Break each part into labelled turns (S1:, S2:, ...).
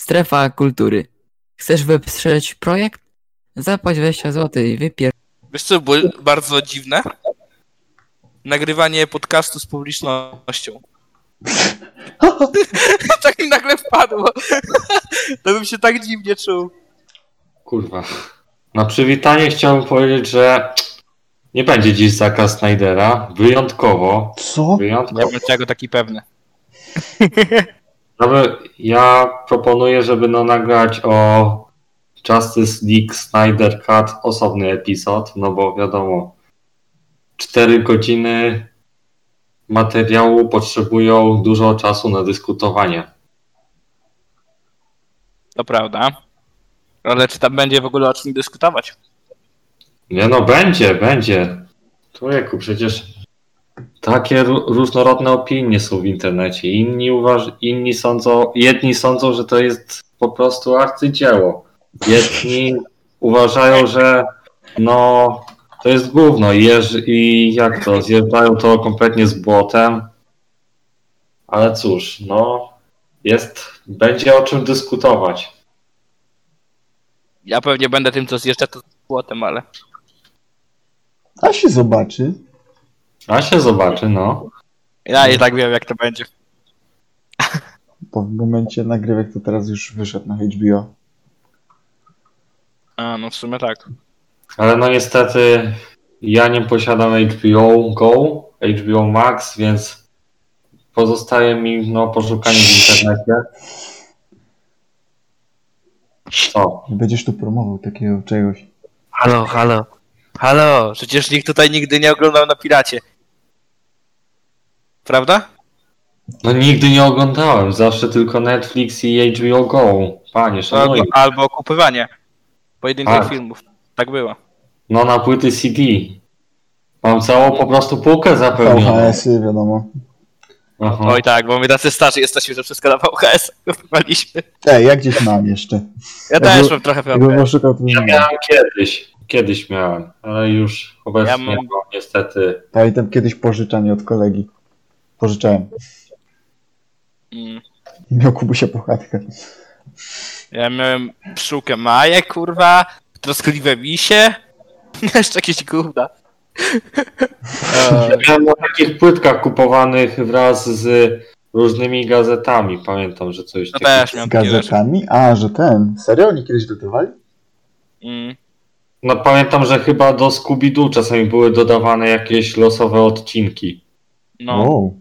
S1: Strefa kultury. Chcesz wesprzeć projekt? Zapłać 20 zł i wypier...
S2: Wiesz co było bardzo dziwne? Nagrywanie podcastu z publicznością. tak mi nagle wpadło. to bym się tak dziwnie czuł.
S3: Kurwa. Na przywitanie chciałbym powiedzieć, że nie będzie dziś Zaka Snydera. Wyjątkowo.
S4: Co?
S2: Nie
S3: Wyjątkowo.
S2: wiem czego taki pewny.
S3: Aby- Ja proponuję, żeby no nagrać o Justice League Snyder Cut osobny epizod, no bo wiadomo, 4 godziny materiału potrzebują dużo czasu na dyskutowanie.
S2: To prawda. Ale czy tam będzie w ogóle o czym dyskutować?
S3: Nie no, będzie, będzie. Człowieku, przecież takie ró- różnorodne opinie są w internecie. Inni, uważ- inni sądzą, jedni sądzą, że to jest po prostu arcydzieło. Jedni uważają, że no, to jest gówno i jeż- i jak to, zjeżdżają to kompletnie z błotem. Ale cóż, no, jest, będzie o czym dyskutować.
S2: Ja pewnie będę tym, co zjeżdża to z płotem, ale...
S4: A się zobaczy.
S3: A się zobaczy, no.
S2: Ja i tak wiem jak to będzie.
S4: Bo w momencie nagrywek to teraz już wyszedł na HBO.
S2: A, no w sumie tak.
S3: Ale no niestety ja nie posiadam HBO Go, HBO Max, więc pozostaje mi no poszukanie w internecie. Co?
S4: Nie będziesz tu promował takiego czegoś.
S2: Halo, halo. Halo, przecież nikt tutaj nigdy nie oglądał na Piracie. Prawda?
S3: No nigdy nie oglądałem, zawsze tylko Netflix i HBO Go. Panie, szanuję.
S2: Albo, albo kupywanie pojedynczych
S3: No Tak.
S2: filmów. Tak było.
S3: No na płyty CD. Mam całą po prostu półkę zapełnioną.
S4: VHS-y, y, wiadomo.
S3: Aha.
S2: Oj tak, bo my tacy starzy jesteśmy, że wszystko na VHS kupowaliśmy.
S4: Ej, ja gdzieś mam jeszcze.
S2: Ja też mam trochę
S4: Jakbym
S2: VHS.
S4: poszukał, to nie
S3: Ja
S4: mam.
S3: miałem kiedyś, kiedyś miałem, ale już obecnie
S2: Ja
S3: mam...
S2: mam-
S3: niestety.
S4: Pamiętam kiedyś pożyczanie od kolegi. Pożyczałem.
S2: Mm.
S4: Miał Kubusia pochatkę.
S2: Ja miałem pszczółkę Maję, kurwa, troskliwe misie, jeszcze jakieś gówna. E,
S3: Ja Miałem na takich płytkach kupowanych wraz z różnymi gazetami. Pamiętam, że coś
S2: No
S3: takiego.
S2: też
S4: Z
S2: miałem takie rzeczy.
S4: gazetami? A, że ten. Serio? Oni kiedyś dodawali?
S2: Mm.
S3: No pamiętam, że chyba do Scooby-Doo czasami były dodawane jakieś losowe odcinki.
S2: No,
S4: Wow.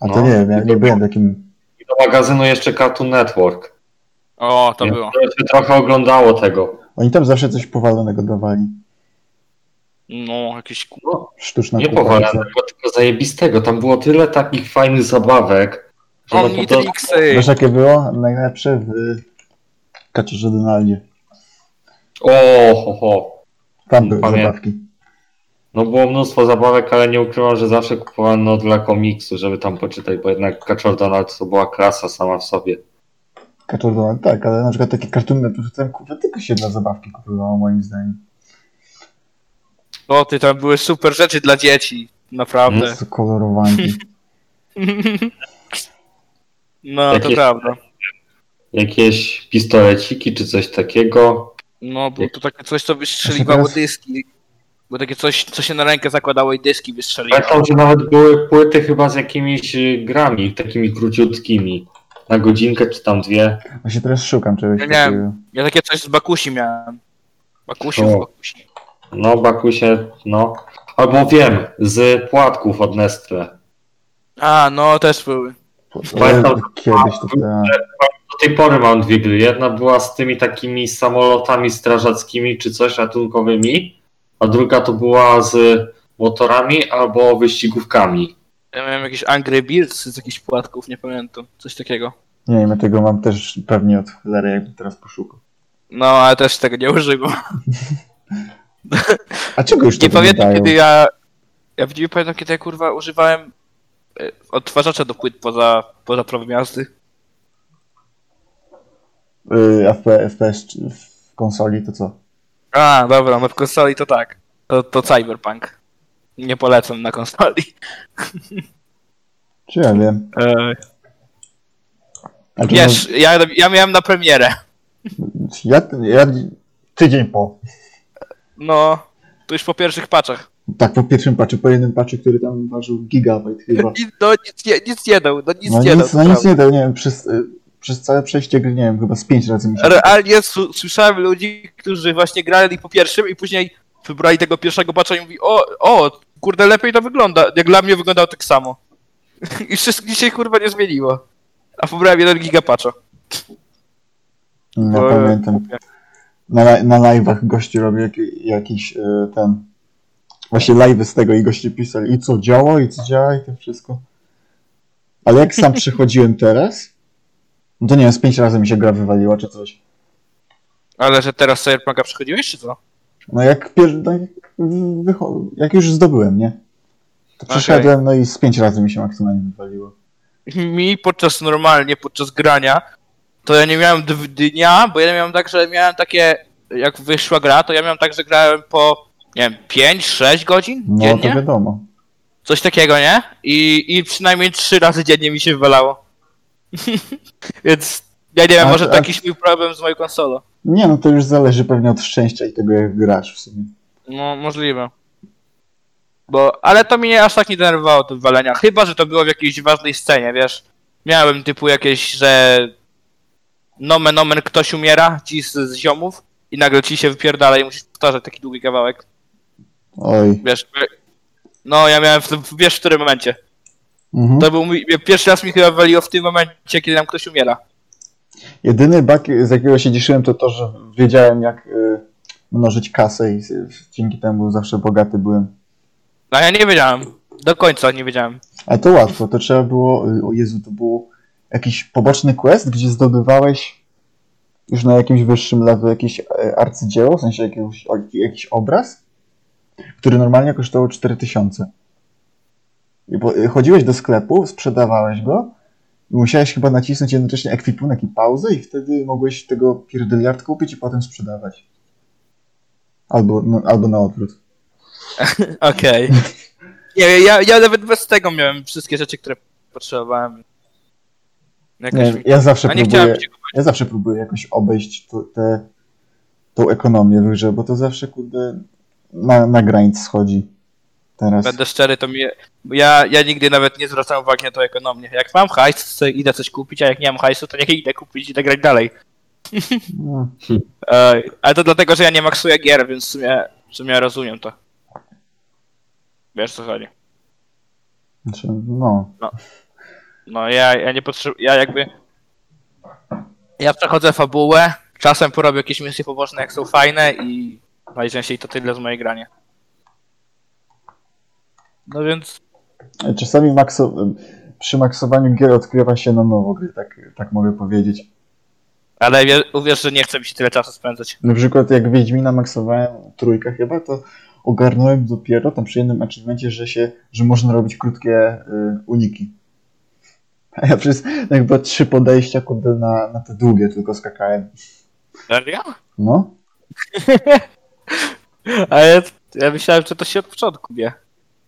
S4: A to
S3: No.
S4: nie wiem, ja nie byłem takim...
S3: I do magazynu jeszcze Cartoon Network.
S2: o, to
S3: Więc
S2: było.
S3: się trochę oglądało tego.
S4: Oni tam zawsze coś powalonego dawali.
S2: No, jakieś ku-
S4: Sztuczna
S3: Nie
S4: kukurydza.
S3: powalanego, tylko zajebistego. Tam było tyle takich fajnych zabawek, że no po prostu...
S2: Omnitrixy!
S4: Wiesz jakie było? Najlepsze w Kaczorze Donaldzie.
S3: O, ho, ho.
S4: Tam były
S3: Pamiętam.
S4: zabawki.
S3: No było mnóstwo zabawek, ale nie ukrywam, że zawsze kupowałem no, dla komiksu, żeby tam poczytać, bo jednak Kaczor Donald to była klasa sama w sobie.
S4: Kaczor Donald, tak, ale na przykład takie kartuny, to tam kurwa tylko się dla zabawki kupowało moim zdaniem.
S2: O, ty, tam były super rzeczy dla dzieci. Naprawdę.
S4: Z kolorowanki.
S2: No, to
S3: Takie-
S2: prawda.
S3: jakieś pistoleciki czy coś takiego.
S2: No, bo to takie coś, co
S4: A
S2: wystrzeliwało
S4: teraz-
S2: dyski. Bo takie coś, co się na rękę zakładało i dyski wystrzeliwało.
S3: Pamiętam, że Tak, nawet były płyty chyba z jakimiś y, grami, takimi króciutkimi, na godzinkę czy tam dwie.
S4: Właśnie teraz szukam czegoś
S2: Ja miałem.
S4: takiego.
S2: Ja takie coś z Bakusi miałem. Bakusi
S3: O.
S2: w Bakusi.
S3: No, Bakusie, no. Albo wiem, z płatków od Nestle.
S2: A, no, też były.
S3: Pamiętam,
S4: Ale Kiedyś to tak.
S3: Do tej pory mam dwie gry. Jedna była z tymi takimi samolotami strażackimi czy coś ratunkowymi, a druga to była z motorami albo wyścigówkami.
S2: Ja miałem jakieś Angry Birds z jakichś płatków, nie pamiętam. Coś takiego.
S4: Nie wiem, ja tego mam też pewnie od Hilary, jakby teraz poszukał.
S2: No, ale też tego nie używam.
S4: A czego już
S2: Nie
S4: tego nie
S2: pamiętam
S4: dają?
S2: kiedy ja. Ja w- nie pamiętam kiedy ja kurwa używałem e, odtwarzacza do płyt poza, poza prawem jazdy.
S4: Y, a w P- FPS czy w konsoli to co?
S2: A, dobra, no w konsoli to tak. To, to Cyberpunk. Nie polecam na konsoli.
S4: E, Czy ja wiem. Znaczy,
S2: Wiesz, ja, ja miałem na premierę.
S4: no, ja, ja tydzień po.
S2: No, to już po pierwszych paczach.
S4: Tak, po pierwszym patchu, po jednym patchu, który tam ważył gigabajt chyba.
S2: Nic, no, nic, nie, nic nie dał, no nic
S4: No
S2: nie dał.
S4: nic, no nic
S2: naprawdę.
S4: nie dał, nie wiem, przez, y, przez całe przejście gry, nie wiem, chyba z pięć razy musiałem.
S2: Realnie su- słyszałem ludzi, którzy właśnie grali po pierwszym i później wybrali tego pierwszego patcha i mówi o, o, kurde, lepiej to wygląda. Jak dla mnie wyglądało tak samo. I wszystko dzisiaj kurwa nie zmieniło. A pobrałem 1 giga patcha.
S4: Nie
S2: To-
S4: pamiętam. Na, li- na live'ach gości robił jak, jakiś y, ten. Właśnie live'y z tego i goście pisali i co działa, i co działa, i to wszystko. Ale jak sam przychodziłem teraz, no to nie wiem, z pięć razy mi się gra wywaliła czy coś.
S2: Ale że teraz Cyberpunka przychodziłeś, czy co?
S4: No jak pier... no, jak, wycho... jak już zdobyłem, nie? To
S2: Okej.
S4: przeszedłem, no i z pięć razy mi się maksymalnie wywaliło.
S2: mi podczas normalnie, podczas grania, to ja nie miałem dw- dnia, bo ja miałem tak, że miałem takie, jak wyszła gra, to ja miałem tak, że grałem po, nie wiem, 5-6 godzin
S4: No to
S2: dziennie,
S4: wiadomo.
S2: coś takiego, nie? I, I przynajmniej 3 razy dziennie mi się wywalało. Więc ja nie wiem,
S4: A-
S2: może to
S4: a-
S2: jakiś mój problem z moją konsolą.
S4: Nie, no to już zależy pewnie od szczęścia i tego, jak grasz w sumie.
S2: No, możliwe. Bo, ale to mnie aż tak nie denerwowało to walenia. Chyba, że to było w jakiejś ważnej scenie, wiesz. Miałem typu jakieś, że nomen nomen ktoś umiera, ci z, z ziomów i nagle ci się wypierdala i musisz powtarzać taki długi kawałek,
S4: Oj.
S2: wiesz. No, ja miałem, w, tym- wiesz w którym momencie.
S4: Mhm.
S2: To był mój, pierwszy raz mi chyba waliło w tym momencie, kiedy nam ktoś umiera.
S4: Jedyny bug, z jakiego się cieszyłem, to to, że wiedziałem, jak y, mnożyć kasę i y, dzięki temu zawsze bogaty byłem.
S2: No, ja nie wiedziałem. Do końca nie wiedziałem.
S4: A to łatwo, to trzeba było, y, o Jezu, to był jakiś poboczny quest, gdzie zdobywałeś już na jakimś wyższym levelu jakieś y, arcydzieło, w sensie jakiegoś, o, jakiś obraz, który normalnie kosztował 4000. I po, y, chodziłeś do sklepu, sprzedawałeś go i musiałeś chyba nacisnąć jednocześnie ekwipunek i pauzę i wtedy mogłeś tego pierdyliard kupić i potem sprzedawać. Albo, no, albo na odwrót.
S2: Okej. Nie, ja, ja nawet bez tego miałem wszystkie rzeczy, które potrzebowałem. No
S4: Nie,
S2: Jakoś mi...
S4: ja zawsze
S2: A nie
S4: próbuję...
S2: chciałem cię kupować.
S4: Ja zawsze próbuję jakoś obejść to, te, tą ekonomię w grze, bo to zawsze kurde na, na granic schodzi. Teraz.
S2: Będę szczery, to mi... Ja, ja nigdy nawet nie zwracam uwagi na to ekonomię. Jak mam hajs, to idę coś kupić, a jak nie mam hajsu, to niech idę kupić, idę grać dalej.
S4: No,
S2: Ej, ale to dlatego, że ja nie maksuję gier, więc w sumie, w sumie rozumiem to. Wiesz co chodzi.
S4: znaczy, no.
S2: No ja, ja nie potrzebuję, ja jakby... Ja przechodzę fabułę, czasem porobię jakieś misje poboczne, jak są fajne i najczęściej to tyle z mojej grania. No więc,
S4: Czasami makso, przy maksowaniu gier odkrywa się na nowo gry, tak, tak mogę powiedzieć.
S2: ale wie, uwierz, że nie chcę mi się tyle czasu spędzać.
S4: Na przykład jak Wiedźmina maksowałem trójkę chyba, to ogarnąłem dopiero tam przy jednym achievemencie, że się, że można robić krótkie y, uniki. A ja przez no, chyba trzy podejścia kurde na, na te długie tylko skakałem.
S2: Serio?
S4: No.
S2: Ale ja myślałem, że to się od początku wie.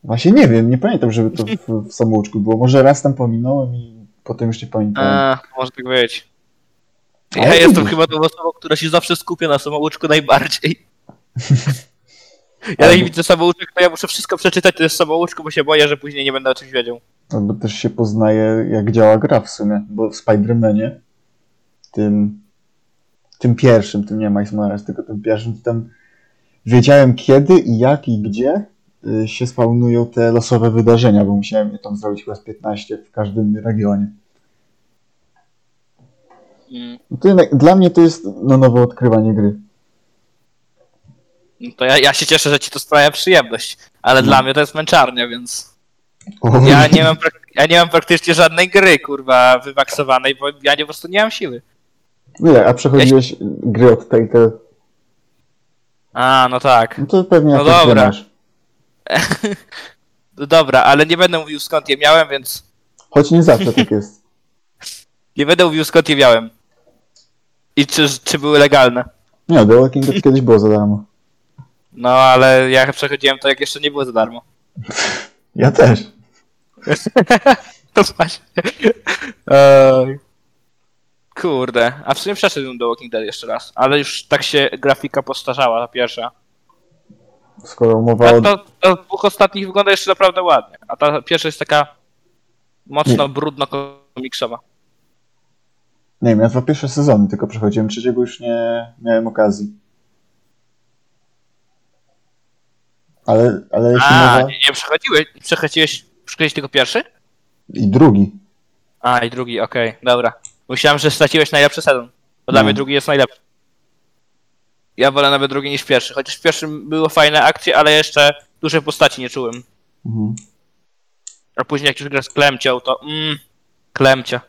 S4: Właśnie nie wiem, nie pamiętam, żeby to w, w samouczku było. Może raz tam pominąłem i potem już nie pamiętam.
S2: A, może tak być. Ja
S4: Ale
S2: jestem
S4: lubisz.
S2: chyba tą osobą, która się zawsze skupia na samouczku najbardziej. Ja
S4: Albo-
S2: jak widzę samouczek, to ja muszę wszystko przeczytać, to jest samouczku, bo się boję, że później nie będę o czymś wiedział.
S4: Albo też się poznaje, jak działa gra w sumie, bo w Spider-Manie, tym, tym pierwszym, tym nie Miles Morales, tylko tym pierwszym, to tam wiedziałem kiedy i jak i gdzie y, się spawnują te losowe wydarzenia, bo musiałem je tam zrobić chyba z 15 w każdym regionie. No to jednak, dla mnie to jest no, nowe odkrywanie gry.
S2: No To ja, ja się cieszę, że ci to sprawia przyjemność, ale dla mnie to jest męczarnia, więc...
S4: O,
S2: Ja nie mam, prak- ja nie mam praktycznie żadnej gry, kurwa, wymaksowanej, bo ja nie, po prostu nie mam siły.
S4: No jak, a przechodziłeś gry od Telltale
S2: A, no tak.
S4: No to pewnie
S2: No
S4: jakoś
S2: dobra.
S4: wymasz.
S2: No Dobra, ale nie będę mówił skąd je miałem, więc.
S4: Choć nie zawsze tak jest.
S2: Nie będę mówił skąd je miałem. I czy, czy były legalne.
S4: Nie, The Walking Dead kiedyś było za darmo.
S2: No ale ja przechodziłem to jak jeszcze nie było za darmo.
S4: Ja też.
S2: To właśnie. Ej. Kurde, a w sumie przeszedłem do Walking Dead jeszcze raz, ale już tak się grafika postarzała, ta pierwsza.
S4: Skoro mowa
S2: A
S4: o...
S2: Tak, to, to dwóch ostatnich wygląda jeszcze naprawdę ładnie, a ta pierwsza jest taka mocno brudno-komiksowa.
S4: Nie wiem, ja dwa pierwsze sezony tylko przechodziłem, trzeciego już nie miałem okazji. Ale, ale jeśli
S2: A,
S4: mowa...
S2: nie, nie przechodziłeś, przechodziłeś, przechodziłeś tylko pierwszy?
S4: I drugi.
S2: A, i drugi, okej, dobra. Myślałem, że straciłeś najlepszy sezon. Bo dla
S4: No.
S2: mnie drugi jest najlepszy. Ja wolę nawet drugi niż pierwszy, chociaż w pierwszym było fajne akcje, ale jeszcze dużej postaci nie czułem.
S4: Mhm.
S2: A później jak już gra z Klemcią, to mm, Klemcia.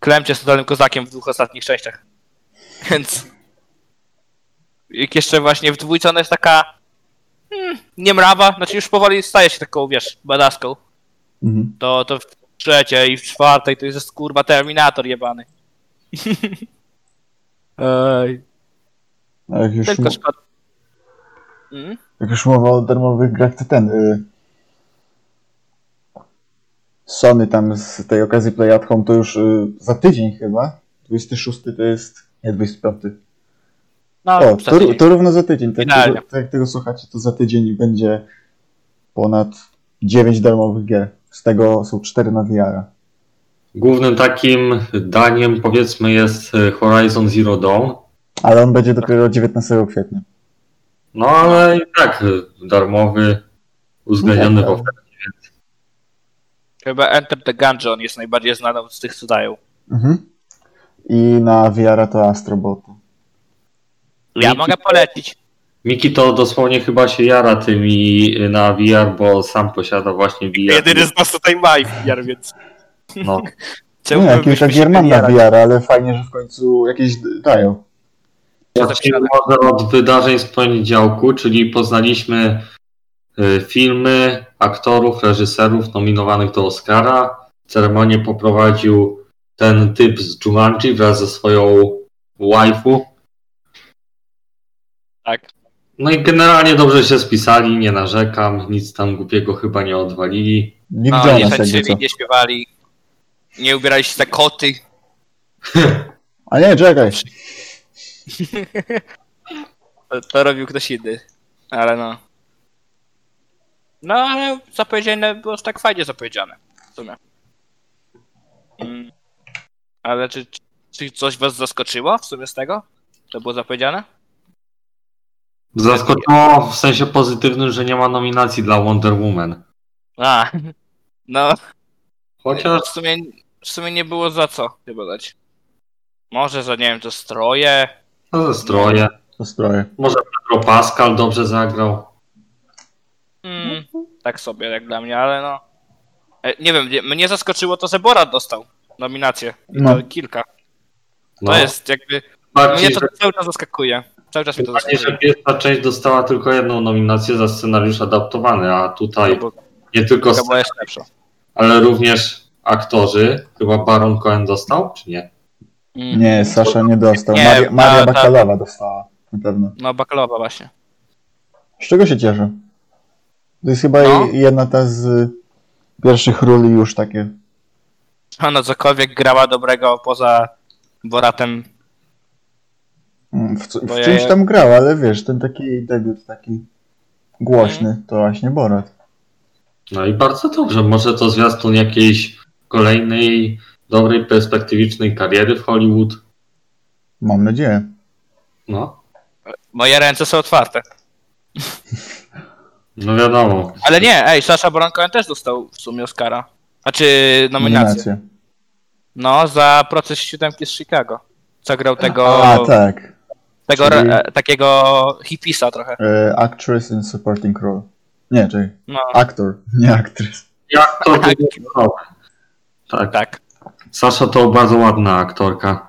S2: Klemcia jest totalnym kozakiem w dwóch ostatnich częściach. Więc... Jak jeszcze właśnie w dwójce ona jest taka... Mm, nie mrawa, znaczy już powoli staje się taką, wiesz, badaską.
S4: Mhm.
S2: To, to w trzeciej i w czwartej to jest kurwa Terminator jebany. Ej,
S4: A jak już,
S2: tylko
S4: mo-
S2: szkoda. Mm?
S4: jak już mowa o darmowych grach, to ten... Y... Sony tam z tej okazji Play at Home to już y, za tydzień chyba. 26 to jest... Nie, 25.
S2: No, to,
S4: O, to, ró- to równo za tydzień. Tak,
S2: Idealnie.
S4: tego- tak jak tego słuchacie, to za tydzień będzie ponad 9 darmowych gier. Z tego są 4 na VR.
S3: Głównym takim daniem powiedzmy jest y, Horizon Zero Dawn.
S4: Ale on będzie dopiero 19 kwietnia.
S3: No ale i tak y, darmowy, uwzględniony
S4: No
S3: w
S4: tak,
S3: ofercie.
S2: Chyba Enter the Gungeon jest najbardziej znaną z tych, co dają.
S4: Mhm. I na VR to Astrobot.
S2: Ja
S3: Miki-
S2: mogę polecić.
S3: Miki to dosłownie chyba się jara tymi y, na VR, bo sam posiada właśnie VR.
S2: Jedyny z nas tutaj ma VR, więc...
S3: No.
S4: No,
S2: Czemu
S4: ja kilka
S2: byśmy się
S4: gier mam na
S2: jarać?
S4: VR, ale fajnie, że w końcu jakieś d- dają.
S3: Ja
S2: zapisane?
S3: zacznijmy może od wydarzeń z poniedziałku, czyli poznaliśmy y, filmy, aktorów, reżyserów nominowanych do Oscara. Ceremonię poprowadził ten typ z Jumanji wraz ze swoją waifu.
S2: Tak.
S3: No i generalnie dobrze się spisali, nie narzekam, nic tam głupiego chyba nie odwalili.
S4: Nie
S2: No,
S4: widziałem
S2: nie
S4: nas jakby co.
S2: tańczyli, nie śpiewali. Nie ubierali się za koty.
S4: A nie, czekaj.
S2: To- To robił ktoś inny. Ale no. No ale zapowiedziane było tak fajnie zapowiedziane. W sumie. Mm. Ale czy, czy coś was zaskoczyło w sumie z tego? To było zapowiedziane?
S3: Zaskoczyło w sensie pozytywnym, że nie ma nominacji dla Wonder Woman.
S2: A. No,
S3: Chociaż
S2: w sumie, w sumie nie było za co chyba dać. Może za, nie wiem, to stroje.
S3: no, ze stroje.
S4: To stroje.
S3: Może Pedro Pascal dobrze zagrał.
S2: Mm, tak sobie, jak dla mnie, ale no. E, Nie wiem, nie- mnie zaskoczyło to, że Borat dostał nominację.
S4: No.
S2: No. Kilka.
S3: No,
S2: To jest jakby.
S3: bardziej,
S2: Mnie to
S3: że,
S2: cały czas zaskakuje. Cały czas mnie to
S3: bardziej, że
S2: zaskakuje.
S3: pierwsza część dostała tylko jedną nominację za scenariusz adaptowany, a tutaj
S2: No Bo
S3: nie tylko,
S2: to
S3: sc-
S2: była jeszcze lepsza.
S3: ale również aktorzy. Chyba Baron Cohen dostał, czy nie?
S2: Mm.
S4: Nie, Sasza nie dostał.
S2: Nie,
S4: Mari- Maria
S2: a, ta-
S4: Bakalowa dostała. Na pewno.
S2: No, bakalowa właśnie.
S4: Z czego się cieszę? To jest chyba
S2: No.
S4: je- jedna ta z pierwszych ról już takie.
S2: Ona no, cokolwiek grała dobrego poza Boratem.
S4: Mm, W, co- w
S2: Bo ja-
S4: czymś tam grał, ale wiesz, ten taki debiut taki
S2: Mm.
S4: głośny, to właśnie Borat.
S3: No i bardzo dobrze. Może to zwiastun jakiejś kolejnej dobrej, perspektywicznej kariery w Hollywood.
S4: Mam nadzieję.
S3: No,
S2: Moje ręce są otwarte.
S3: no wiadomo.
S2: Ale nie, ej, Sasza Baron Cohen też dostał w sumie Oscara. Znaczy nominację.
S4: Nominacje.
S2: No, za proces siódemki z Chicago. Co grał tego,
S4: A, tak.
S2: tego
S4: czyli-
S2: re- e, takiego hipisa trochę.
S4: E, actress in supporting role. Nie, czyli
S2: No,
S4: aktor, nie actress.
S3: Jak to
S2: Tak.
S3: wyglądało? Tak.
S2: tak.
S3: Sasza to bardzo ładna aktorka.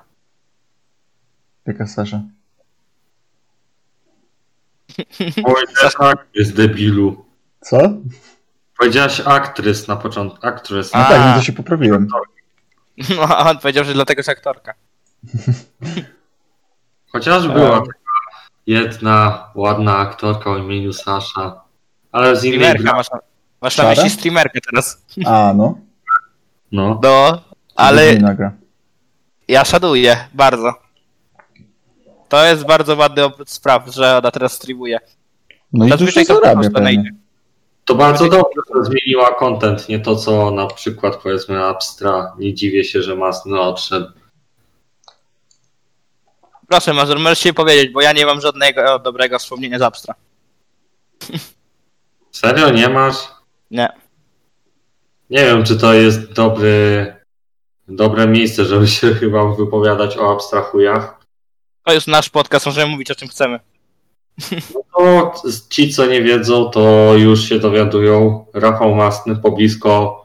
S4: Jaka Sasza.
S3: Oj, tak, jest debilu.
S4: Co?
S3: Powiedziałaś aktrys na początku. Aktrys.
S4: No
S2: A.
S4: tak, no to się poprawiłem.
S2: No, a on powiedział, że dlatego jest aktorka.
S3: Chociaż była taka jedna ładna aktorka o imieniu Sasza, ale z innej
S2: Streamerka,
S3: gra...
S2: masz, na- masz na
S4: Szara?
S2: myśli streamerkę teraz.
S4: A, no.
S3: No.
S2: No, ale
S4: Inna gra.
S2: Ja szanuję, bardzo. To jest bardzo ładny obrót spraw, że ona teraz streamuje.
S4: No i dużo
S2: Zazwyczaj to
S4: zarabia
S2: kosztem
S4: pewnie.
S2: idzie.
S3: To bardzo dobrze, że zmieniła content, nie to co na przykład powiedzmy Abstra. Nie dziwię się, że no, Masny odszedł.
S2: Proszę Mazur, możesz się powiedzieć, bo ja nie mam żadnego e, dobrego wspomnienia z Abstra.
S3: Serio nie masz?
S2: Nie.
S3: Nie wiem, czy to jest dobry, dobre miejsce, żeby się chyba wypowiadać o abstrahujach.
S2: To jest nasz podcast, możemy mówić o czym chcemy.
S3: No, ci, co nie wiedzą, to już się dowiadują. Rafał Masny po blisko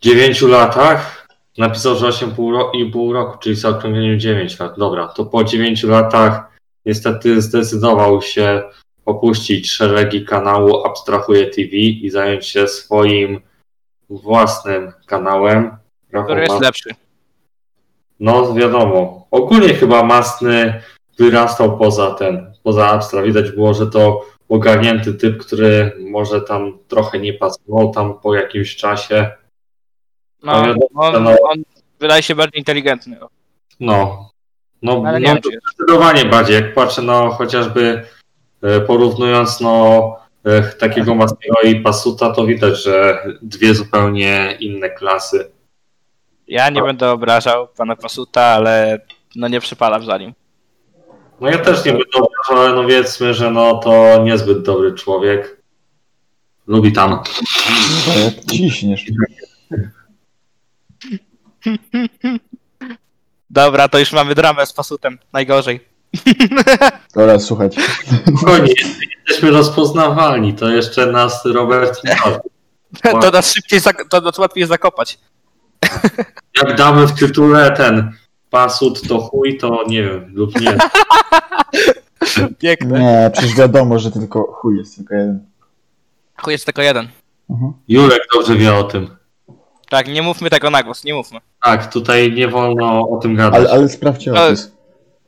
S3: 9 latach napisał, że 8,5 ro- i pół roku, czyli w zaokrągleniu 9 lat. Dobra, to po 9 latach niestety zdecydował się opuścić szeregi kanału Abstrahuje TV i zająć się swoim własnym kanałem. Rafał
S2: Który jest
S3: Masny-
S2: lepszy?
S3: No, wiadomo. Ogólnie chyba Masny wyrastał poza ten, poza Abstra. Widać było, że to ogarnięty typ, który może tam trochę nie pasował tam po jakimś czasie.
S2: No,
S3: No, wiadomo,
S2: on,
S3: no.
S2: on wydaje się bardziej inteligentny.
S3: No, no,
S2: Ale nie
S3: no
S2: wiem, czy jest.
S3: zdecydowanie bardziej. Jak patrzę, no chociażby e, porównując no e, takiego Masnego i Pasuta, to widać, że dwie zupełnie inne klasy.
S2: Ja nie będę obrażał pana Pasuta, ale no nie przypalam za nim.
S3: No ja też nie będę obrażał, ale no wiedzmy, że no to niezbyt dobry człowiek. Lubi tam
S4: Kurwa, jak ciśniesz.
S2: Dobra, to już mamy dramę z Pasutem. Najgorzej.
S4: Dobra, słuchaj.
S3: Spokojnie, jesteśmy rozpoznawalni, to jeszcze nas Robert nie zna.
S2: To nas szybciej, zak- to nas łatwiej zakopać.
S3: Jak damy w tytule ten pasut to chuj, to nie wiem, lub nie.
S2: Piękne.
S4: Nie, przecież wiadomo, że tylko chuj jest tylko jeden.
S2: Chuj jest tylko jeden.
S4: Mhm.
S3: Jurek dobrze wie o tym.
S2: Tak, nie mówmy tego na głos, nie mówmy.
S3: Tak, tutaj nie wolno o tym gadać.
S4: Ale, ale sprawdźcie
S2: Ale-
S4: opis.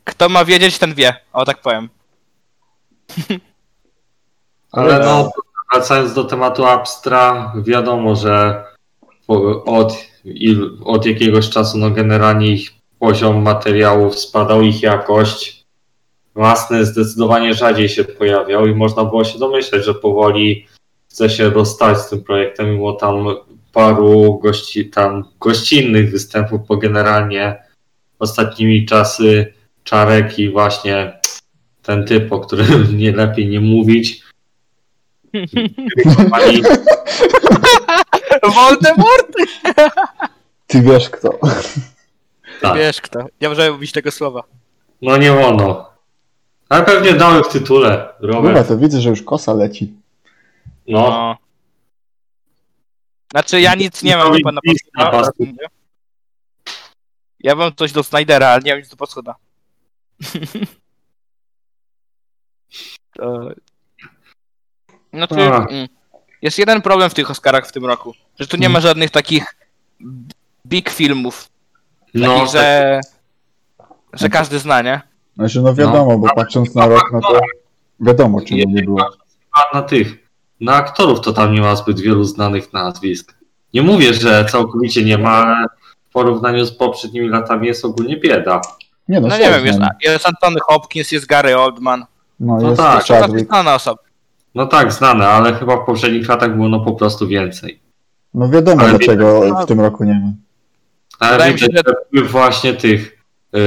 S2: Kto ma wiedzieć, ten wie. O, tak powiem.
S3: Ale no, wracając do tematu Abstra, wiadomo, że po- od, il- od jakiegoś czasu no generalnie ich poziom materiałów spadał, ich jakość. Masny zdecydowanie rzadziej się pojawiał i można było się domyśleć, że powoli chce się rozstać z tym projektem, mimo tam paru gości, tam gościnnych występów, bo generalnie ostatnimi czasy Czarek i właśnie ten typ, o którym nie lepiej nie mówić, Pani,
S2: Voldemort!
S4: Ty wiesz kto.
S3: tak.
S2: Wiesz kto. Nie możemy mówić tego słowa.
S3: No nie ono. Ale pewnie dały w tytule,
S4: Kurwa,
S3: Robert.
S4: to widzę, że już kosa leci.
S3: No,
S2: No. Znaczy, ja nic nie mam do pana
S3: Nic nie ma.
S2: Pasuta. No, Ja mam coś do Snydera, ale nie mam nic do Pasuta. To- Znaczy,
S3: A.
S2: mm, jest jeden problem w tych Oscarach w tym roku, że tu nie ma żadnych takich b- big filmów,
S3: no
S2: takich, że, że każdy zna, nie?
S4: Znaczy, no wiadomo, bo patrząc na rok, no to wiadomo, czego nie było.
S3: tak, na tych. Na aktorów to tam nie ma zbyt wielu znanych nazwisk. Nie mówię, że całkowicie nie ma, ale w porównaniu z poprzednimi latami jest ogólnie bieda.
S4: Nie no,
S2: No
S4: są
S2: nie wiem, jest,
S4: znane.
S2: jest Antony Hopkins, jest Gary Oldman,
S4: No
S3: no
S4: jest
S3: tak,
S2: to znaczy
S4: Chadwick.
S2: znana osoba.
S3: No tak, znane, ale chyba w poprzednich latach było no po prostu więcej.
S4: No wiadomo,
S3: Ale
S4: dlaczego
S2: widać, że-
S4: w tym roku nie ma.
S3: Ale
S2: Wydaje mi
S3: widzę,
S2: się, że-
S3: że wpływ właśnie tych, y,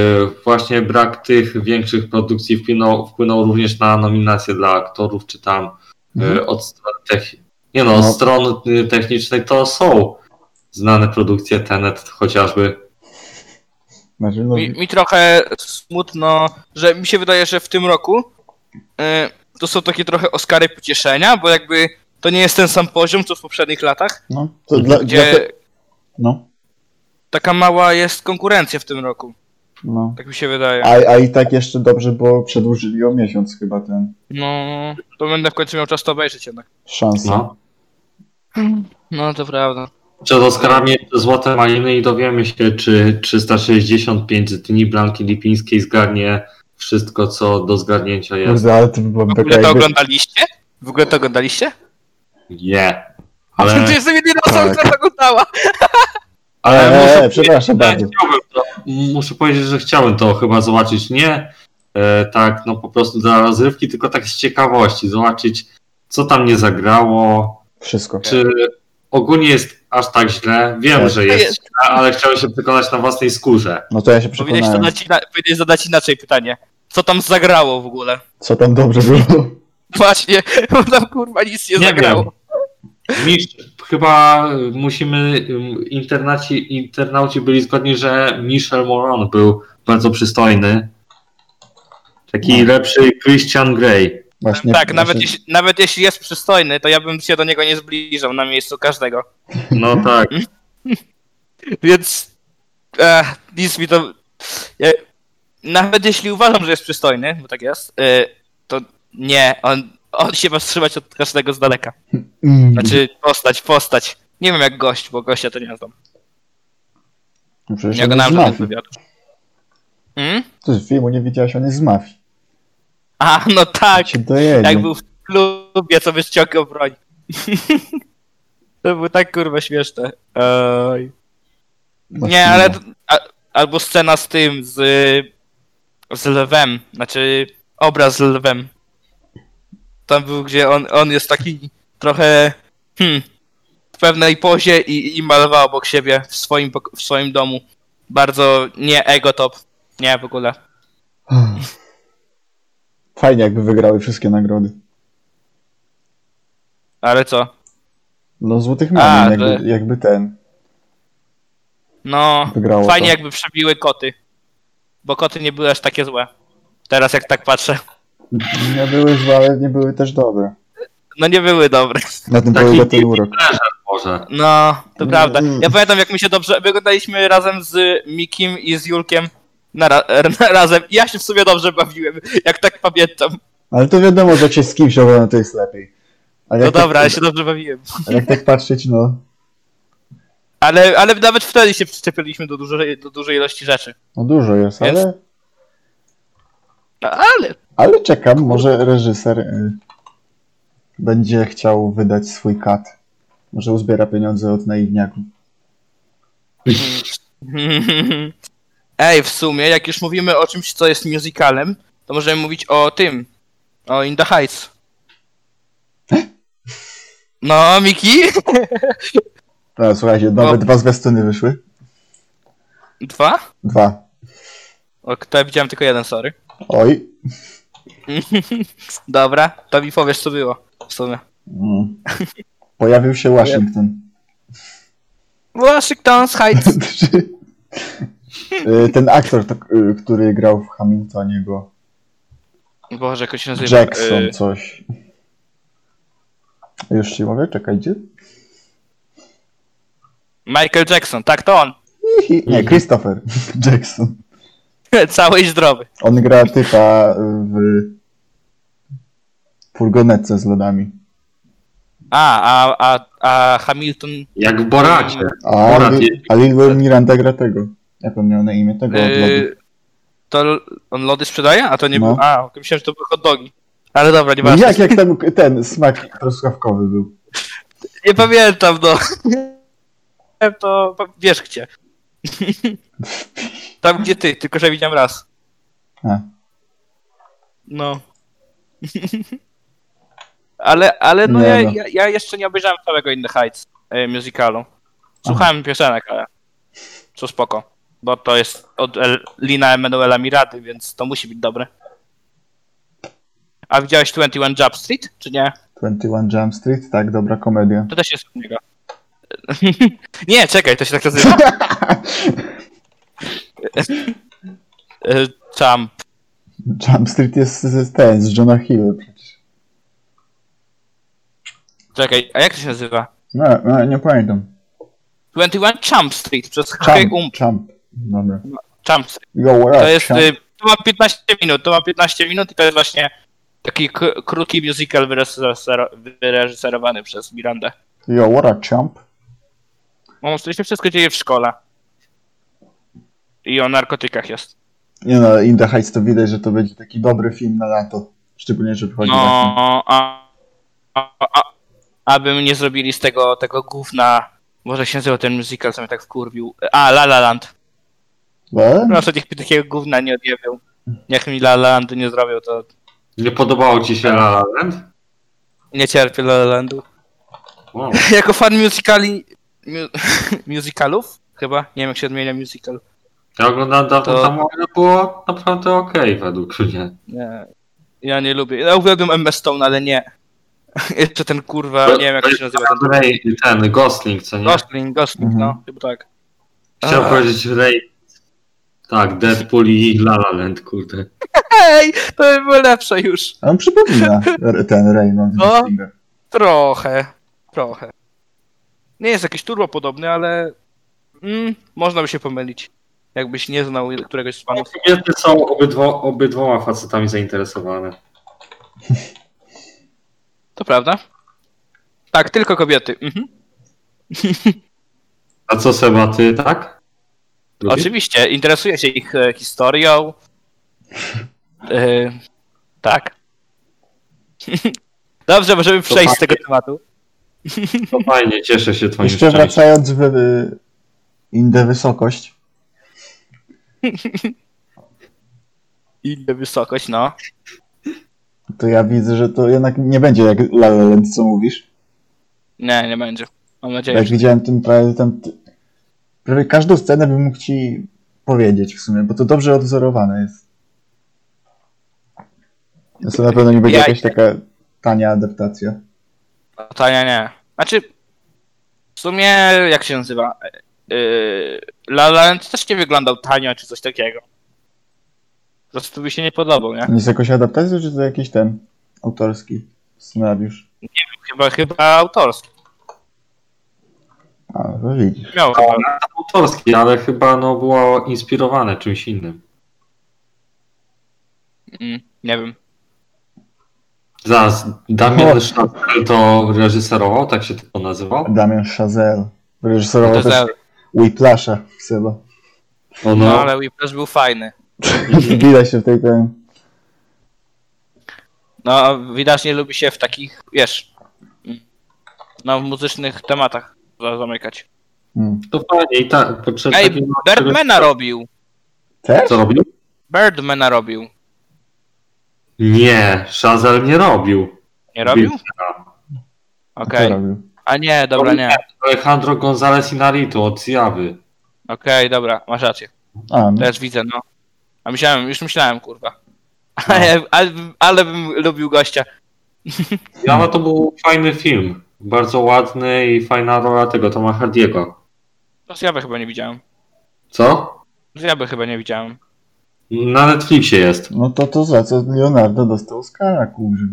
S3: właśnie brak tych większych produkcji wpłynął, wpłynął również na nominacje dla aktorów, czy tam
S4: Mhm.
S3: y, od stron techni- nie no, od
S4: No.
S3: stron y, technicznych to są znane produkcje Tenet chociażby.
S4: Znaczy, no,
S2: Mi, mi trochę smutno, że mi się wydaje, że w tym roku e, to są takie trochę Oscary pocieszenia, bo jakby to nie jest ten sam poziom, co w poprzednich latach,
S4: no to dla,
S2: gdzie
S4: dla, no,
S2: taka mała jest konkurencja w tym roku,
S4: no.
S2: tak mi się wydaje.
S4: A, a i tak jeszcze dobrze, bo przedłużyli o miesiąc chyba ten
S2: No, to będę w końcu miał czas to obejrzeć jednak.
S4: szans.
S3: No.
S2: No, to prawda.
S3: Przed
S2: Mhm.
S3: Oscarami jeszcze Złote Maliny i dowiemy się, czy 365 dni Blanki Lipińskiej zgarnie wszystko, co do zgarnięcia jest.
S4: Kurde, ale to by była
S2: W
S4: beka
S2: ogóle to
S4: jakby...
S2: oglądaliście? W ogóle to oglądaliście?
S3: Nie.
S2: Czy
S3: Ale
S2: Znaczy, jestem jedyną osobą,
S4: Tak.
S2: która to oglądała?
S3: Ale
S4: Eee,
S3: muszę,
S4: przepraszam bardzo.
S3: chciałbym to, muszę powiedzieć, że chciałem to chyba zobaczyć. Nie e, tak, no po prostu dla rozrywki, tylko tak z ciekawości, zobaczyć, co tam nie zagrało.
S4: Wszystko.
S3: Czy ogólnie jest aż tak źle? Wiem,
S4: Tak.
S3: że jest źle, ale chciałem się przekonać na własnej skórze.
S4: No to ja się
S2: Powinieneś
S4: przekonałem,
S2: zadać, ina- powinieneś zadać inaczej pytanie. Co tam zagrało w ogóle?
S4: co tam dobrze było.
S2: Tak, Właśnie, bo tam kurwa nic nie,
S3: Nie
S2: zagrało.
S3: Mistrz, chyba y, musimy, ym, internaci, internauci byli zgodni, że Michel Moron był bardzo przystojny. Taki lepszy Christian Grey.
S4: Właśnie,
S2: tak, nawet
S4: właśnie-
S2: jeśli, nawet jeśli jest przystojny, to ja bym się do niego nie zbliżał na miejscu każdego.
S3: No tak.
S2: Więc e, nic mi to. Ja, nawet jeśli uważam, że jest przystojny, bo tak jest, e, to nie, on, on się ma wstrzymać od każdego z daleka.
S4: Mm.
S2: Znaczy postać, postać. Nie wiem jak gość, bo gościa to nie znam.
S4: No przecież
S2: Nie
S4: on jest
S2: oglądałem
S4: z
S2: żadnych
S4: mafii.
S2: wywiadów. Hmm?
S4: Ty z filmu nie widziałeś, on jest z mafii.
S2: A, no tak,
S4: Cię dojedzie.
S2: jak był w klubie, co wyciągał broń. to było tak kurwa śmieszne. Oj.
S4: Właśnie,
S2: Nie, ale. A, albo scena z tym, z. z lwem. Znaczy, obraz z lwem. Tam był, gdzie on, on jest taki trochę. Hmm, w pewnej pozie i, i ma lwa obok siebie w swoim, pok- w swoim domu. Bardzo nie ego top. Nie, w ogóle.
S4: no. Fajnie, jakby wygrały wszystkie nagrody.
S2: Ale co?
S4: No, złotych
S2: A,
S4: mamy, jakby,
S2: że-
S4: jakby ten
S2: No,
S4: wygrało.
S2: fajnie
S4: to.
S2: jakby przebiły koty. Bo koty nie były aż takie złe. Teraz jak tak patrzę.
S4: Nie były złe, ale nie były też dobre.
S2: No nie były dobre.
S4: Na tym
S3: Taki-
S4: polega ten urok.
S3: Może.
S2: No, to
S4: Mm.
S2: prawda. Ja pamiętam, jak my się dobrze wyglądaliśmy razem z Mikim i z Julkiem na ra- na razem. Ja się w sumie dobrze bawiłem, jak tak pamiętam.
S4: Ale to wiadomo, że jak się z kimś ogląda, to jest lepiej. Ale
S2: No
S4: jak
S2: dobra, ja
S4: tak,
S2: się dobrze bawiłem.
S4: ale jak tak patrzeć, no...
S2: Ale, ale nawet wtedy się przyczepiliśmy do dużej, do dużej ilości rzeczy.
S4: No dużo jest,
S2: Więc-
S4: ale...
S2: No, ale
S4: Ale czekam, może reżyser y, będzie chciał wydać swój kat. Może uzbiera pieniądze od naiwniaków.
S2: Ej, w sumie, jak już mówimy o czymś, co jest musicalem, to możemy mówić o tym. O In the Heights. No, Miki?
S4: No, słuchajcie, nowe
S2: No.
S4: dwa zwiastuny wyszły.
S2: Dwa?
S4: Dwa.
S2: O, to ja widziałem tylko jeden, sorry.
S4: Oj.
S2: Dobra, to mi powiesz co było w sumie.
S4: Mm. Pojawił się Waszyngton.
S2: Washington's Heights.
S4: Y, Ten aktor, to, y, który grał w Hamiltonie go.
S2: Boże, jak on się nazywa?
S4: Jackson
S2: Y,
S4: coś. Już ci mówię, czekajcie.
S2: Michael Jackson, tak to on.
S4: Hi, hi.
S2: Mm.
S4: Nie, Christopher Jackson.
S2: Cały i zdrowy.
S4: On gra typa w furgonetce z lodami.
S2: A, a, a, a Hamilton...
S3: Jak w Boracie.
S4: A,
S3: Borat
S4: Lil-
S3: jest-
S4: a Lil Miranda gra tego. Jak on miał na imię tego No, od lodu.
S2: Y, to l- on lody sprzedaje? A to nie
S4: No.
S2: był... A, myślałem, że to były hot dogi. Ale dobra, nie
S4: No
S2: ważne.
S4: jak, jak ten, ten smak truskawkowy był.
S2: Nie pamiętam, no. to pa- wiesz gdzie. Tam gdzie ty, tylko że widziałem raz.
S4: A.
S2: No. ale, ale no,
S4: Nie
S2: ja,
S4: no.
S2: Ja, ja jeszcze nie obejrzałem całego In the Heights e, musicalu. Słuchałem piosenek, ale co spoko. Bo to jest od El- Lina Emanuela Mirady, więc to musi być dobre. A widziałeś 21 Jump Street, czy nie?
S4: 21 Jump Street, tak, dobra komedia.
S2: To też jest u niego. Nie, czekaj, to się tak nazywa. E, Tam.
S4: Jump Street jest z, z, ten, z Johna Hill przecież.
S2: Czekaj, a jak to się nazywa?
S4: No, no nie pamiętam.
S2: 21 Chump Street przez Hej
S4: Jump,
S2: Um.
S4: jump. Dobra.
S2: Chump Street.
S4: Yo, what
S2: To
S4: up,
S2: jest.
S4: chump?
S2: y, To ma 15 minut, to ma 15 minut i to jest właśnie taki k- krótki musical wyreżyser- wyreżyserowany przez Mirandę.
S4: Yo, what up, chump?
S2: No, to się wszystko dzieje w szkole. I o narkotykach jest.
S4: Nie no, In the Heights to widać, że to będzie taki dobry film na lato. Szczególnie, że wychodzi no.
S2: No, a, a, a, aby mnie zrobili z tego, tego gówna Może się nazywa ten musical, co mnie tak wkurwił. A, La La Land.
S4: No?
S2: Proszę, niech mi takiego gówna nie odjebią. Niech mi La La Landu nie zrobią, to
S3: Nie podobało ci się La
S2: Tak.
S3: La Land?
S2: nie cierpię La La Landu.
S3: Wow.
S2: Jako fan musicali... Mu... musicalów? Chyba? Nie wiem, jak się odmienia musical.
S3: Ja oglądałem dawno
S2: To-
S3: to... temu, ale było naprawdę okej według mnie.
S2: Nie. Ja nie lubię. Ja uwielbiam MS Stone, ale nie. Jeszcze ten kurwa, nie wiem jak się nazywa ten...
S3: Ray, ten Gosling, co nie?
S2: Gosling, Gosling,
S4: Mhm.
S2: no, chyba tak.
S3: Chciałem
S2: A.
S3: powiedzieć Ray. Tak, Deadpool i La La Land, kurde.
S2: Hej, to by było lepsze już.
S4: A On przypomina r- ten Raymond
S2: No.
S4: Goslinga.
S2: Trochę, trochę. Nie jest jakiś turbo podobny, ale mm, można by się pomylić. Jakbyś nie znał któregoś z panów.
S3: Kobiety są obydwo, obydwoma facetami zainteresowane.
S2: To prawda? Tak, tylko kobiety. Mhm.
S3: A co Seba, ty tak? Lubisz?
S2: Oczywiście, interesuje się ich e, historią. E, tak. Dobrze, możemy przejść z tego tematu.
S3: To fajnie, cieszę się twoim
S4: Jeszcze
S3: szczęściem.
S4: wracając w y, Indę Wysokość.
S2: Inna wysokość, no.
S4: To ja widzę, że to jednak nie będzie jak La La Land, co mówisz.
S2: Nie, nie będzie. Mam
S4: Bo
S2: nadzieję,
S4: Jak
S2: że...
S4: widziałem ten prawie, ten, prawie każdą scenę bym mógł ci powiedzieć w sumie, bo to dobrze odwzorowane jest. Więc to na pewno nie będzie
S2: Ja-
S4: jakaś taka tania adaptacja.
S2: To nie, nie. Znaczy, w sumie, jak się nazywa? Yy, La La Land też nie wyglądał tanio, czy coś takiego. Po prostu mi się nie podobał, nie?
S4: To jest jakoś adaptacja, czy to jakiś ten autorski scenariusz?
S2: Chyba, chyba autorski.
S4: A, to widzisz.
S2: Miał chyba.
S3: autorskie, ale chyba no, było inspirowane czymś innym.
S2: Mm, nie wiem.
S3: Zaraz,
S4: O.
S3: Damian Szafel to reżyserował, tak się to nazywał?
S4: Damian Chazelle reżyserował
S2: No, To
S4: też
S2: za,
S4: Whiplasha chyba.
S3: Ono,
S2: no, ale Whiplash był fajny.
S4: Widać się w tej ten...
S2: No, widocznie lubi się w takich, wiesz, mm, no, w muzycznych tematach za- zamykać.
S4: Hmm.
S3: To fajnie i tak, podczas
S2: Ej,
S3: takiego-
S2: Birdmana robił.
S4: Też?
S3: Co robił?
S2: Birdmana robił.
S3: Nie, Szazel nie robił.
S2: Nie robił?
S3: Wilka.
S4: Co
S2: Okej.
S4: robił?
S2: A nie, dobra, nie.
S3: Alejandro González Inarito od Zjawy.
S2: Okej, dobra, masz rację.
S4: A, no.
S2: Też widzę, no. A myślałem, już myślałem, kurwa. Ale, ale, ale bym lubił gościa.
S3: Zjawa to był fajny film. Bardzo ładny i fajna rola tego Toma Hardiego.
S2: To ja by chyba nie widziałem.
S3: Co?
S2: To ja by chyba nie widziałem.
S3: Na Netflixie jest.
S4: no to to za co Leonardo dostał Oscara, kurze.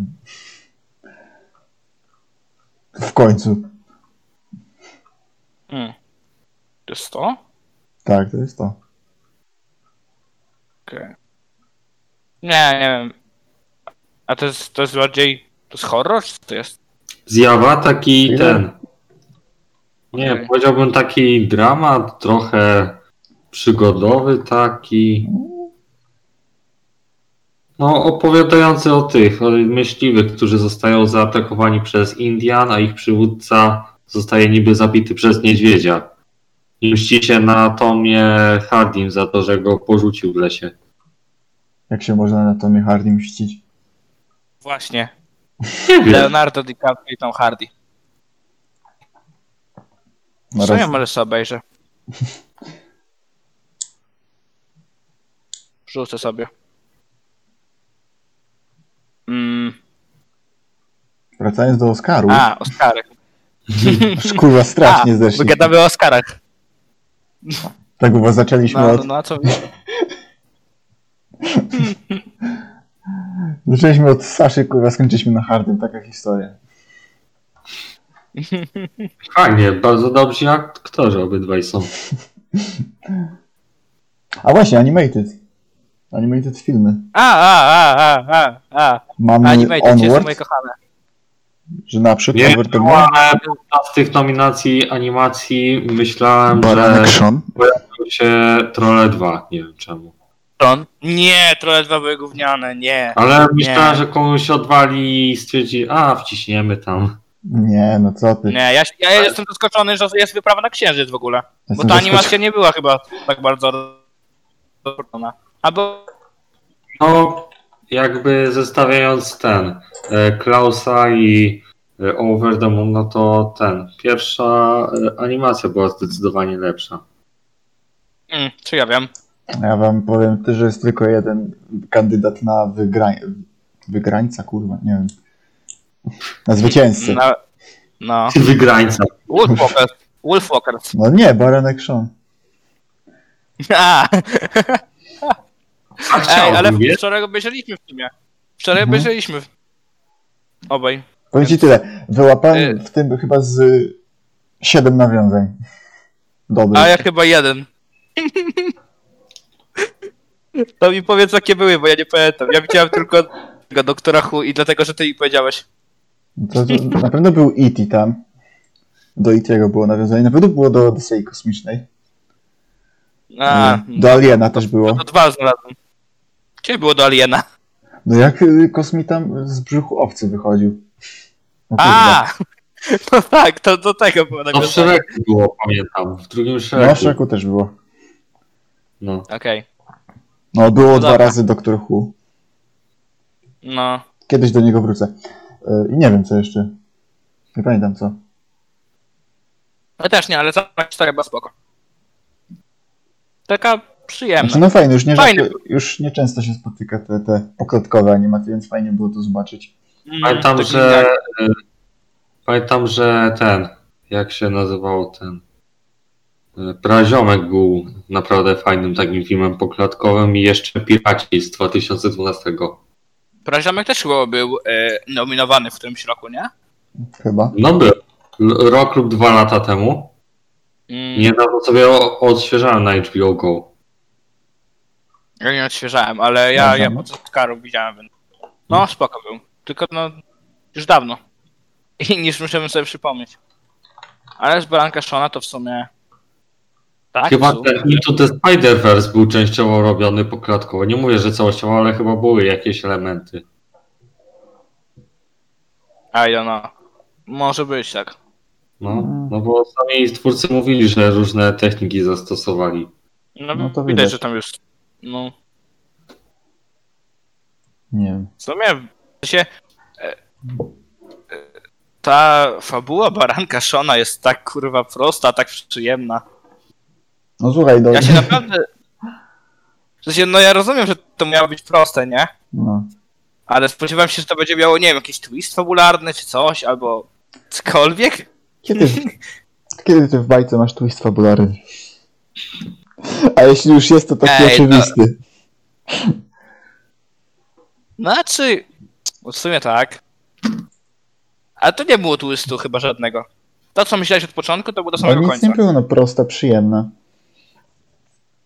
S4: W końcu.
S2: Hmm. To jest to?
S4: Tak, to jest to.
S2: Okej. Nie, nie wiem. A to jest, to jest bardziej... To jest horror, czy co to jest?
S3: Zjawa taki
S4: Ile?
S3: ten. Nie,
S2: Okej.
S3: powiedziałbym taki dramat, trochę przygodowy taki. No, opowiadający o tych o myśliwych, którzy zostają zaatakowani przez Indian, a ich przywódca zostaje niby zabity przez niedźwiedzia. I mści się na Tomie Hardim za to, że go porzucił w lesie.
S4: Jak się można na Tomie Hardy mścić?
S2: Właśnie.
S3: Nie wiem.
S2: Leonardo DiCaprio i Tom Hardy.
S4: Na
S2: W sumie
S4: raz-
S2: może sobie obejrzę. Rzucę sobie. Mm.
S4: Wracając do Oscaru,
S2: A, Oscary.
S4: aż kurwa strasznie
S2: My
S4: zeszliśmy.
S2: gadamy o Oscarach.
S4: Tak chyba zaczęliśmy
S2: No,
S4: od...
S2: no, no a co?
S4: Zaczęliśmy od Saszy, kurwa, skończyliśmy na Hardym, taka historia.
S3: Fajnie, bardzo dobrzy aktorzy obydwaj są.
S4: A właśnie, animated. Animated filmy.
S2: A, a, a, a, a, a.
S4: Mamy
S2: Animated, gdzie są
S4: Onward,
S2: moje kochane.
S4: że na przykład
S3: Nie,
S4: Onward to
S3: była z tych nominacji animacji myślałem, że
S4: Action.
S3: pojawią się Trolle 2, nie wiem czemu.
S2: Tron? Nie, trochę dwa były gówniane, nie.
S3: Ale myślałem, że komuś odwali i stwierdzi, a wciśniemy tam.
S4: Nie, no co ty.
S2: Nie, ja, ja jestem zaskoczony, że jest wyprawa na księżyc w ogóle. Bo
S4: Jestem
S2: ta
S4: zaskoczony.
S2: animacja nie była chyba tak bardzo dobrana. Albo
S3: No, jakby zestawiając ten e, Klausa i e, Over the Moon, no to ten. Pierwsza e, animacja była zdecydowanie lepsza.
S2: Mm, czy ja wiem.
S4: Ja wam powiem też, że jest tylko jeden kandydat na wygrań... wygrańca, kurwa, nie wiem. Na zwycięzcę.
S2: Na, no.
S3: Wygrańca.
S2: Wolfwalkers. Wolfwalkers.
S4: No nie, Baranek Sean.
S2: A,
S3: A
S2: ej,
S3: chciałbym,
S2: ale
S3: wiesz?
S2: wczoraj obejrzeliśmy w sumie. Wczoraj
S4: Mhm.
S2: obejrzeliśmy. Obaj.
S4: Powiem ci tyle,
S2: Y-
S4: wyłapałem w tym chyba z y, siedem nawiązań. Dobry.
S2: A ja chyba jeden. To mi powiedz jakie były, bo ja nie pamiętam. Ja widziałem tylko tego doktora Hu i dlatego, że ty mi powiedziałeś.
S4: To, to, na pewno był E.T. tam. Do E.T.'ego było nawiązanie. Na pewno było do Odysei Kosmicznej.
S2: A,
S4: do Aliena też było.
S2: no to dwa znalazłem. Gdzie było do Aliena?
S4: No jak y, kosmita z brzuchu owcy wychodził. No kurwa.
S2: A! No tak, to do tego było
S3: No w
S2: nawiązanie.
S3: szeregu było, pamiętam. W drugim
S4: Na
S3: szeregu.
S4: szaku też było.
S3: No.
S2: Okej,
S4: No było dwa
S2: dobra.
S4: razy Doktor Who.
S2: no.
S4: Kiedyś do niego wrócę. Y, I nie wiem co jeszcze. Nie pamiętam co.
S2: No też nie, ale cała historia była spoko. Taka przyjemna.
S4: Znaczy, no fajnie, już nie,
S2: Fajny
S4: rzadko, już nie często się spotyka te, te poklatkowe animacje, więc fajnie było to zobaczyć.
S2: Mm,
S3: no, Pamiętam,
S2: taki
S3: że. e, Pamiętam, że ten. Jak się nazywał ten. e, Praziomek był naprawdę fajnym takim filmem poklatkowym i jeszcze Piraci z 2012.
S2: Prażamek też chyba był e, nominowany w którymś roku, nie?
S4: Chyba.
S3: No był. L- Rok lub dwa lata temu.
S2: Mm,
S3: Niedawno sobie o- odświeżałem na HBO Go.
S2: Ja nie odświeżałem, ale ja, ja po karu widziałem. więc- No, spoko był. Tylko no, już dawno. I niż musiałem sobie przypomnieć. Ale z Baranka Shona to w sumie... Tak?
S3: Chyba
S2: w sumie.
S3: ten Into the Spider-Verse był częściowo robiony poklatkowo. Nie mówię, że całościowo, ale chyba były jakieś elementy.
S2: I don't know. no. Może być tak.
S3: No, no bo sami twórcy mówili, że różne techniki zastosowali.
S2: No,
S4: No to
S2: widać,
S4: widać.
S2: że tam jest. No,
S4: Nie wiem.
S2: w sumie w sensie, e, e, ta fabuła baranka Shona jest tak kurwa prosta, tak przyjemna.
S4: No słuchaj, do...
S2: Ja się naprawdę. W sensie, no ja rozumiem, że to miało być proste, nie?
S4: no.
S2: Ale spodziewałem się, że to będzie miało, nie wiem, jakiś twist fabularny czy coś, albo cokolwiek.
S4: Kiedy, kiedy ty w bajce masz twist fabularny? A jeśli już jest, to taki
S2: Ej, no.
S4: oczywisty.
S2: Znaczy, no w sumie tak. Ale to nie było twistu chyba żadnego. To, co myślałeś od początku, to było do
S4: No,
S2: samego
S4: nic
S2: końca.
S4: nie było, no prosta, przyjemna.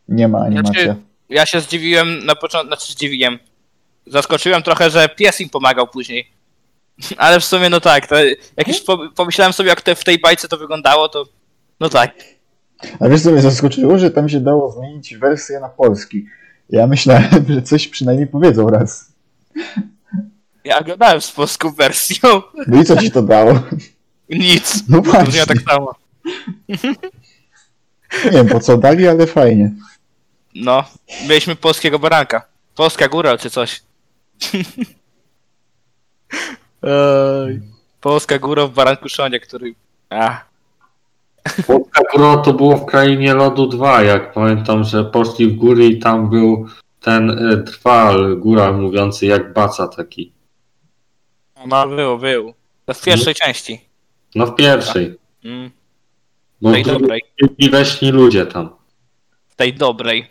S4: Nie ma animacja.
S2: Znaczy- Ja się zdziwiłem na początku, znaczy zdziwiłem. Zaskoczyłem trochę, że pies im pomagał później. Ale w sumie no tak, to jak już po- pomyślałem sobie jak te, w tej bajce to wyglądało, to no tak.
S4: A wiesz co mnie zaskoczyło? Że tam się dało zmienić wersję na polski. Ja myślałem, że coś przynajmniej powiedzą raz.
S2: Ja oglądałem z polską wersją.
S4: No i co ci to dało?
S2: Nic.
S4: No
S2: To
S4: właśnie.
S2: brzmiało tak samo.
S4: Nie wiem po co dali, ale fajnie.
S2: No, mieliśmy polskiego baranka. Polska góra czy coś. Ej, Polska góra w baranku szonie, który... A,
S3: Polska Góra to było w Krainie Lodu 2, jak pamiętam, że poszli w góry i tam był ten y, trwal góra mówiący jak baca taki.
S2: no był, był. To w pierwszej części.
S3: No w pierwszej.
S2: Mm,
S3: Bo
S2: w
S3: w
S2: tej
S3: drugiej
S2: dobrej.
S3: byli leśni ludzie tam.
S2: W tej dobrej.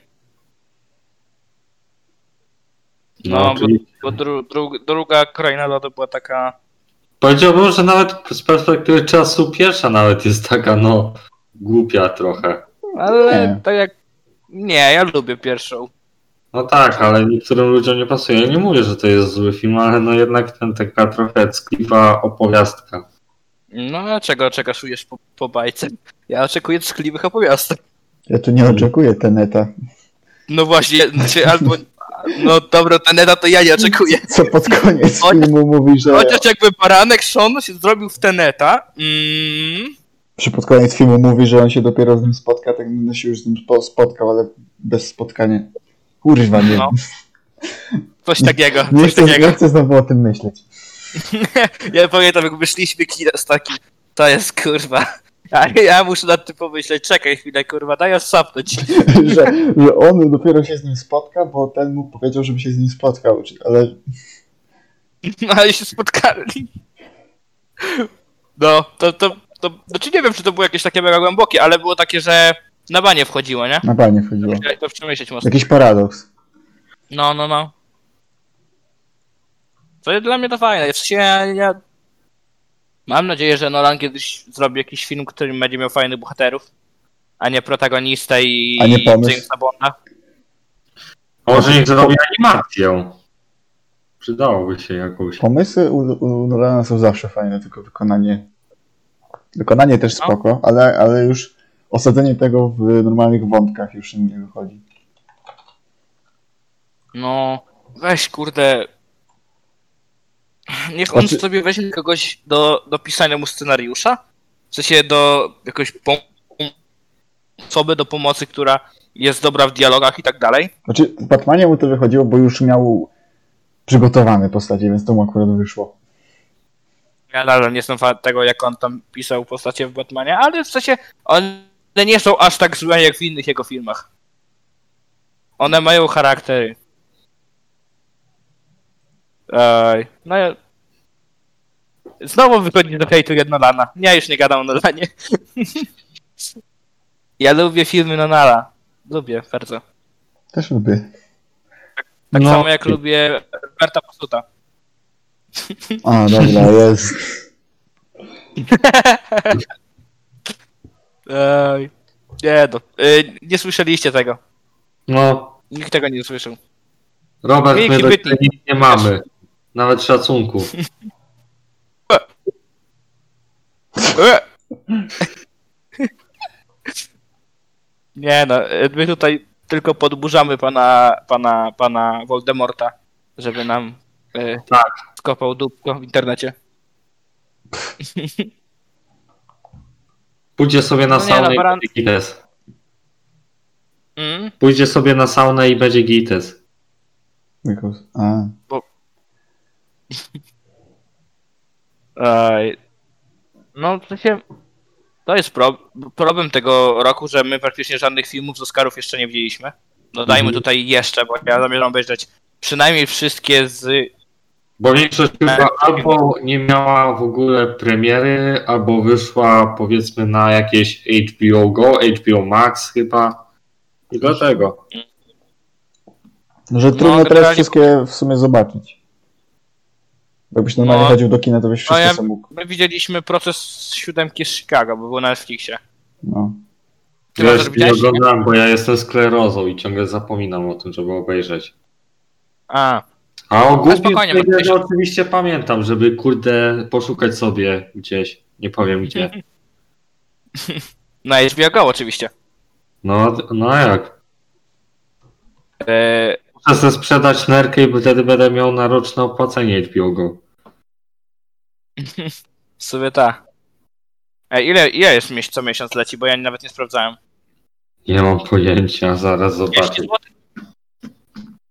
S3: No,
S2: No, bo,
S3: czyli
S2: bo dru, dru, druga kraina lodu była taka.
S3: Powiedziałbym, że nawet z perspektywy czasu pierwsza nawet jest taka, no, głupia trochę.
S2: Ale
S4: Nie.
S2: tak jak. Nie, ja lubię pierwszą.
S3: No tak, ale niektórym ludziom nie pasuje. Ja nie mówię, że to jest zły film, ale no jednak ten taka trochę ckliwa opowiastka.
S2: No a czego oczekujesz po, po bajce? Ja oczekuję ckliwych opowiastek.
S4: Ja tu nie oczekuję teneta.
S2: No właśnie, czy albo, No dobra, Teneda to ja nie oczekuję.
S4: Co pod koniec
S2: Chociaż-
S4: filmu mówi, że...
S2: Chociaż jakby baranek Sean się zrobił w Teneta. Mm,
S4: Przy pod koniec filmu mówi, że on się dopiero z nim spotka, tak będę się już z nim spo- spotkał, ale bez spotkania. Kurwa, nie
S2: No,
S4: wiem.
S2: coś takiego,
S4: Nie
S2: coś
S4: chcę,
S2: takiego.
S4: nie chcę znowu o tym myśleć.
S2: Ja pamiętam, jak wyszliśmy kina z takim. To jest kurwa. Ja, ja muszę nad tym pomyśleć. Czekaj chwilę, kurwa, daj odsapnąć.
S4: że, że on dopiero się z nim spotka, bo ten mu powiedział, żeby się z nim spotkał, czy- ale
S2: No ale się spotkali. No, to, to, to. Znaczy nie wiem, czy to było jakieś takie mega głębokie, ale było takie, że na banie wchodziło, nie?
S4: na banie wchodziło.
S2: Musiałeś to przemyśleć mocno.
S4: Jakiś paradoks.
S2: No, no, no. To jest dla mnie to fajne. W sensie ja, ja... Mam nadzieję, że Nolan kiedyś zrobi jakiś film, który będzie miał fajnych bohaterów, a nie protagonistę i
S4: A nie pomysł.
S2: Jamesa Bonda.
S3: Może niech zrobi animację. Przydałoby się jakąś.
S4: Pomysły u, u Nolana są zawsze fajne, tylko wykonanie. Wykonanie też spoko, ale, ale już osadzenie tego w normalnych wątkach już im nie wychodzi.
S2: No, weź kurde. Niech on
S4: Znaczy-
S2: sobie weźmie kogoś do, do pisania mu scenariusza. W sensie do jakoś pom- osoby do pomocy, która jest dobra w dialogach i tak dalej.
S4: Znaczy, w Batmanie mu to wychodziło, bo już miał przygotowane postacie, więc to mu akurat wyszło.
S2: Ja nadal nie jestem fan tego, jak on tam pisał postacie w Batmanie, ale w sensie one nie są aż tak złe jak w innych jego filmach. One mają charaktery. Ej, no ja... Znowu wychodzi do hejtu jedno Lana. Ja już nie gadam o Nolanie. ja lubię filmy Nolana. Lubię, bardzo.
S4: Też lubię.
S2: Tak
S1: No.
S2: samo jak lubię Roberta Pasuta.
S4: A, dobra, jest.
S2: Ej, nie no. Ej, nie słyszeliście tego.
S3: No,
S2: Nikt tego nie słyszał.
S3: Robert, my
S2: Wielki
S3: do
S2: bytnik.
S3: ciebie nic nie mamy. Nawet szacunku.
S2: Nie no, my tutaj tylko podburzamy pana, pana, pana Voldemorta, żeby nam y, skopał dupko w internecie.
S3: Pójdzie sobie na
S2: No nie, no,
S3: saunę i
S2: Baran-
S3: będzie gites.
S2: Mm?
S3: Pójdzie sobie na saunę i będzie gites.
S4: Nikos. A,
S2: Ej, no w sensie, to jest pro, problem tego roku, że my praktycznie żadnych filmów z Oscarów jeszcze nie widzieliśmy. Dodajmy
S3: Mhm.
S2: tutaj jeszcze, bo ja zamierzam obejrzeć przynajmniej wszystkie z
S3: Bo
S2: Tak.
S3: większość chyba albo nie miała w ogóle premiery, albo wyszła powiedzmy na jakieś HBO Go, HBO Max chyba. I dlatego.
S4: No, że trudno teraz
S2: generalnie-
S4: wszystkie w sumie zobaczyć. Bo Jakbyś normalnie
S2: No.
S4: chodził do kina, to byś wszystko
S2: ja-
S4: sam mógł.
S2: My widzieliśmy proces z siódemki z Chicago, bo był na Netflixie.
S4: No.
S2: Ty
S3: Ja
S2: Mazur,
S3: się nie
S2: widziałeś, nie?
S3: oglądam, bo ja jestem sklerozą i ciągle zapominam o tym, żeby obejrzeć.
S2: A,
S3: A o głównym
S2: spokojnie,
S3: trailerze
S2: Mateusz.
S3: oczywiście pamiętam, żeby kurde poszukać sobie gdzieś, nie powiem gdzie.
S2: na HBO Go oczywiście.
S3: No, no jak?
S2: E,
S3: Muszę sobie sprzedać nerkę i wtedy będę miał na roczne opłacenie HBO Go.
S2: w sumie ta. E, ile, ile jest miesiąc, co miesiąc leci, bo ja nawet nie sprawdzałem.
S3: Nie mam pojęcia, zaraz
S2: 30
S3: zobaczę.
S2: zł?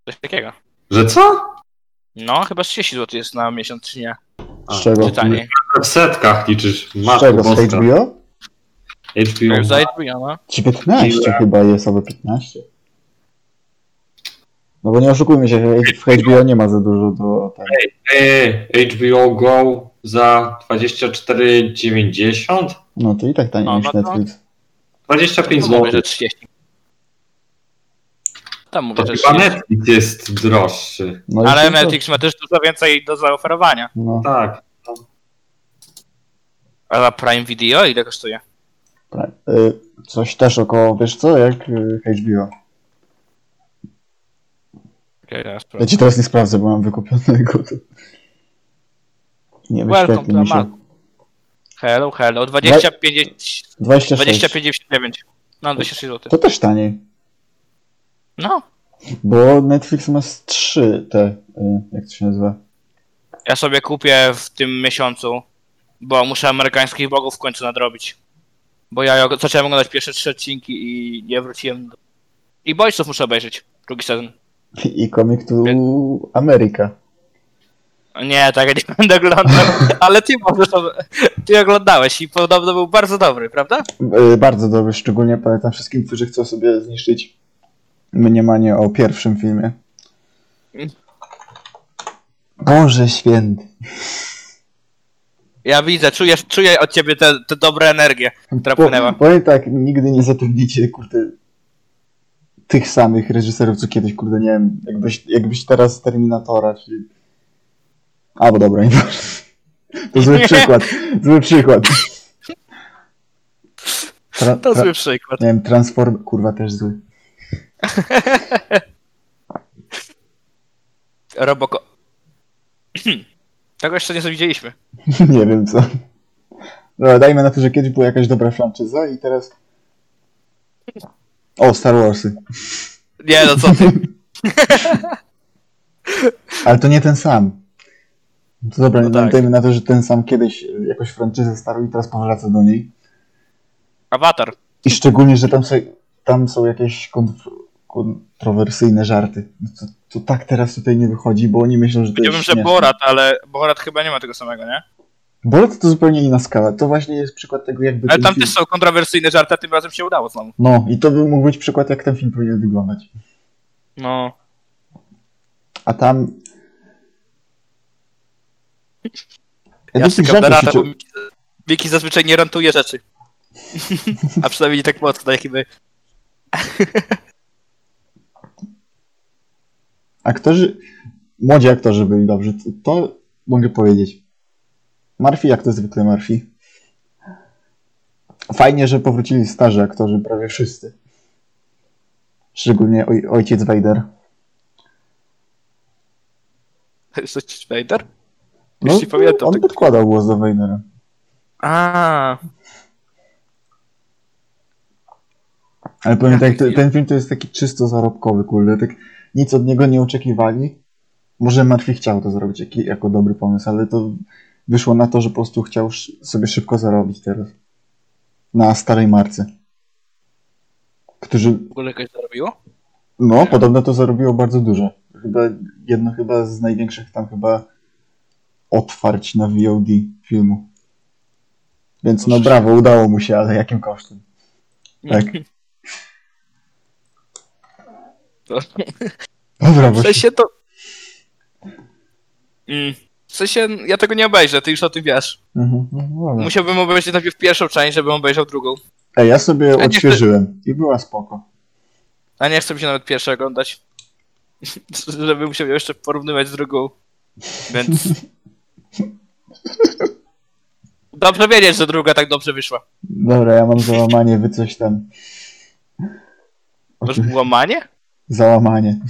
S2: Coś takiego.
S3: Że co?
S2: No, chyba 30 zł jest na miesiąc, czy nie?
S3: A,
S4: Z czego?
S2: Czy taniej?
S3: W setkach liczysz,
S4: Z
S3: masz
S4: czego? Z
S3: boska.
S4: HBO?
S3: HBO.
S2: Za HBO, no.
S4: Czy 15 chyba jest, albo 15. No bo nie oszukujmy się, w HBO nie ma za dużo do... Ten...
S3: Ej, HBO Go za 24,90?
S4: No to i tak taniej
S2: No,
S4: niż
S2: no to-
S4: Netflix.
S3: 25
S2: To mówię, że
S3: zł.
S2: 30. Tam
S3: To
S2: mówię, że
S3: chyba
S2: 30.
S3: Netflix jest droższy.
S4: No i
S2: Ale
S4: wszystko.
S2: Netflix ma też dużo więcej do zaoferowania.
S4: No,
S3: Tak.
S2: A za Prime Video ile kosztuje?
S4: tak. Y, Coś też około, wiesz co, jak y, HBO.
S2: Okej, teraz
S4: Ja ci teraz nie sprawdzę, bo mam wykupionego. to- Nie
S2: Welcome
S4: wyświetli mi
S2: to
S4: się.
S2: Hello, hello. 25,
S4: 26.
S2: 20,59. No, 26 zł.
S4: To też taniej.
S2: No,
S4: Bo Netflix ma z trzy te, y, jak to się nazywa?
S2: Ja sobie kupię w tym miesiącu, bo muszę amerykańskich bogów w końcu nadrobić. Bo ja og- zacząłem oglądać pierwsze trzy odcinki i nie wróciłem do... I Boysów muszę obejrzeć, drugi sezon.
S4: I komik tu Ameryka.
S2: Nie, tak ja nie będę oglądał, ale ty możesz, ob- ty oglądałeś i podobno był bardzo dobry, prawda?
S4: Y, Bardzo dobry, szczególnie polecam wszystkim, którzy chcą sobie zniszczyć mniemanie o pierwszym filmie. Boże święty.
S2: Ja widzę, czuję, czuję od ciebie te, te dobre energie, która
S4: Po,
S2: płynęła.
S4: powiem tak, nigdy nie zatrudnicie, kurde, tych samych reżyserów, co kiedyś, kurde, nie wiem, jakbyś, jakbyś teraz Terminatora, czyli... Albo dobra, nie To zły przykład, zły przykład. Tra-
S2: To
S4: tra-
S2: zły przykład.
S4: Nie wiem, Transform... Kurwa, też zły.
S2: Roboko... Tego jeszcze nie widzieliśmy.
S4: nie wiem co. Dobra, dajmy na to, że kiedyś była jakaś dobra franczyza i teraz... O, Star Warsy.
S2: Nie, no co ty.
S4: Ale to nie ten sam. No To dobra,
S2: No tak.
S4: dajmy na to, że ten sam kiedyś y, jakąś franczyzę starł i teraz powraca do niej.
S2: Awatar.
S4: I szczególnie, że tam, sobie, tam są jakieś kontr- kontrowersyjne żarty. No to, to tak teraz tutaj nie wychodzi, bo oni myślą, że to
S2: Powiedziałbym,
S4: jest
S2: że
S4: śmieszne.
S2: Borat, ale Borat chyba nie ma tego samego, nie?
S4: Borat to zupełnie inna skala. To właśnie jest przykład tego, jakby...
S2: Ale
S4: ten
S2: tam
S4: film-
S2: też są kontrowersyjne żarty, a tym razem się udało znowu.
S4: No, i to by mógł być przykład, jak ten film powinien wyglądać.
S2: No.
S4: A tam... Ja
S2: Ja
S4: do
S2: się
S4: tych żartów się
S2: kamerata,
S4: czu-
S2: bo Miki- Miki zazwyczaj nie rantuje rzeczy. a przynajmniej nie tak mocno, jak my.
S4: Aktorzy, młodzi aktorzy byli dobrzy, to, to mogę powiedzieć. Murphy jak to zwykle Murphy. Fajnie, że powrócili starzy aktorzy, prawie wszyscy. Szczególnie oj, ojciec Vader.
S2: Jesteś Vader? Jeśli pamiętam
S4: No on
S2: tak.
S4: podkładał głos do Vadera.
S2: A.
S4: Ale powiem tak,
S2: Tak,
S4: to,
S2: i-
S4: ten film to jest taki czysto zarobkowy, kurde, tak nic od niego nie oczekiwali. Może Murphy chciał to zrobić jak, jako dobry pomysł, ale to wyszło na to, że po prostu chciał sz- sobie szybko zarobić teraz. Na starej marce. Którzy,
S2: W ogóle jakoś zarobiło?
S4: no, podobno to zarobiło bardzo dużo. Chyba, jedno chyba z największych tam chyba otwarć na VOD filmu. Więc no
S2: Proszę
S4: brawo, udało mu się, ale jakim kosztem? Tak.
S2: To,
S4: Dobra,
S2: w
S4: bo
S2: sensie to... Mm. W sensie, ja tego nie obejrzę, ty już o tym wiesz.
S4: Mhm, no, dobra.
S2: Musiałbym obejrzeć najpierw pierwszą część, żebym obejrzał drugą.
S4: Ej, ja sobie
S2: nie-
S4: odświeżyłem i była spoko.
S2: A nie chcę mi się nawet pierwszej oglądać. Żeby musiał ją jeszcze porównywać z drugą. Więc. Dobrze wiedzieć, że druga tak dobrze wyszła.
S4: Dobra, ja mam załamanie, wy coś tam.
S2: Masz Łamanie?
S4: Załamanie.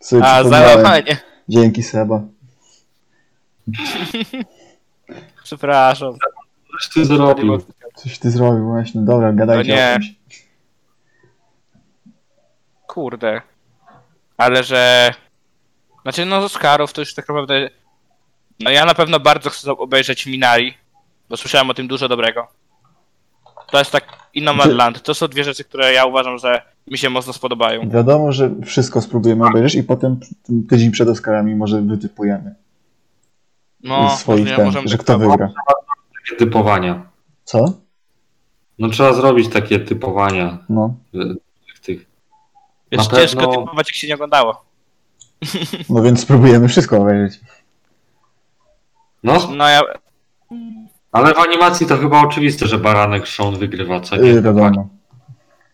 S4: Sobie
S2: A,
S4: przypomniałem.
S2: załamanie.
S4: Dzięki Seba.
S2: Przepraszam.
S3: Coś ty zrobił.
S4: Coś ty zrobił właśnie. Dobra, gadajcie
S2: No nie.
S4: o czymś.
S2: Kurde. Ale że. Znaczy, no, z Oscarów to już tak naprawdę. No, ja na pewno bardzo chcę obejrzeć Minari, bo słyszałem o tym dużo dobrego. To jest tak. I Nomadland. To są dwie rzeczy, które ja uważam, że mi się mocno spodobają.
S4: Wiadomo, że wszystko spróbujemy obejrzeć i potem tydzień przed Oscarami może wytypujemy
S2: No,
S4: swoich
S2: możemy-
S4: ten,
S2: możemy
S4: że
S2: tak
S4: kto
S2: samo.
S4: wygra.
S3: Takie typowania.
S4: Co?
S3: No trzeba zrobić takie typowania
S4: No.
S3: e, tych, tych.
S2: Wiesz,
S3: Na
S2: ciężko
S3: pewno-
S2: typować, jak się nie oglądało.
S4: No więc spróbujemy wszystko obejrzeć.
S3: No,
S2: No ja...
S3: ale w animacji to chyba oczywiste, że baranek Sean wygrywa,
S2: Tak,
S3: co nie? Tak.
S4: Yy, wiadomo.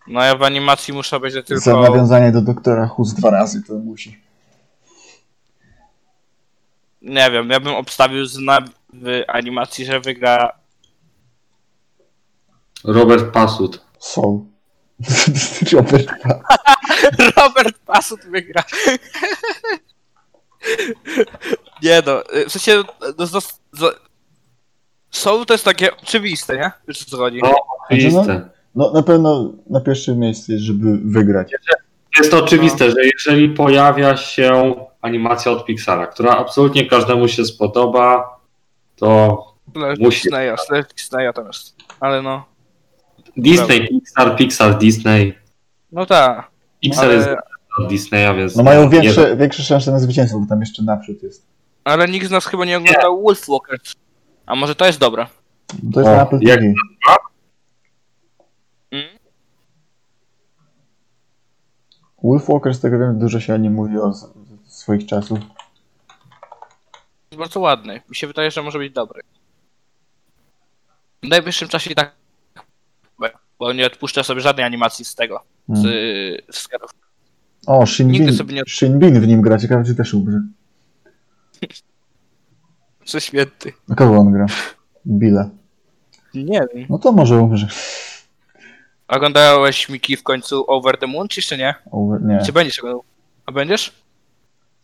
S2: no ja w animacji muszę obejrzeć tylko...
S4: Za nawiązanie do doktora Hus dwa razy to musi.
S2: Nie wiem, ja bym obstawił z na... w animacji, że wygra...
S3: Robert Pasut.
S4: Soul. Robert Pattinson.
S2: Robert Pasut wygra. nie no, w sensie... No, z, z... Soul to jest takie oczywiste, nie? Już co chodzi.
S3: No. Oczywiste.
S4: No na pewno na pierwszym miejscu jest, żeby wygrać.
S3: jest to oczywiste, że jeżeli pojawia się animacja od Pixara, która absolutnie każdemu się spodoba, to Musi.
S2: Musi. No, Disneya, Star Disneya tam jest. Ale no.
S3: Disney, Pixar, Pixar, Disney.
S2: No tak.
S3: Pixar jest
S2: Ale,
S3: od Disneya, więc...
S4: No mają
S3: nie-
S4: większe, większe szanse na zwycięstwo, bo tam jeszcze naprzód jest.
S2: ale nikt z nas chyba nie oglądał Wolfwalker. A może to jest dobre?
S4: To jest
S3: O,
S4: na Apple
S3: jak-
S4: TV.
S2: Mm?
S4: Wolfwalker, z tego wiem, dużo się o nim mówi o z, z swoich czasów.
S2: Jest bardzo ładny. Mi się wydaje, że może być dobry. W najbliższym czasie i tak. Bo nie odpuszczę sobie żadnej animacji z tego. Z,
S4: Mm.
S2: z skarów.
S4: O, Shin
S2: nigdy
S4: Bin,
S2: sobie nie-
S4: Shin Bin w nim gra, ciekawe czy też umrze.
S2: Czy święty?
S4: A kogo on gra? Billa.
S2: Nie wiem.
S4: No to może umrze.
S2: Oglądałeś Miki w końcu Over the Moon, czy jeszcze nie?
S4: Over... Nie.
S2: Czy będziesz oglądał? A będziesz?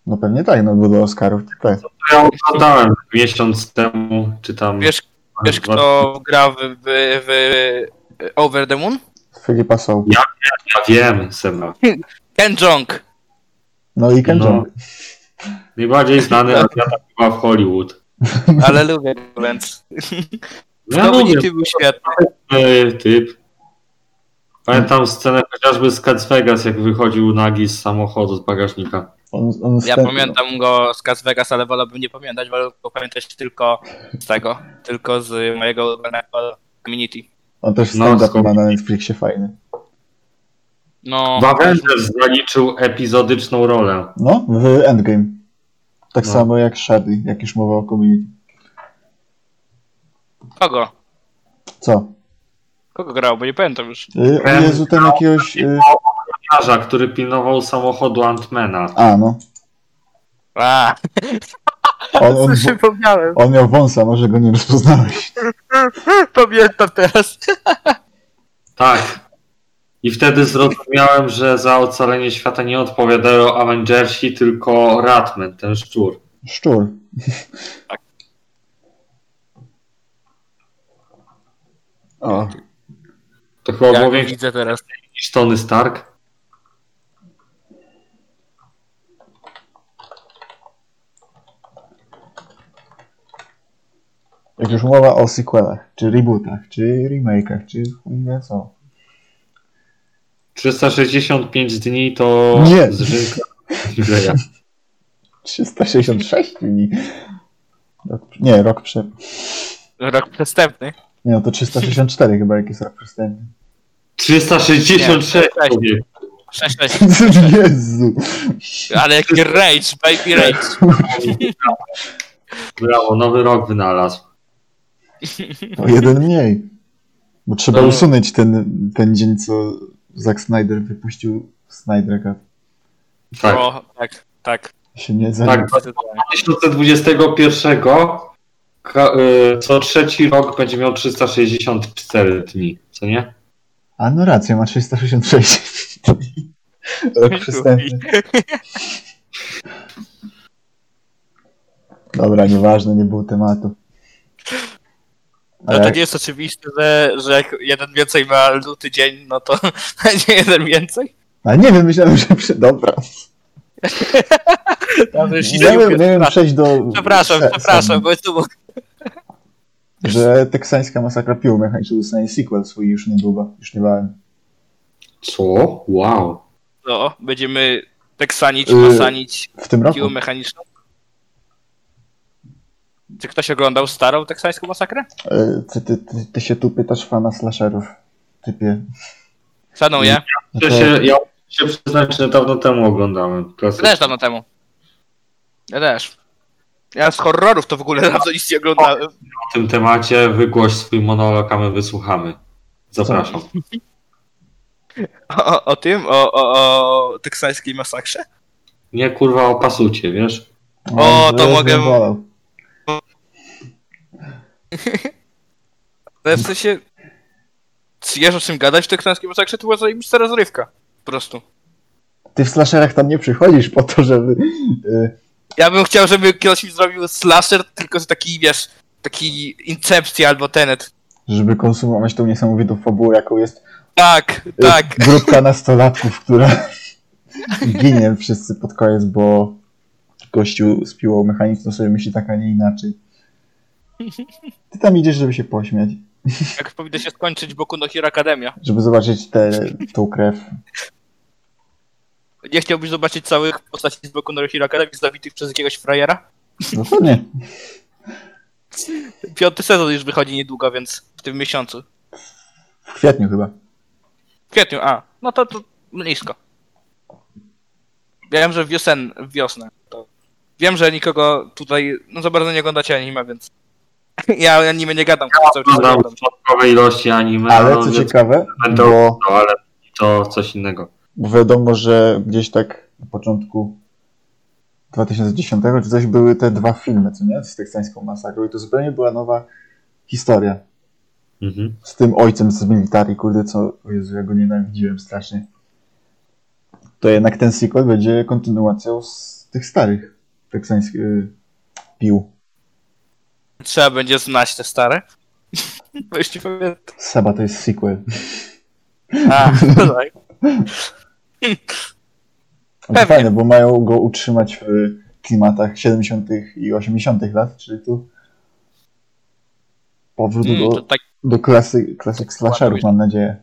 S4: No pewnie tak, no bo do Oscarów to tak.
S3: Ja oglądałem miesiąc temu, czy tam...
S2: Wiesz, wiesz kto gra w, w, w Over the Moon?
S4: Filipa Soul.
S3: Ja wiem, Sema.
S2: Ken Jong.
S4: No i Ken
S3: No.
S4: Jeong.
S3: Najbardziej znany atleta chyba w Hollywood. No
S2: Ale lubię go, więc.
S3: Ja
S2: Znowu
S3: lubię
S2: nie ty był świetny.
S3: ten typ. Pamiętam scenę chociażby z Cats Vegas, jak wychodził nagi z samochodu, z bagażnika.
S4: On, on
S2: Ja
S4: wstęp-
S2: pamiętam go z Cas Vegas, ale wolałbym nie pamiętać, wolę go pamiętać tylko z tego. Tylko z mojego ulubionego community.
S4: On też
S3: No,
S4: stand-up
S3: skąd-
S4: ma na Netflixie fajny.
S2: No.
S3: W Avengers zaliczył epizodyczną rolę.
S4: No, w Endgame. Tak
S3: No.
S4: samo jak Shady, jak już mowa o community.
S2: Kogo?
S4: Co?
S2: Kogo grał? Bo nie pamiętam już.
S4: Y, o
S3: Em,
S4: Jezu, ten jakiegoś... Y...
S3: Karza, który pilnował samochodu Antmana.
S4: A, no.
S2: A,
S4: On, on,
S2: przypomniałem.
S4: on miał wąsa, może go nie rozpoznałeś.
S2: Pamiętam teraz.
S3: Tak. I wtedy zrozumiałem, że za ocalenie świata nie odpowiadają Avengersi, tylko Ratman, ten szczur.
S4: Szczur. O,
S3: To chyba
S2: Ja
S3: było
S2: go
S3: większe
S2: widzę teraz.
S3: niż Tony Stark.
S4: jak już mowa o sequelach, czy rebootach, czy remake'ach, czy chuj wie co.
S3: 365 dni to
S4: Nie.
S3: zrzynka. Gleja.
S4: 366 dni. Rok, nie, rok prze...
S2: Rok przestępny.
S4: Nie, no to 364 chyba, jak jest rok przystępny.
S3: 366
S2: Nie,
S3: człowiek.
S2: 6-6.
S4: Jezu!
S2: Ale jaki rage, baby rage.
S4: Tak,
S3: Brawo, nowy rok wynalazł.
S4: O jeden mniej. Bo trzeba
S2: To-
S4: usunąć ten, ten dzień, co Zack Snyder wypuścił Snyder Cut.
S3: Tak.
S2: O, tak, tak.
S4: Się nie zanim.
S3: Tak, 2021 ka- y, co trzeci rok będzie miał 364 dni, co nie?
S4: A no racja, ma 366. Rok przystępny. Dobra, nieważne, nie było tematu.
S2: No to
S4: Ale
S2: nie jest oczywiste, że, że jak jeden więcej ma luty dzień, no to będzie jeden więcej.
S4: A nie wiem, myślałem, że... Przy... Dobra.
S2: Ja No, to już
S4: Nie
S2: idę
S4: wiem,
S2: i
S4: nie wiem
S2: przepraszam.
S4: przejść do...
S2: Przepraszam,
S4: se-
S2: przepraszam,
S4: sedna.
S2: bo jest tu
S4: Że teksańska masakra pił mechaniczny dostanie sequel swój już niedługo. Już niebawem.
S3: Co? Wow.
S2: no, Będziemy teksanić,
S4: Yy.
S2: masanić
S4: W tym roku.
S2: piłę mechaniczną. Czy ktoś oglądał starą teksańską masakrę?
S4: E, Ty, ty, ty, ty się tu pytasz fana slasherów. Typie.
S2: Szanuję.
S4: No
S3: Ja
S4: to-
S3: się, ja się przyznam, że dawno temu oglądałem.
S2: Ja
S3: Klasyk.
S2: też dawno temu. Ja też. Ja z horrorów to w ogóle dawno nic nie oglądałem.
S3: W tym temacie wygłoś swój monolog, a my wysłuchamy. Zapraszam.
S2: O, o, o tym? O, o, o teksańskiej masakrze?
S3: Nie kurwa o pasucie, wiesz?
S2: O,
S4: że-
S2: to
S4: że
S2: mogę-
S4: wolał.
S2: No w sensie... Czy Wiesz o czym gadać w teksańskiej masakrze? To była zajebista rozrywka. Po prostu.
S4: Ty w slasherach tam nie przychodzisz po to, żeby... y,
S2: Ja bym chciał, żeby ktoś mi zrobił slasher, tylko że taki, wiesz, taki Incepcja albo Tenet.
S4: Żeby konsumować tą niesamowitą fabułę, jaką jest
S2: Tak,
S4: y,
S2: tak.
S4: grupka nastolatków, która I ginie wszyscy pod koniec, bo gościu z piłą mechaniczną sobie myśli tak, a nie inaczej. Ty tam idziesz, żeby się pośmiać,
S2: Jak powinno się skończyć Boku no Hero Academia.
S4: żeby zobaczyć tę tą krew.
S2: Nie chciałbyś zobaczyć całych postaci z Boku no Hero Academia zabitych przez jakiegoś frajera?
S4: Dokładnie.
S2: Piąty sezon już wychodzi niedługo, więc w tym miesiącu.
S4: W kwietniu chyba.
S2: W kwietniu, a. No to, to blisko. Wiem, że wiosen, wiosnę. To... Wiem, że nikogo tutaj no za bardzo nie oglądacie anime, więc... Ja o anime nie gadam, cały czas
S3: Znam
S2: oglądam.
S3: przypadkowe ilości anime,
S4: Ale
S3: no,
S4: co
S3: więc
S4: ciekawe,
S3: będą-
S4: bo
S3: no, ale to coś innego.
S4: bo wiadomo, że gdzieś tak na początku 2010 czy coś były te dwa filmy, co nie? Z teksańską masakrą i to zupełnie była nowa historia.
S3: Mhm.
S4: Z tym ojcem z militarii, kurde, co... O Jezu, ja go nienawidziłem strasznie. To jednak ten sequel będzie kontynuacją z tych starych teksańskich y, pił.
S2: Trzeba będzie znać te stare. Bo już ci powiem.
S4: Saba to jest sequel.
S2: A, no tak.
S4: Ale to
S2: Pewnie.
S4: fajne, bo mają go utrzymać w klimatach 70. i 80. lat, czyli tu powrót
S2: Mm,
S4: do,
S2: to tak
S4: Do klasy, klasyk slasherów, mam nadzieję.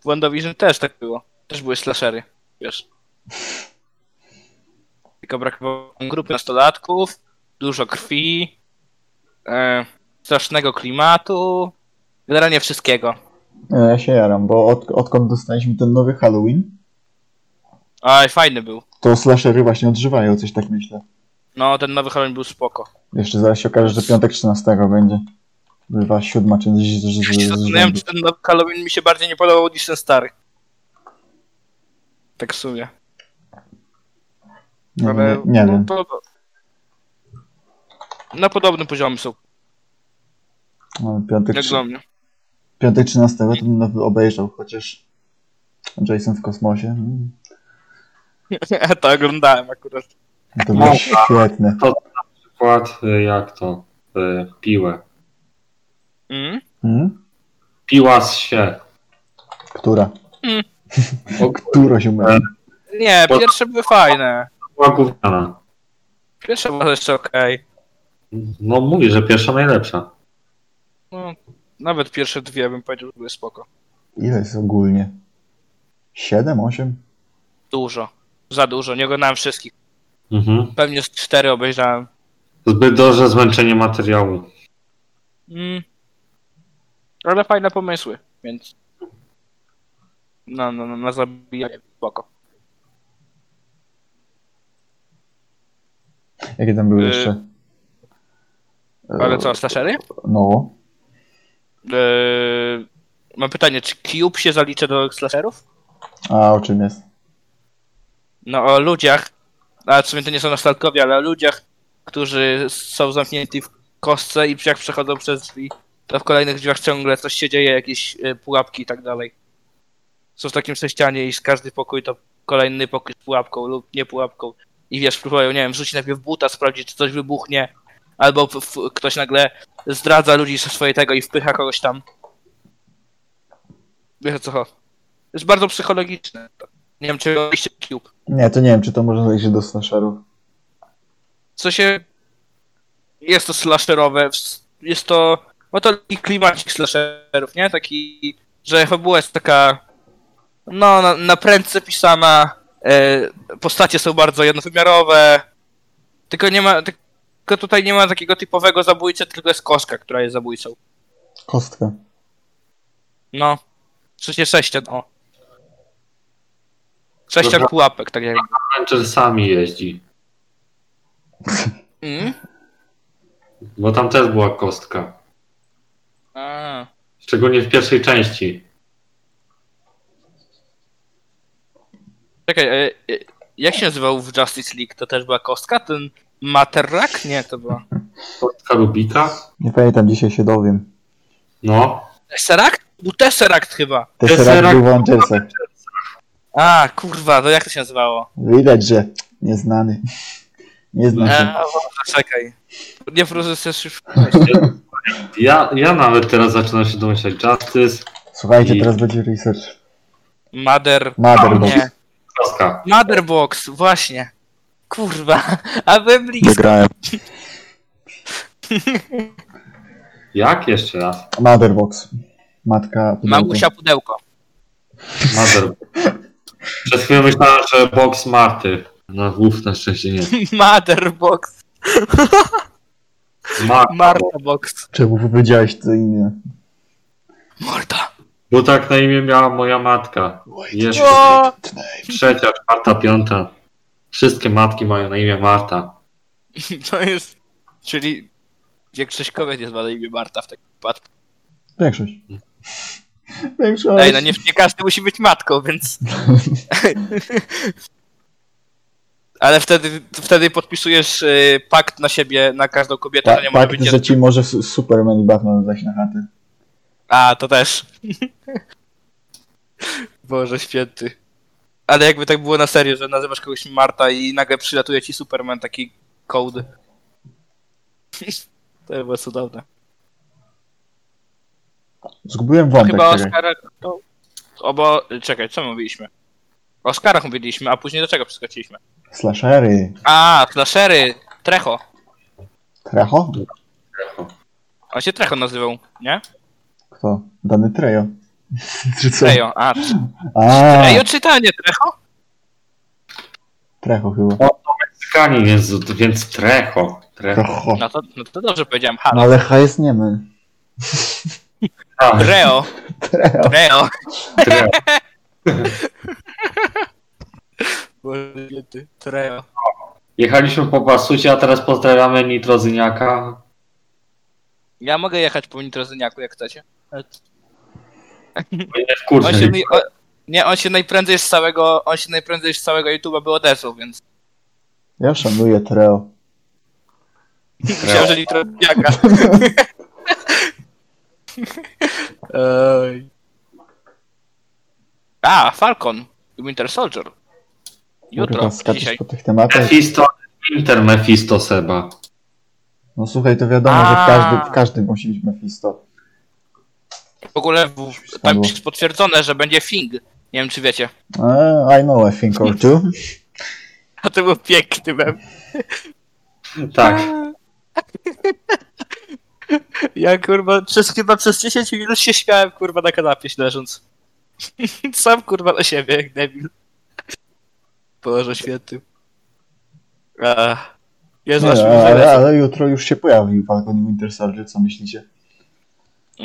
S2: w WandaVision też tak było. Też były slashery, wiesz. Tylko brakowało grupy nastolatków, dużo krwi, e, strasznego klimatu, generalnie wszystkiego.
S4: Nie, No, Ja się jaram, bo od, odkąd dostaliśmy ten nowy Halloween,
S2: Oj, fajny był.
S4: to slashery właśnie odżywają, coś tak myślę.
S2: No, ten nowy Halloween był spoko.
S4: Jeszcze zaraz się okaże, że piątek 13 będzie. Bywa siódma, czy z, z,
S2: Ja się
S4: z, z
S2: zastanawiam,
S4: rzędu.
S2: czy ten nowy Halloween mi się bardziej nie podobał niż ten stary. Tak w sumie.
S4: Nie,
S2: ale
S4: nie, nie
S2: no,
S4: wiem.
S2: To... Na podobnym poziomie są,
S4: No, piątek,
S2: jak
S4: trzy-
S2: dla mnie.
S4: piątek 13 to bym nowy obejrzał, chociaż Jason w kosmosie. mm,
S2: Ja to oglądałem akurat.
S4: To było świetne.
S3: Przykład, y, jak to? Y, Piłę.
S2: Mm?
S4: Hmm?
S3: Piła z się.
S4: Która?
S2: Mm.
S4: O którą się mówi?
S2: Nie,
S3: Bo-
S2: pierwsze były fajne.
S3: Była gówniana.
S2: Pierwsze było jeszcze okej.
S3: No mówi, że pierwsza najlepsza.
S2: No, nawet pierwsze dwie bym powiedział, że były spoko.
S4: Ile jest ogólnie? Siedem, osiem?
S2: Dużo. Za dużo, nie oglądałem wszystkich.
S3: Mhm.
S2: Pewnie z cztery obejrzałem.
S3: Zbyt duże zmęczenie materiału.
S2: Mm. Ale fajne pomysły, więc... No, no, no, na zabijanie spoko.
S4: Jakie tam były
S2: Y,
S4: jeszcze?
S2: Ale
S4: E,
S2: co, Staszery?
S4: No,
S2: Eee, mam pytanie, czy Cube się zalicza do slasherów?
S4: A o czym jest?
S2: No o ludziach, a w sumie to nie są nastatkowie, ale o ludziach, którzy są zamknięci w kostce i jak przechodzą przez drzwi, to w kolejnych drzwiach ciągle coś się dzieje, jakieś e, pułapki i tak dalej. Są w takim sześcianie i z każdy pokój to kolejny pokój z pułapką lub nie pułapką. I wiesz, próbują, nie wiem, rzucić najpierw buta, sprawdzić, czy coś wybuchnie, albo w, w, ktoś nagle zdradza ludzi ze swojej tego i wpycha kogoś tam. Wiesz o co chodzi. Jest bardzo psychologiczne. to. Nie wiem, czy robiliście Cube.
S4: Nie, to nie wiem, czy to może zajść do slasherów.
S2: W sensie jest to slasherowe, w- jest to, no to taki klimacik slasherów, nie? Taki, że fabuła jest taka, no na, na prędce pisana, e, postacie są bardzo jednowymiarowe, tylko nie ma, tylko tutaj nie ma takiego typowego zabójcy, tylko jest koska, która jest zabójcą.
S4: Kostka.
S2: No, przecież sześcian, o. Sześcian
S3: Dobra.
S2: pułapek, tak jak...
S3: Avengersami jeździ.
S2: Mm?
S3: Bo tam też była kostka.
S2: A,
S3: Szczególnie w pierwszej części.
S2: Czekaj, e, e, jak się nazywał w Justice League? To też była kostka? Ten Materrak? Nie, to była.
S3: Kostka Rubika?
S4: Nie pamiętam, dzisiaj się dowiem.
S3: No.
S2: Tesseract? Był Tesseract chyba.
S4: Tesseract
S3: Tesseract
S4: był w Avengersach.
S2: A, kurwa, to jak to się nazywało?
S4: Widać, że nieznany. Nie znam
S2: E,
S4: się.
S2: o, czekaj. Nie proces
S3: Ja, ja nawet teraz zaczynam się domyślać. Justice.
S4: Słuchajcie,
S3: i-
S4: teraz będzie research.
S2: Mother...
S4: Motherbox.
S2: Nie.
S3: Klaska.
S2: Motherbox, właśnie. Kurwa, a byłem blisko.
S4: Wygrałem.
S3: Jak jeszcze raz?
S4: Motherbox. Matka. pudełko.
S2: Mamusia pudełko.
S3: Mother. Przed chwilą myślałem, że box Marty. No głów na szczęście nie.
S2: Motherbox,
S3: Marta.
S2: Marta Box.
S4: Czemu powiedziałeś to imię?
S2: Morda.
S3: Bo tak na imię miała moja matka. Jeszcze
S2: O,
S3: trzecia, czwarta, piąta. Wszystkie matki mają na imię Marta.
S2: to jest... Czyli większość kobiet jest ma na imię Marta w takim przypadku.
S4: Większość. Większość.
S2: Ej, no nie, nie każdy musi być matką, więc... Ale wtedy, wtedy podpisujesz y, pakt na siebie, na każdą kobietę,
S4: Pa,
S2: że nie może
S4: fakt,
S2: być
S4: tak, że ci może su- Superman i Batman dać na chatę.
S2: A, to też. Boże święty. Ale jakby tak było na serio, że nazywasz kogoś Marta i nagle przylatuje ci Superman taki kołd. to by było cudowne.
S4: Zgubiłem wątek.
S2: Chyba o
S4: czekaj.
S2: Oscarach... To... Obo... Czekaj, co mówiliśmy? O Oscarach mówiliśmy, a później do czego przeskoczyliśmy?
S4: Slashery.
S2: A, slashery! Trecho.
S4: Trecho?
S2: On się Trecho nazywał, nie?
S4: Kto? Dany Trejo. Czy co?
S2: Trejo, a.
S4: A,
S2: Trejo czytanie, Trecho?
S4: Trecho chyba.
S3: Meksykanin jest, więc trecho. Trecho.
S4: Trecho.
S2: No to, no to dobrze powiedziałem, ha.
S4: No ale H jest niemy.
S3: A,
S2: Treo,
S4: Trejo.
S2: Treo.
S3: trecho.
S2: Boże święty, Treo.
S3: Jechaliśmy po Basucie, a teraz pozdrawiamy Nitrozyniaka.
S2: Ja mogę jechać po nitrozyniaku, jak chcecie.
S3: Bo Nie w
S2: On
S3: kursie.
S2: się, naj- o, nie, on się najprędzej z całego, on się najprędzej z całego YouTube'a by odezwał, więc
S4: Ja szanuję Trejo.
S2: myślałem, że nitrozyniaka. Ej. A, Falcon. Winter Soldier. Jutro,
S4: Kurwa, skaczesz
S2: dzisiaj.
S4: po tych tematach.
S3: Mefisto, Inter Mefisto Seba.
S4: No słuchaj, to wiadomo, że
S2: A.
S4: w każdym, w każdym musi być Mephisto.
S2: W ogóle w, tam
S4: Spadło.
S2: jest potwierdzone, że będzie Fing. Nie wiem, czy wiecie.
S4: E, I know a thing or two.
S2: A to był piękny mem.
S3: Tak.
S2: Ja kurwa, przez chyba przez 10 minut się śmiałem kurwa na kanapie leżąc. Sam kurwa na siebie, jak debil. Boże święty. Ach. E, Jezu,
S4: Nie,
S2: aż mi
S4: ale,
S2: zależy.
S4: ale jutro już się pojawił Falcon i Winter Soldier, co myślicie?
S2: Co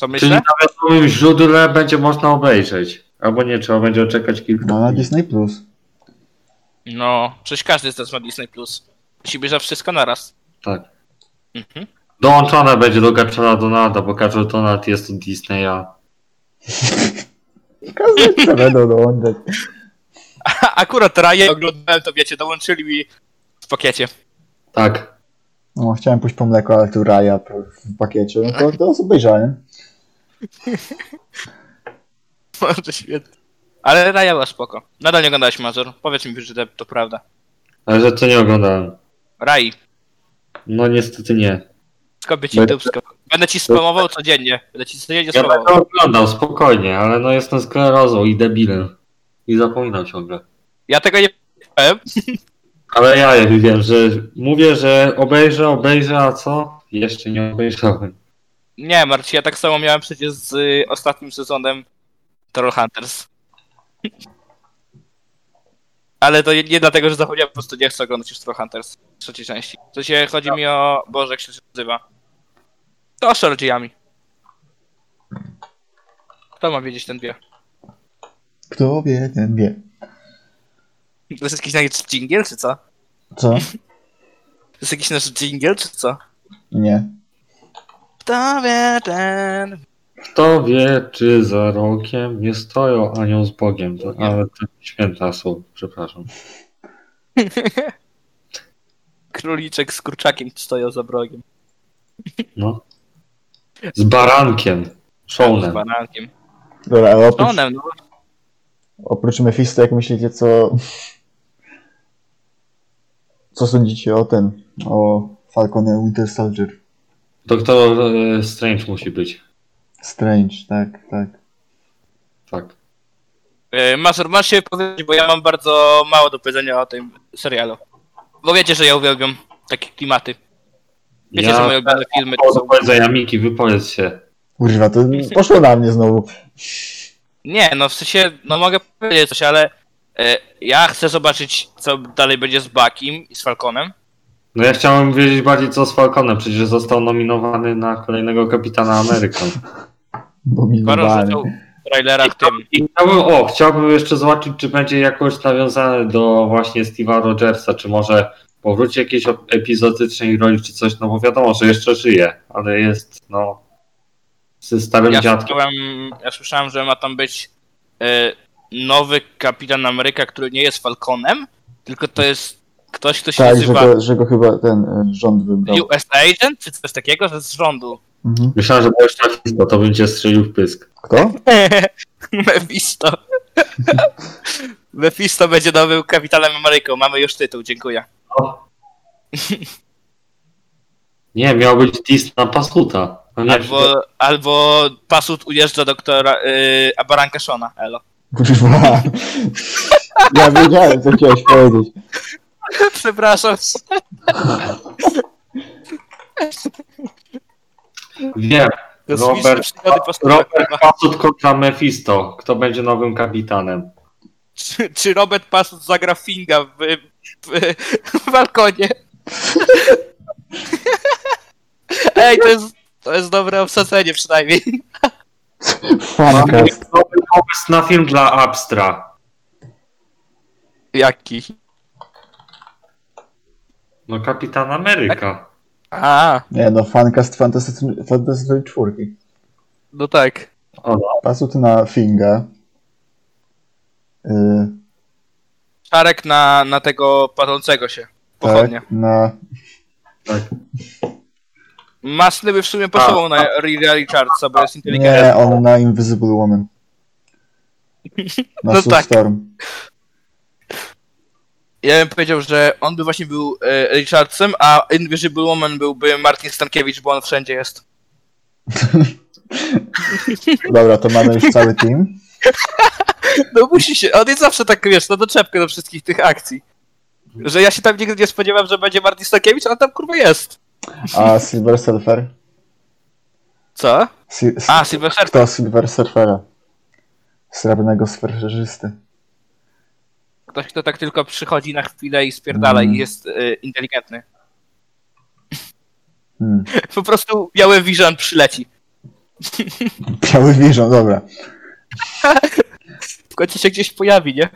S3: Czyli
S2: myślę?
S3: nawet w moim źródle będzie można obejrzeć. Albo nie, trzeba będzie czekać kilka
S4: No na
S3: dni.
S4: Disney Plus.
S2: No, przecież każdy z nas ma Disney+. Plus. Musi być za wszystko naraz.
S3: Tak.
S2: Mhm.
S3: Dołączone będzie do Gaczora Donalda, bo Gaczor Donald jest od Disneya.
S4: Każdy będą dołączać.
S2: Akurat raje oglądałem, to wiecie, dołączyli mi w pakiecie.
S3: Tak.
S4: No, chciałem pójść po mleko, ale tu raja p- w pakiecie, no to, to obejrzałem.
S2: Boże święty. Ale raja była spoko. Nadal nie oglądałeś Mazur. Powiedz mi, że to prawda.
S3: Ale że co nie oglądałem.
S2: Rai.
S3: No niestety nie.
S2: Kopię ci
S3: Będę-
S2: dupsko. Będę ci spamował codziennie. Będę ci codziennie
S3: Ja
S2: spamował.
S3: będę oglądał spokojnie, ale no jestem sklerozą i debilem. I zapominam ciągle.
S2: Ja tego nie E, powiem.
S3: Ale ja jak wiem, że mówię, że obejrzę, obejrzę, a co? Jeszcze nie obejrzałem.
S2: Nie, Marcin, ja tak samo miałem przecież z y, ostatnim sezonem Troll Hunters. Ale to nie, nie dlatego, że zapomniałem, po prostu nie chcę oglądać już Troll Hunters w trzeciej części. W sensie chodzi mi o... Boże, jak się nazywa. To o Shorjiami. Kto ma wiedzieć ten wie?
S4: Kto wie, ten wie.
S2: To jest jakiś nasz dżingiel, czy co?
S4: Co?
S2: To jest jakiś nasz dżingiel, czy co?
S4: Nie.
S2: Kto wie ten...
S3: Kto wie, czy za rokiem nie stoją anioł z Bogiem. To- Ale to święta są, przepraszam.
S2: Króliczek z kurczakiem stoją za brogiem.
S3: No. Z barankiem.
S2: Z
S3: Szonem.
S2: banankiem.
S4: Dobra, ale oprócz,
S2: Szonem, no.
S4: oprócz Mephisto, jak myślicie, co... Co sądzicie o ten, o Falcon and Winter Soldier?
S3: Doktor e, Strange musi być.
S4: Strange, tak, tak.
S3: Tak.
S2: E, Mazur, masz się powiedzieć, bo ja mam bardzo mało do powiedzenia o tym serialu. Bo wiecie, że ja uwielbiam takie klimaty. Wiecie,
S3: ja
S2: że moje ulubione filmy to
S3: O,
S2: są...
S3: do powiedzenia, Miki, wypowiedz się.
S4: Kurwa, to poszło na mnie znowu.
S2: Nie, no w sensie, no mogę powiedzieć coś, ale e, ja chcę zobaczyć, co dalej będzie z Bakim i z Falconem.
S3: No ja chciałem wiedzieć bardziej co z Falconem, przecież został nominowany na kolejnego Kapitana Amerykan.
S4: Bo mi
S2: Baron
S4: wywali.
S2: rzucał w trailerach tym.
S3: I chciałbym, o, chciałbym jeszcze zobaczyć, czy będzie jakoś nawiązany do właśnie Steve'a Rogersa, czy może powróci jakiejś op- epizodycznej roli, czy coś, no bo wiadomo, że jeszcze żyje, ale jest, no, ze starym
S2: Ja
S3: dziadkiem.
S2: słyszałem, ja słyszałem, że ma tam być e, nowy kapitan Ameryka, który nie jest Falconem, tylko to jest ktoś, kto się
S4: Tak, że
S2: nazywa
S4: go, że go chyba ten y, rząd wybrał.
S2: US Agent, czy coś takiego, że z rządu.
S4: Mhm.
S3: Myślałem, że to już trafisto, to będzie strzelił w pysk.
S4: Kto?
S2: Mephisto. Mephisto będzie nowym kapitanem Ameryką. Mamy już tytuł, dziękuję.
S3: Nie, miał być Tis na Pasuta. No
S2: Tak,
S3: nie, że-
S2: Albo, albo Pasut ujeżdża doktora yy, Abaranka Shona, elo.
S4: Kurwa. Ja wiedziałem, co chciałeś powiedzieć.
S2: Przepraszam.
S3: Wiem,
S2: Kosmiczne
S3: Robert-
S2: przygody Pasuta.
S3: Robert Pasut kontra Mephisto. Kto będzie nowym kapitanem?
S2: Czy, czy Robert Pasut zagra Finga w, w, w balkonie? Ej, to jest, to jest dobre obsadzenie przynajmniej.
S3: Mamy
S4: Fancast.
S3: nowy pomysł na film dla Abstra.
S2: Jaki?
S3: No Kapitan Ameryka.
S2: A,
S4: Nie no, fancast fantastyczny- fantastycznej czwórki.
S2: no tak.
S4: Pasut na Finga. Y,
S2: Czarek na, na tego padącego się. Pochodnie.
S4: tak, na...
S2: Masny by w sumie pasował na Riri Richardsa, bo jest inteligentny.
S4: Nie, on na Invisible Woman. Na
S2: No
S4: no
S2: tak.
S4: Storm.
S2: Ja bym powiedział, że on by właśnie był e, Richardsem, a Invisible Woman byłby Martin Stankiewicz, bo on wszędzie jest.
S4: Dobra, to mamy już cały team.
S2: No musi się, on jest zawsze tak, wiesz, na doczepkę do wszystkich tych akcji. Że ja się tam nigdy nie spodziewam, że będzie Martin Stankiewicz, a on tam kurwa jest.
S4: A Silver Surfer?
S2: Co?
S4: Si- s-
S2: A, Silver Surfer.
S4: Kto Silver Surfera? Srebrnego sferżerzysty.
S2: Ktoś, kto tak tylko przychodzi na chwilę i spierdala
S4: Mm.
S2: i jest e, inteligentny.
S4: Hmm.
S2: Po prostu biały Vision przyleci.
S4: Biały wieżą, dobra.
S2: W końcu się gdzieś pojawi, nie?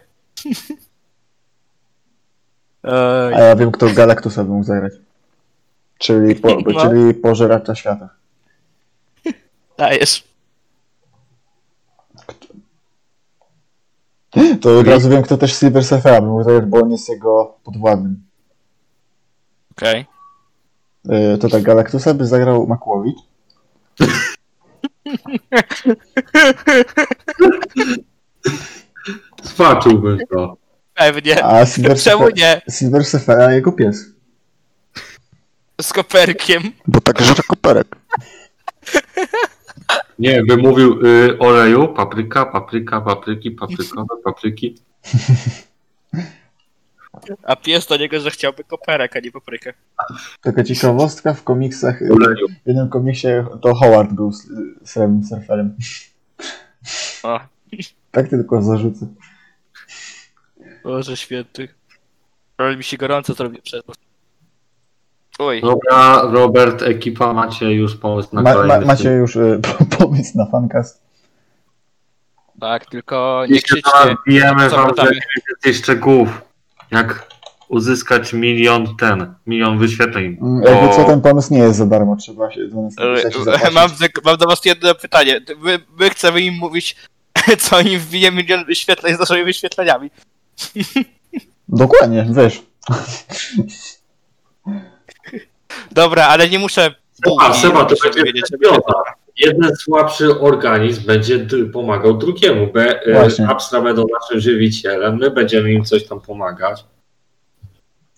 S2: Ej.
S4: A ja wiem, kto Galactusa by mógł zagrać. Czyli, po,
S2: No.
S4: czyli pożeracza świata.
S2: Dajesz.
S4: To od razu wiem, kto też Silver Surfera by mógł zagrać, bo on jest jego podwładnym.
S2: Okej.
S4: Y, To tak, Galactusa by zagrał Makłowicz.
S3: Zobaczyłbym to.
S2: Pewnie.
S4: A Silver,
S2: Czemu
S4: Surfer,
S2: nie?
S4: Silver Surfera jego pies.
S2: Z koperkiem.
S4: Bo tak żre koperek.
S3: Nie, bym mówił y, oleju, papryka, papryka, papryki, paprykowe, papryki.
S2: A pies do niego, że chciałby koperek, a nie paprykę.
S4: Taka ciekawostka w komiksach. y,
S3: Oleju.
S4: W jednym komiksie to Howard był s- y, srebrnym surferem.
S2: O,
S4: Tak tylko zarzucę.
S2: Boże święty. Robi mi się gorąco zrobił przez was. Uj,
S3: Dobra, Robert, ekipa, macie już pomysł na
S4: Ma,
S3: kolejny
S4: ma,
S3: film.
S4: macie już y, pomysł na fancast.
S2: tak, tylko nie
S3: Jeśli
S2: krzyczcie.
S3: bijemy
S2: Co
S3: wam
S2: wrotami?
S3: że nie więcej szczegółów, jak uzyskać milion ten, milion wyświetleń.
S4: Mm, Jakby
S3: Bo-
S4: co, ten pomysł nie jest za darmo, trzeba się do nas napisać i
S2: E,
S4: zaprosić.
S2: Mam, do- mam do was jedno pytanie. My, my chcemy im mówić, co im wbije milion wyświetleń z naszymi wyświetleniami.
S4: Dokładnie, wiesz.
S2: Dobra, ale nie muszę...
S3: Seba, Seba, to
S2: muszę
S3: będzie
S2: wiedzieć, żeby-
S3: zbiora. Jeden słabszy organizm będzie d- pomagał drugiemu. Be,
S4: Właśnie.
S3: e, Abstra będą naszym żywicielem, my będziemy im coś tam pomagać.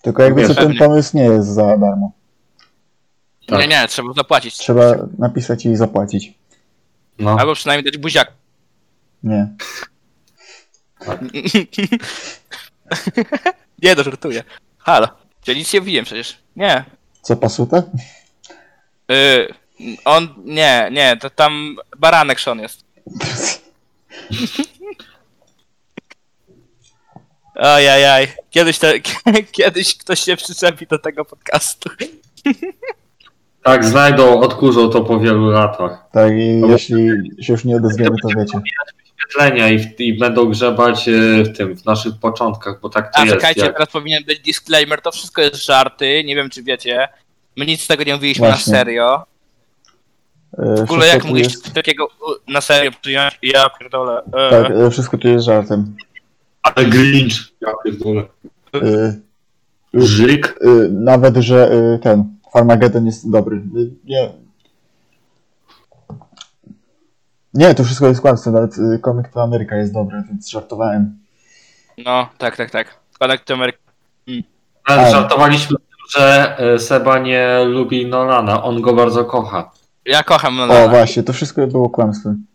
S4: Tylko jakby co, ten
S2: Pewnie.
S4: pomysł nie jest za darmo.
S3: Tak.
S2: Nie, nie, trzeba zapłacić.
S4: Trzeba napisać i zapłacić.
S3: No.
S2: Albo przynajmniej dać buziak.
S4: Nie.
S2: Nie, no żartuję. Halo. Ja nic nie wiem przecież. Nie.
S4: Co, pasutę?
S2: Y, on, nie, nie, to tam baranek Sean jest. Ojajaj. Kiedyś, te, kiedyś ktoś się przyczepi do tego podcastu.
S3: Tak, znajdą, odkurzą to po wielu latach.
S4: Tak,
S2: No
S4: i jeśli się już nie odezwiemy, to wiecie.
S3: Świetlenia i, w- i będą grzebać e, w tym, w naszych początkach, bo tak to
S2: A
S3: jest.
S2: czekajcie,
S3: jak-
S2: teraz powinien być disclaimer, to wszystko jest żarty, nie wiem czy wiecie. My nic z tego nie mówiliśmy
S4: Właśnie.
S2: na serio.
S4: E,
S2: W ogóle jak
S4: wszystko tu
S2: mówisz
S4: jest,
S2: coś takiego u, na serio przyjąć? Ja pierdolę. E,
S4: tak, e, wszystko tu jest żartem.
S3: Ale Grinch. Ja pierdolę.
S4: E,
S3: Żyk.
S4: y, nawet, że y, ten Farmageddon jest dobry. Y, Nie. Nie, to wszystko jest kłamstwo, nawet y, komik to Ameryka jest dobry, więc żartowałem.
S2: No, tak, tak, tak. Connect America.
S3: Nawet Tak.
S4: Ale-
S3: żartowaliśmy, że e, Seba nie lubi Nolana. On go bardzo kocha.
S2: Ja kocham Nolana.
S3: No.
S4: O właśnie, to wszystko było kłamstwem.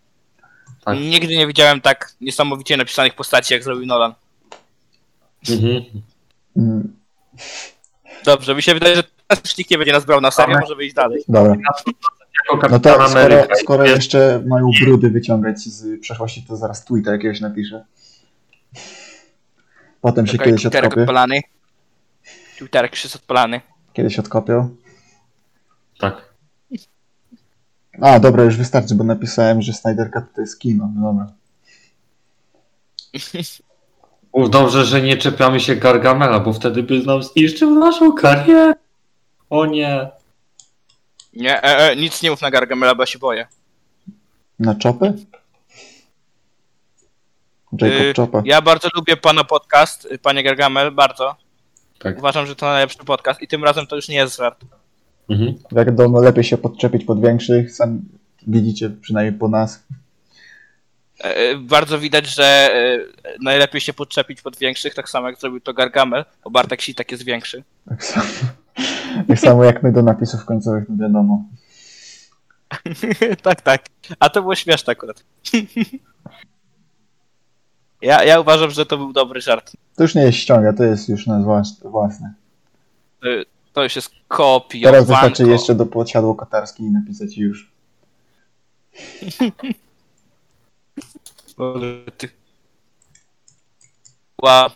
S3: tak.
S2: Nigdy nie widziałem tak niesamowicie napisanych postaci, jak zrobił Nolan.
S3: Mhm.
S4: Mm,
S2: Dobrze, mi się wydaje, że teraz już nikt nie będzie nas brał na serio,
S3: Ale-
S2: możemy iść dalej.
S4: Dobra.
S3: Jako
S4: No
S3: kapitan
S4: to skoro,
S3: Ameryka.
S4: skoro
S3: Jest-
S4: jeszcze mają brudy wyciągać z przeszłości, to zaraz tweeta jakiegoś napiszę. Potem się
S2: Czekaj,
S4: kiedyś
S2: Twitterek
S4: odkopię.
S2: odpalany. Twitterek już jest odpalany.
S4: Kiedyś odkopią.
S3: Tak.
S4: A, dobra, już wystarczy, bo napisałem, że Snyder Cut to jest kino. No Dobra.
S3: Mów dobrze, że nie czepiamy się Gargamela, bo wtedy by nam zniszczył naszą karierę. O nie.
S2: Nie, e, e, nic nie mów na Gargamela, bo ja się boję.
S4: Na czopy? Jacob
S2: Y,
S4: Chopa.
S2: Ja bardzo lubię pana podcast, y, panie Gargamel, bardzo.
S3: Tak.
S2: Uważam, że to najlepszy podcast i tym razem to już nie jest żart.
S3: Mhm.
S4: Wiadomo, lepiej się podczepić pod większych, sam widzicie przynajmniej po nas.
S2: E, e, Bardzo widać, że e, najlepiej się podczepić pod większych, tak samo jak zrobił to Gargamel, bo Bartek Sitak jest większy.
S4: Tak samo, tak samo jak my do napisów końcowych, no wiadomo.
S2: tak, tak. A to było śmieszne akurat. ja, ja uważam, że to był dobry żart.
S4: To już nie jest ściąga, to jest już na włas- własne.
S2: To już jest kopiowanko.
S4: Teraz wystarczy jeszcze do podsiadło katarski i napisać już.
S2: Boże, ty. Wow.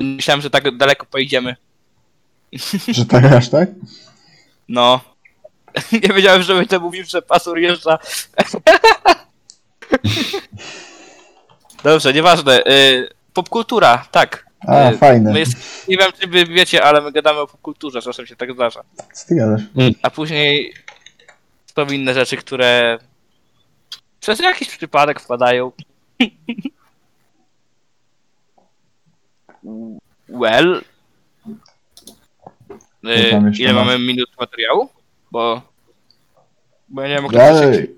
S2: Myślałem, że tak daleko pojedziemy.
S4: Że tak aż tak?
S2: No. Nie wiedziałem, że będę mówił, że pasur jeżdża. Dobrze, nieważne. Y, Popkultura, tak.
S4: A,
S2: Y,
S4: fajne.
S2: My jest, nie wiem, czy wy wiecie, ale my gadamy o popkulturze, czasem się tak zdarza.
S4: Co ty gadasz?
S2: a później są inne rzeczy, które przez jakiś przypadek wpadają. Well.
S4: Nie
S2: Y,
S4: znam jeszcze
S2: ile
S4: nazw.
S2: mamy minut materiału? Bo. Bo ja nie mogę.
S4: Ja,
S2: zobaczyć.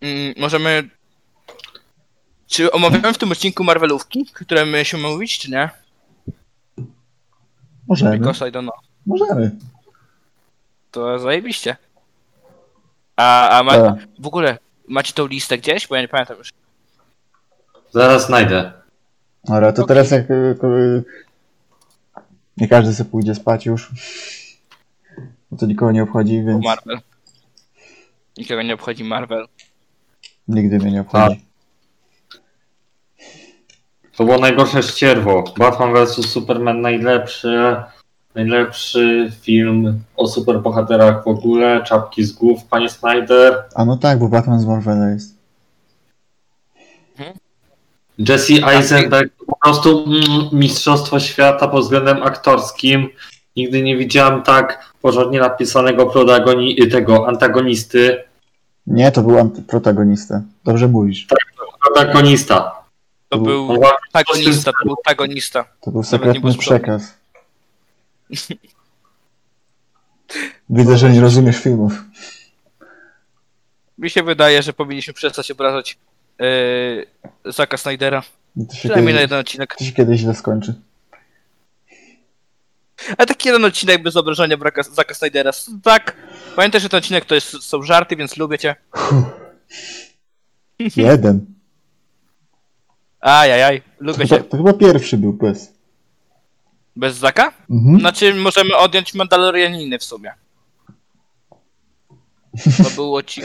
S2: Mm, możemy. Czy omawiamy w tym odcinku Marvelówki, które my się mówić, czy nie?
S4: możemy,
S2: Because I don't know.
S4: możemy.
S2: To zajebiście. A, a ma,
S4: Dobra.
S2: w ogóle macie tą listę gdzieś? Bo ja nie pamiętam już.
S3: Zaraz znajdę.
S4: Dobra, to teraz jak... y, y, Nie każdy sobie pójdzie spać już. Bo to nikogo nie obchodzi,
S2: O
S4: więc
S2: Marvel. Nikogo nie obchodzi Marvel.
S4: nigdy mnie nie obchodzi.
S3: To było najgorsze ścierwo. Batman vs Superman najlepszy, najlepszy film o superbohaterach w ogóle. Czapki z głów, panie Snyder.
S4: A no tak, bo Batman z Marvela jest.
S3: Jesse
S2: Tak.
S3: Eisenberg po prostu mm, mistrzostwo świata pod względem aktorskim. Nigdy nie widziałem tak porządnie napisanego protagoni- tego antagonisty.
S4: Nie, to był ant- protagonista. Dobrze mówisz.
S2: Tak.
S3: Protagonista.
S2: To
S4: To
S3: On
S2: był
S3: właśnie
S2: antagonista, to był antagonista.
S4: To był
S2: Nawet nie było
S4: sekretny
S2: zgodne.
S4: przekaz. Widzę, że nie rozumiesz filmów.
S2: Mi się wydaje, że powinniśmy przestać obrażać yy, Zaka Snydera.
S4: To się,
S2: Przynajmniej na
S4: kiedyś,
S2: jeden odcinek.
S4: to się kiedyś źle skończy.
S2: A taki jeden odcinek bez obrażenia braka Zaka Snydera. Tak. Pamiętaj, że ten odcinek to jest, są żarty, więc lubię cię.
S4: Jeden.
S2: Ajajaj, lubię
S4: To,
S2: się.
S4: to chyba pierwszy był bez.
S2: Bez Zaka?
S3: Hmm?
S4: Mhm.
S2: Znaczy, możemy odjąć Mandalorianiny w sumie. To było ci...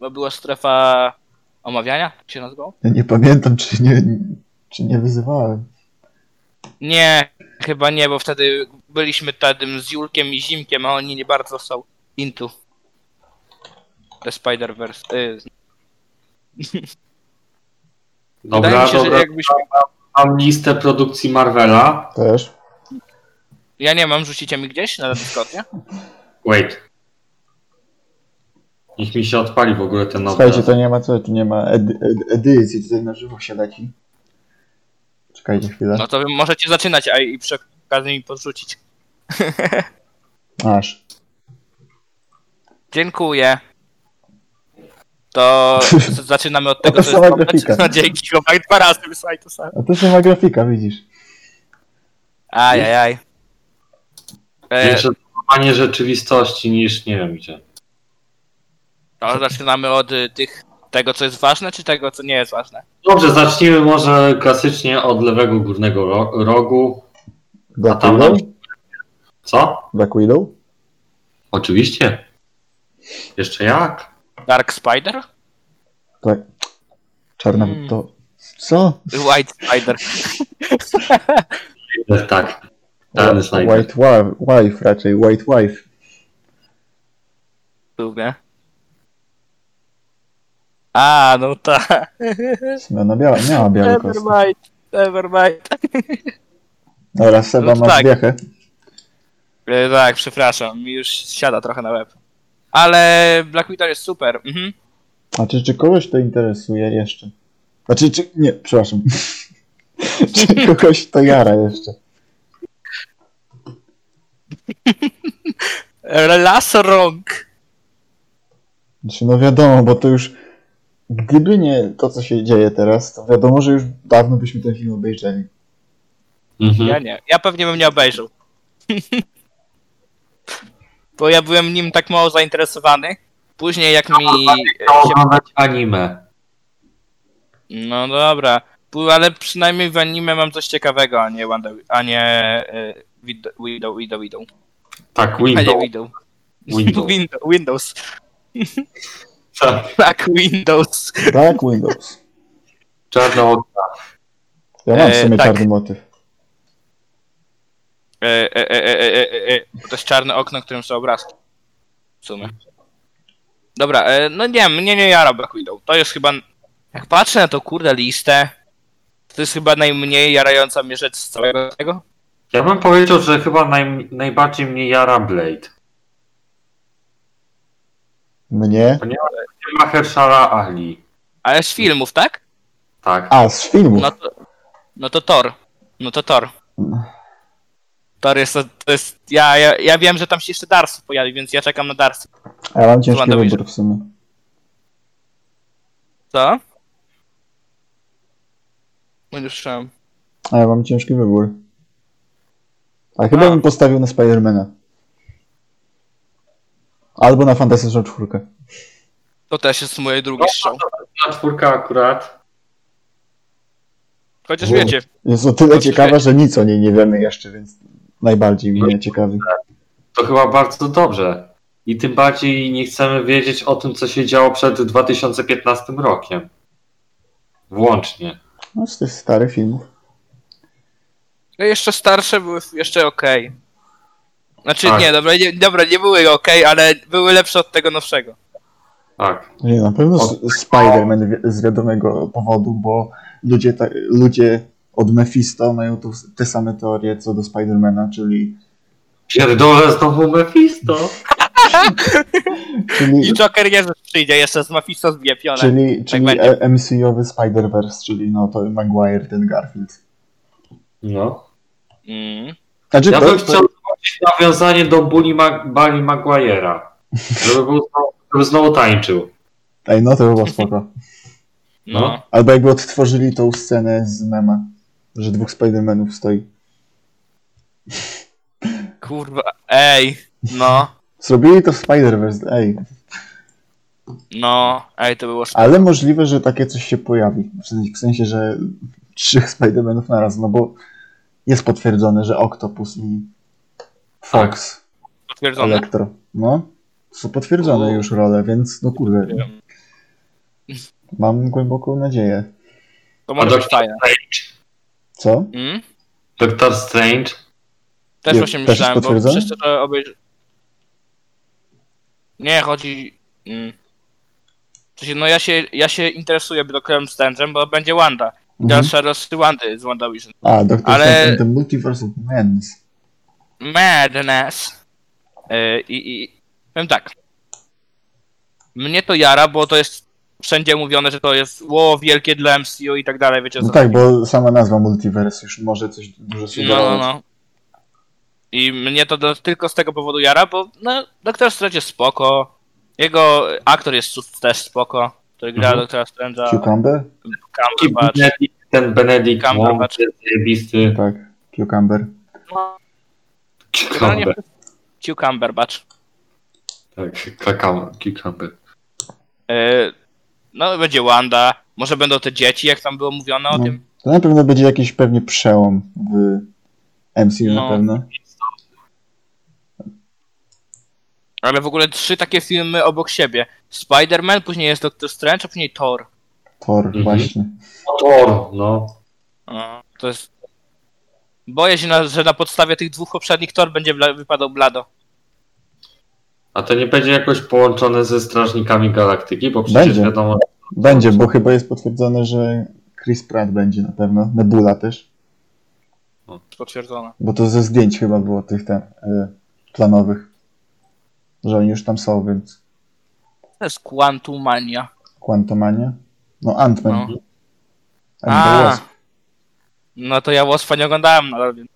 S2: To była strefa omawiania? Jak się nazywało?
S4: Ja nie pamiętam, czy nie, czy nie wyzywałem.
S2: Nie, chyba nie, bo wtedy byliśmy tym z Julkiem i Zimkiem, a oni nie bardzo są into The Spider-Verse. Y, Wydaje
S3: Dobra,
S2: mi się,
S3: dobra.
S2: że jakbyśmy...
S3: Mam listę produkcji Marvela.
S4: Też.
S2: Ja nie mam, rzucicie mi gdzieś na Discordzie?
S3: Tak. Wait. Niech mi się odpali w ogóle ten nowy.
S4: Słuchajcie, to nie ma co, tu nie ma edy, edy, edycji, tutaj na żywo się leci. Czekajcie chwilę.
S2: No to wy możecie zaczynać, a i przy okazji mi podrzucić.
S4: Aż.
S2: Dziękuję. To z- zaczynamy od
S4: To
S2: tego,
S4: ta sama
S2: co jest
S4: grafika.
S2: na dzięki. Chłopak dwa razy wysłaj to samo.
S4: A to sama grafika, widzisz.
S2: Ajajaj. E,
S3: Większe złamanie rzeczywistości niż nie wiem gdzie.
S2: to zaczynamy od y, tych, tego, co jest ważne, czy tego, co nie jest ważne?
S3: Dobrze, zacznijmy może klasycznie od lewego górnego ro- rogu. A
S4: Black
S3: tam
S4: Widow?
S3: nam... Co?
S4: Black Widow?
S3: Oczywiście. Jeszcze jak?
S2: Dark Spider?
S4: Tak. Czarna
S2: Mm.
S4: to... Co?
S2: White Spider.
S3: Tak. Ten slajd.
S4: White wa- Wife raczej, White Wife.
S2: Lubię. A, no tak.
S4: Ona No, biała, miała białe kostki.
S2: Nevermind, nevermind.
S4: Dobra, Seba
S2: No to
S4: ma
S2: tak.
S4: zbiechę.
S2: E, Tak, przepraszam, mi już siada trochę na łeb. Ale Black Widow jest super. Mhm.
S4: A czy, czy kogoś to interesuje jeszcze? Znaczy, czy... Nie, przepraszam. czy kogoś to jara jeszcze?
S2: Las rąk.
S4: Znaczy, no wiadomo, bo to już... Gdyby nie to, co się dzieje teraz, to wiadomo, że już dawno byśmy ten film obejrzeli.
S2: Ja
S3: Mhm.
S2: nie, ja pewnie bym nie obejrzał. Bo ja byłem nim tak mało zainteresowany. Później jak mi... e,
S3: Chciał
S2: się-
S3: oglądać anime.
S2: No dobra, Pu- ale przynajmniej w anime mam coś ciekawego, a nie Wanda, a nie e, Widow, Widow, Widow, Widow.
S3: Tak,
S2: A nie
S3: Windows.
S2: Widow.
S3: Window.
S2: Window- Windows.
S3: Tak.
S2: Tak, Windows.
S4: Black Tak, Windows.
S3: Czarno.
S4: Ja mam w
S2: E,
S4: sumie
S2: tak.
S4: czarny motyw.
S2: E, e, e, e, e, e, e. To jest czarne okno, w którym są obrazki. W sumie. Dobra, e, no nie, mnie nie jara Black Widow. To jest chyba... Jak patrzę na to kurde listę, to jest chyba najmniej jarająca mnie rzecz z całego tego.
S3: Ja bym powiedział, że chyba naj, najbardziej mnie jara Blade.
S4: Mnie?
S3: Chyba Hershara Ali.
S2: Ale z filmów, tak?
S3: Tak.
S4: A, z filmu.
S2: No to, no to Thor. No to Thor. Thor jest... To jest ja, ja, ja wiem, że tam się jeszcze Darcy pojawi, więc ja czekam na Darcy.
S4: A ja mam ciężki
S2: Wandavision.
S4: wybór w sumie.
S2: Co? No nie słyszałem.
S4: A ja mam ciężki wybór. A chyba
S2: A.
S4: bym postawił na Spidermana. Albo na Fantastyczną Czwórkę.
S2: To też jest moje drugie strzał.
S3: Ta czwórka akurat.
S2: Chociaż
S4: Wow.
S2: wiecie,
S4: Jest o tyle
S2: Znaczy,
S4: ciekawa,
S2: wie-
S4: że nic o niej nie wiemy jeszcze, więc najbardziej
S2: No
S4: mnie ciekawi.
S3: To chyba bardzo dobrze. I tym bardziej nie chcemy wiedzieć o tym, co się działo przed 2015 rokiem. Włącznie.
S4: No z tych starych filmów.
S2: no jeszcze starsze były f- jeszcze okej. Znaczy
S3: Tak.
S2: nie, dobra nie, dobra, nie były okej, ale były lepsze od tego nowszego.
S3: Tak.
S4: Nie, na pewno s- Spider-Man wi- z wiadomego powodu, bo ludzie, ta, ludzie od Mephisto mają tu s- te same teorie co do Spidermana, czyli,
S3: Pierdolę znowu Mephisto.
S4: czyli,
S2: I Joker Jezus przyjdzie jeszcze z Mafisto zgiepione.
S3: tak
S4: czyli, czyli
S2: będzie.
S4: e- MCU-owy Spider-Verse, czyli no to Maguire, ten Garfield.
S3: No.
S2: Mm.
S4: Znaczy,
S3: Ja
S4: to-
S3: bym
S4: to-
S3: chciał zobaczyć nawiązanie do Bully Mag- Bali Maguire'a. Żeby, był znowu, żeby znowu tańczył.
S4: Ej, no to by było spoko.
S2: No.
S3: No.
S4: Albo jakby odtworzyli tą scenę z mema, że dwóch Spider-Manów stoi.
S2: Kurwa, no, ej, no.
S4: Zrobili to w Spider-Verse, ej.
S2: No, ej, to było szkoda.
S4: Ale możliwe, że takie coś się pojawi. W sensie- W sensie, że trzech Spider-Manów naraz, no bo jest potwierdzone, że Octopus i Fox,
S2: Tak. Potwierdzone.
S4: Elektro, no, są potwierdzone
S2: U.
S4: już role, więc no kurde, mam głęboką nadzieję.
S2: To
S3: A
S2: może być
S3: Doctor
S2: tajne.
S3: Strange?
S4: Co?
S2: Mm?
S3: Doctor Strange?
S2: Też
S4: Nie,
S2: właśnie
S4: też jest
S2: myślałem, bo
S4: potwierdzone?
S2: przecież to obejrzy... Nie, chodzi... Mm. W sensie, no ja się, ja się interesuję Brokerem Strange'em, bo będzie Wanda.
S4: Mhm.
S2: Dalsza rozsy Wandy z WandaVision.
S4: A, Doctor
S2: Ale-
S4: Strange and the Multiverse of Madness.
S2: Madness. Yy, I, i powiem tak. Mnie to jara, bo to jest wszędzie mówione, że to jest ło wielkie dla MCU i tak dalej, wiecie
S4: No
S2: co.
S4: tak, bo sama nazwa Multiverse już może coś dużo się
S2: No, no, no. I mnie to do, tylko z tego powodu jara, bo no, Doktor Strange jest spoko. Jego aktor jest su- też spoko, który gra
S3: Mhm.
S2: Doktora Strange'a.
S4: Cucumber?
S3: I
S2: Cumberbatch.
S3: Benedict, ten Benedict
S2: Cumberbatch.
S3: Wong, ten zajebisty
S4: Tak, Cucumber.
S2: Generalnie
S3: cucumber.
S2: Cumberbatch.
S3: Tak, kakao, cucumber.
S2: E, No, będzie Wanda, może będą te dzieci, jak tam było mówione o
S4: No.
S2: tym.
S4: To na pewno będzie jakiś pewnie przełom w MCU na
S2: No.
S4: pewno.
S2: Ale w ogóle trzy takie filmy obok siebie. Spider-Man, później jest Doctor Strange, a później Thor.
S4: Thor
S3: Mhm.
S4: właśnie.
S3: Thor, no.
S2: No, to jest... Boję się, na, że na podstawie tych dwóch poprzednich Thor będzie bla- wypadał blado.
S3: A to nie będzie jakoś połączone ze Strażnikami Galaktyki, bo przecież
S4: Będzie.
S3: wiadomo,
S4: Będzie, bo chyba jest potwierdzone, że Chris Pratt będzie na pewno. Nebula też.
S2: Potwierdzone.
S4: Bo to ze zdjęć chyba było tych tam y, planowych. Że oni już tam są, więc
S2: To jest Quantumania.
S4: Quantumania. No Ant-Man.
S2: No.
S4: And the
S2: A.
S4: Wasp.
S2: No to ja Waspa nie oglądałem no, nadal, więc...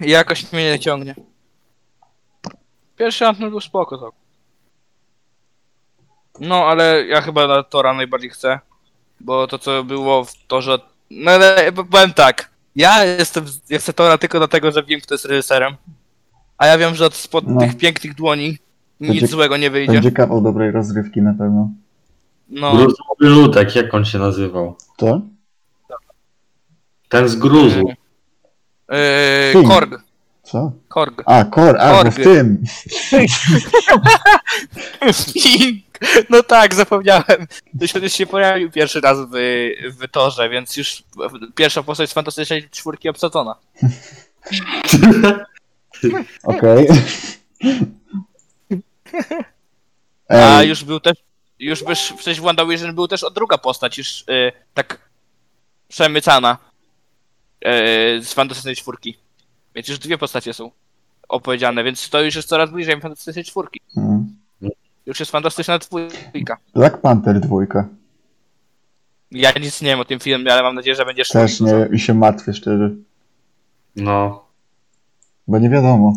S2: Jakoś mnie nie ciągnie. Pierwszy Antman był spoko, tak. No, ale ja chyba na Tora najbardziej chcę. Bo to, co było w Torze... No, ale p- powiem tak. Ja jestem... Ja chcę Tora tylko dlatego, że wiem, kto jest reżyserem. A ja wiem, że od spod
S4: No.
S2: tych pięknych dłoni nic
S4: Będzie-
S2: złego nie wyjdzie.
S4: Będzie kawał dobrej rozrywki na pewno.
S2: No,
S3: gruzowy ludek, jak on się nazywał?
S4: To?
S3: Ten z gruzu.
S2: yy,
S4: Film.
S2: Korg.
S4: Co?
S2: Korg.
S4: A, Kor, a bo w
S2: Korby.
S4: tym.
S2: Pink! No tak, zapomniałem. To się, się pojawił pierwszy raz w, w torze, więc już pierwsza postać z fantastycznej czwórki obsadzona.
S4: Okej.
S2: A
S4: Ej,
S2: już był też. Już byś, przecież w WandaVision był też od druga postać, już y, tak przemycana y, z fantastycznej czwórki. Więc już dwie postacie są opowiedziane, więc to już jest coraz bliżej fantastycznej czwórki.
S4: mm.
S2: Już jest fantastyczna dwójka.
S4: Black Panther dwójka.
S2: Ja nic nie wiem o tym filmie, ale mam nadzieję, że będziesz.
S4: Też nie, i się martwię szczerze.
S3: No.
S4: Bo nie wiadomo.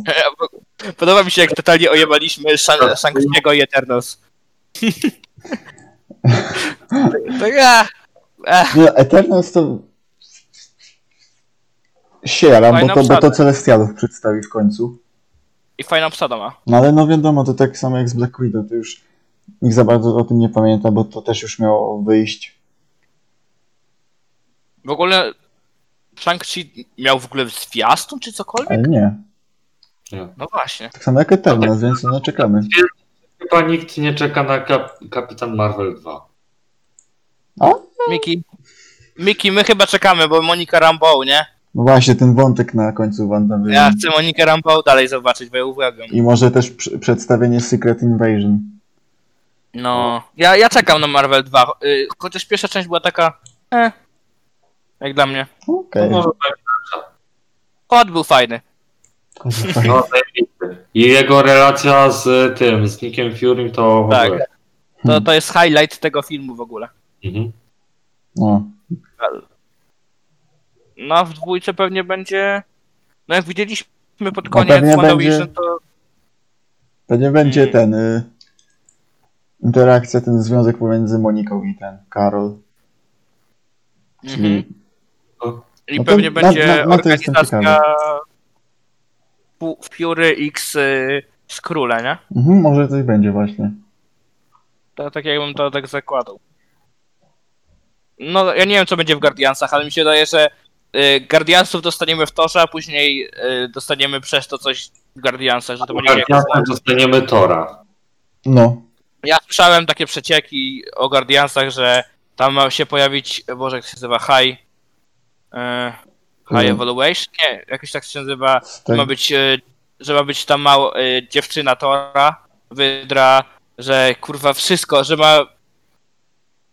S2: Podoba mi się, jak totalnie ojebaliśmy Shang- Shang-Chi'ego i Eternos. to ja... Ech,
S4: No, Eternals to... Sieram,
S2: Fajna
S4: bo to, bo to
S2: obsada.
S4: Celestialów przedstawi w końcu.
S2: I fajna obsada ma.
S4: No ale no wiadomo, to tak samo jak z Black Widow, to już nikt za bardzo o tym nie pamięta, bo to też już miało wyjść.
S2: W ogóle Shang-Chi miał w ogóle zwiastun czy cokolwiek?
S4: Ale nie.
S2: No właśnie.
S4: Tak samo jak Eternals, więc no czekamy.
S3: Chyba nikt nie czeka na Kap- Kapitan Marvel 2.
S2: Miki. Miki, my chyba czekamy, bo Monika Rambeau, nie?
S4: No właśnie, ten wątek na końcu Wanda wyjdzie.
S2: Ja chcę Monikę Rambeau dalej zobaczyć, bo ja uwielbiam.
S4: I może też pr- przedstawienie Secret Invasion.
S2: No. Ja, ja czekam na Marvel 2, y, chociaż pierwsza część była taka... Eh, jak dla mnie.
S4: Okej.
S3: No,
S2: tak. Kod był fajny.
S4: Okay.
S3: no zajebisty. I jego relacja z y, tym, z Nickiem Fury to w
S2: Tak.
S3: ogóle.
S2: To, to jest highlight tego filmu w ogóle.
S3: Mhm.
S4: No.
S2: No, a w dwójce pewnie będzie. No, jak widzieliśmy pod
S4: No,
S2: koniec
S4: pewnie
S2: WandaVision,
S4: będzie-
S2: to.
S4: To nie będzie
S2: Mm.
S4: ten... Y- interakcja, ten związek pomiędzy Moniką i ten Karol. Czyli
S2: Mhm. I
S4: No to
S2: pewnie
S4: na-
S2: będzie
S4: na- na to jestem
S2: organizacja. Fu- Fury X y, z króla, nie?
S4: Mhm, może coś będzie właśnie.
S2: To, tak jakbym to tak zakładał. No, ja nie wiem, co będzie w Guardiansach, ale mi się wydaje, że y, Guardiansów dostaniemy w torze, a później y, dostaniemy przez to coś w Guardiansach, że to będzie jak...
S3: Guardianem dostaniemy Tora.
S4: No.
S2: Ja słyszałem takie przecieki o Guardiansach, że tam ma się pojawić, boże, jak się nazywa, High... y, High
S4: Mhm.
S2: Evaluation? Nie, jakoś tak się nazywa...
S4: Z
S2: ma
S4: tej...
S2: być, e, że ma być tam mała e, dziewczyna Tora, wydra, że kurwa wszystko, że ma.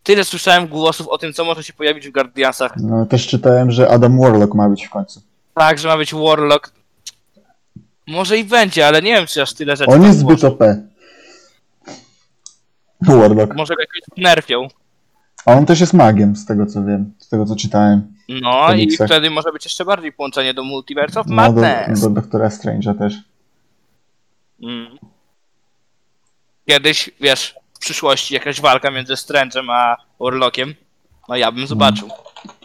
S2: Tyle słyszałem głosów o tym, co może się pojawić w Guardiansach.
S4: no, też czytałem, że Adam Warlock ma być w końcu.
S2: Tak, że ma być Warlock. Może i będzie, ale nie wiem, czy aż tyle rzeczy.
S4: On
S2: tam
S4: jest
S2: było.
S4: zbyt OP. Warlock.
S2: Może go jakoś nerfią.
S4: A on też jest magiem, z tego co wiem, z tego co czytałem.
S2: No i
S4: Komiksach.
S2: wtedy może być jeszcze bardziej połączenie do Multiverse of
S4: No, do,
S2: Madness.
S4: do doktora Strange'a też.
S2: Mm. Kiedyś, wiesz, w przyszłości jakaś walka między Strange'em a Warlockiem. No ja
S4: Mm.
S2: bym zobaczył.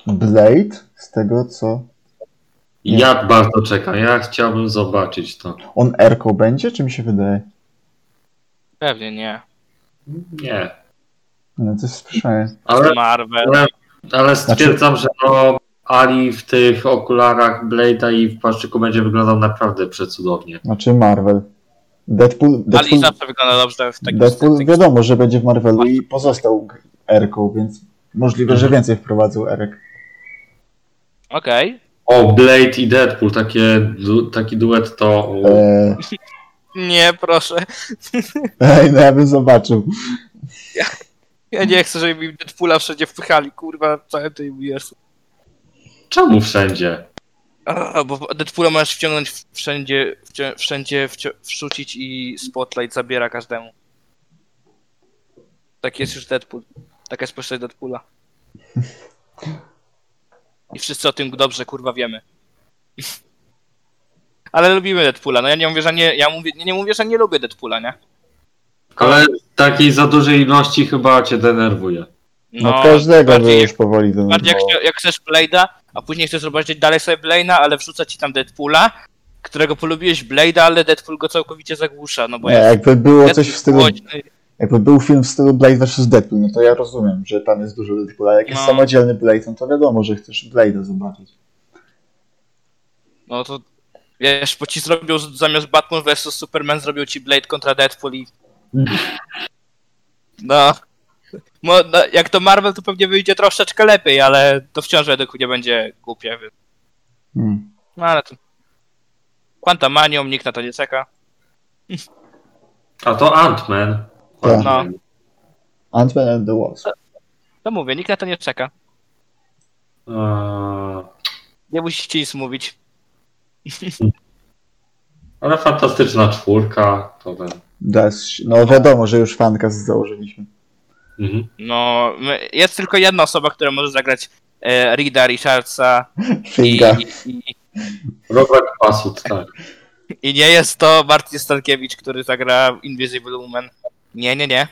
S4: Blade, z tego co.
S3: Jak bardzo czekam, ja chciałbym zobaczyć to.
S4: On Erko będzie, czy mi się wydaje?
S2: Pewnie nie.
S3: Nie.
S4: No, coś słyszałem.
S3: Ale,
S2: Marvel.
S3: ale, ale stwierdzam, że no, Ali w tych okularach Blade'a i w płaszczyku będzie wyglądał naprawdę przecudownie.
S4: Znaczy Marvel. Deadpool.
S2: Ali
S4: Deadpool,
S2: zawsze wygląda dobrze tak w takich
S4: Deadpool
S2: sytuacjach.
S4: wiadomo, że będzie w Marvelu i pozostał g- Erką, więc możliwe,
S2: Mhm.
S4: że więcej wprowadzą Erek.
S2: Okej.
S3: O, Blade i Deadpool, takie, du, taki duet to...
S2: No.
S4: Eee,
S2: Nie, proszę.
S4: ej, no ja bym zobaczył.
S2: Ja nie chcę, żeby mi Deadpoola wszędzie wpychali, kurwa, w całym tej uniwersum.
S3: Czemu wszędzie?
S2: A, Bo Deadpoola możesz wciągnąć w- wszędzie, wcią- wszędzie wcią- wrzucić i spotlight zabiera każdemu. Tak jest już Deadpool. Taka jest postać Deadpoola. I wszyscy o tym dobrze, kurwa, wiemy. Ale lubimy Deadpoola. No ja nie mówię, że nie, ja mówię, nie, nie mówię, że nie lubię Deadpoola, nie?
S3: Ale takiej za dużej ilości chyba cię denerwuje.
S4: No, każdego by
S2: bardziej,
S4: już powoli do
S2: bardziej jak, chcia- jak chcesz Blade'a, a później chcesz zobaczyć dalej sobie Blade'a, ale wrzuca ci tam Deadpoola, którego polubiłeś Blade'a, ale Deadpool go całkowicie zagłusza, no bo
S4: Nie,
S2: jest
S4: jakby było coś
S2: Deadpool
S4: w stylu.
S2: głośny.
S4: Jakby był film w stylu Blade vs Deadpool, no to ja rozumiem, że tam jest dużo Deadpoola. Jak jest
S2: No.
S4: samodzielny Blade, no to wiadomo, że chcesz Blade'a zobaczyć.
S2: No to wiesz, bo ci zrobił z- zamiast Batman vs Superman zrobił ci Blade kontra Deadpool i... No. Mo, no, jak to Marvel, to pewnie wyjdzie troszeczkę lepiej, ale to wciąż według mnie będzie głupie, więc...
S4: Hmm.
S2: No ale to... Quantumanium, nikt na to nie czeka.
S3: A to Ant-Man.
S4: Tak.
S2: No.
S4: Ant-Man and the Wasp.
S2: To mówię, nikt na to nie czeka. No.
S3: Eee,
S2: Nie musicie nic mówić.
S3: Ale fantastyczna czwórka. To ten.
S4: Das- No wiadomo, że już fanka założyliśmy.
S3: Mhm.
S2: No, my- jest tylko jedna osoba, która może zagrać e, Rida Richardsa i,
S4: Finga.
S2: i,
S3: Robert Pasut, tak.
S2: i nie jest to Marcin Stankiewicz, który zagra w Invisible Woman. Nie, nie, nie.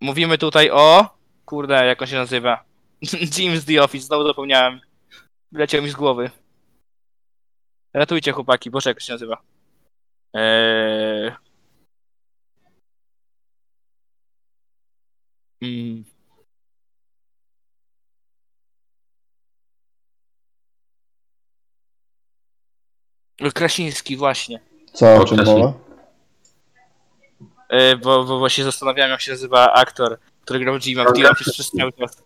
S2: Mówimy tutaj o... Kurde, jak on się nazywa? Jim z The Office, znowu zapomniałem. Leciał mi z głowy. Ratujcie chłopaki, boże jak on się nazywa. Eee... Mm. Krasiński właśnie.
S4: Co o
S3: O,
S4: czym
S3: też
S4: mowa?
S2: E, bo, bo właśnie zastanawiałem, jak się nazywa aktor, który grał Jima w The Office przez cały czas.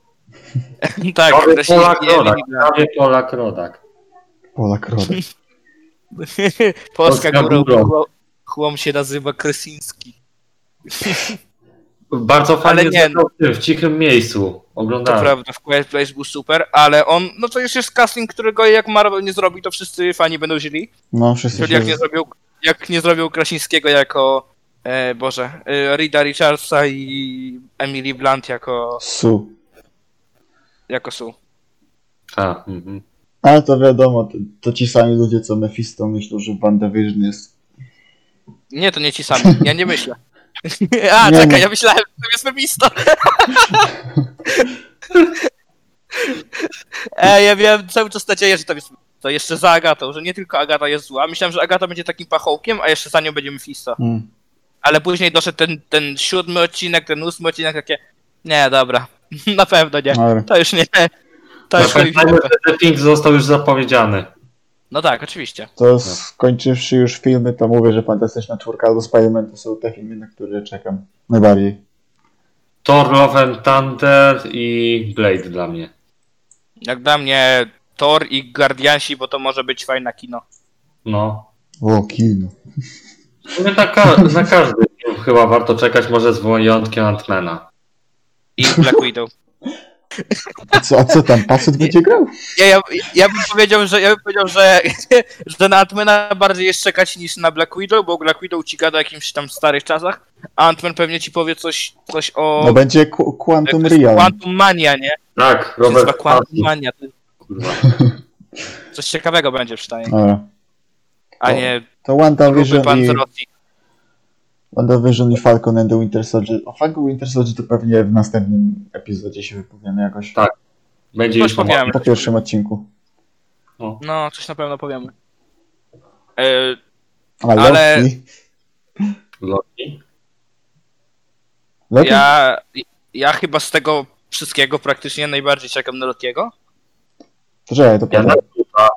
S2: tak,
S3: Prawie
S2: Krasiński
S3: Polak
S2: nie
S3: Rodak.
S2: wiem,
S3: Prawie Polak Rodak.
S4: Polak Rodek.
S2: Polska
S3: Polska
S2: górą,
S3: górą.
S2: chłom- chłom się nazywa Krasiński.
S3: Bardzo
S2: Ale
S3: fajnie
S2: nie, no.
S3: zagrał w tym, w cichym miejscu.
S2: To
S3: Oglądałem.
S2: prawda, w Quiet Place był super, ale on, no to jest jest casting, którego jak Marvel nie zrobi, to wszyscy fani będą źli.
S4: No wszyscy
S2: Czyli
S4: się...
S2: jak nie zrobił, jak nie zrobił Krasińskiego jako, e, Boże, e, Rida Richardsa i Emily Blunt jako,
S4: Su.
S2: jako Sue.
S3: Tak. Mhm.
S4: Ale to wiadomo, to, to ci sami ludzie co Mephisto myślą, że WandaVision jest...
S2: Nie, to nie ci sami. Ja nie myślę. A,
S4: Nie,
S2: czekaj,
S4: nie.
S2: ja myślałem, że to jest feminista. Ej, ja miałem cały czas nadzieję, że to jest to jeszcze za Agatą, że nie tylko Agata jest zła. Myślałem, że Agata będzie takim pachołkiem, a jeszcze za nią będzie Mephisto.
S4: Mm.
S2: ale później doszedł ten, ten siódmy odcinek, ten ósmy odcinek, takie, nie, dobra, na pewno nie,
S4: Dobra.
S2: to już nie, to już chodzi w
S3: Pamiętajmy,
S2: dupę.
S3: Znaczy, że The Thing został już zapowiedziany.
S2: No tak, oczywiście.
S4: To skończywszy już filmy, to mówię, że Fantastyczna Czwórka albo Spider-Man to są te filmy, na które czekam najbardziej.
S3: Thor Love and Thunder i Blade dla mnie.
S2: Jak dla mnie Thor i Guardiansi, bo to może być fajne kino.
S3: No.
S4: O, kino.
S3: Mówię, Na, ka- na każdy film chyba warto czekać, może z wyjątkiem Antmana.
S2: I Black Widow.
S4: A co, a co tam, Paset będzie grał?
S2: Ja, ja, ja bym powiedział, że ja bym powiedział, że, że na Antmana bardziej jest czekać niż na Black Widow, bo Black Widow ci gada o jakimś tam starych czasach, a Antman pewnie ci powie coś, coś o
S4: No będzie Qu- Quantum
S2: jakoś
S4: Real.
S2: Quantum Mania, nie?
S3: Tak,
S2: To się nazywa
S3: Robert
S2: Quantum
S3: Pattinson,
S2: Mania. to
S3: kurwa.
S2: Coś ciekawego będzie przynajmniej,
S4: Dobra.
S2: a nie
S4: To
S2: grupy
S4: WandaVision No, i,
S2: Panzerotti.
S4: WandaVision i Falcon and the Winter Soldier. O Falcon Winter Soldier to pewnie w następnym epizodzie się wypowiemy jakoś.
S3: Tak. Będzie
S2: Coś
S3: już
S2: powiem.
S4: Po pierwszym odcinku.
S2: No, coś na pewno powiemy. E,
S4: A Loki?
S2: Ale-
S3: Loki.
S4: Loki?
S2: ja, ja chyba z tego wszystkiego praktycznie najbardziej czekam na Lokiego,
S4: To czekaj, to
S3: Ja
S4: potem.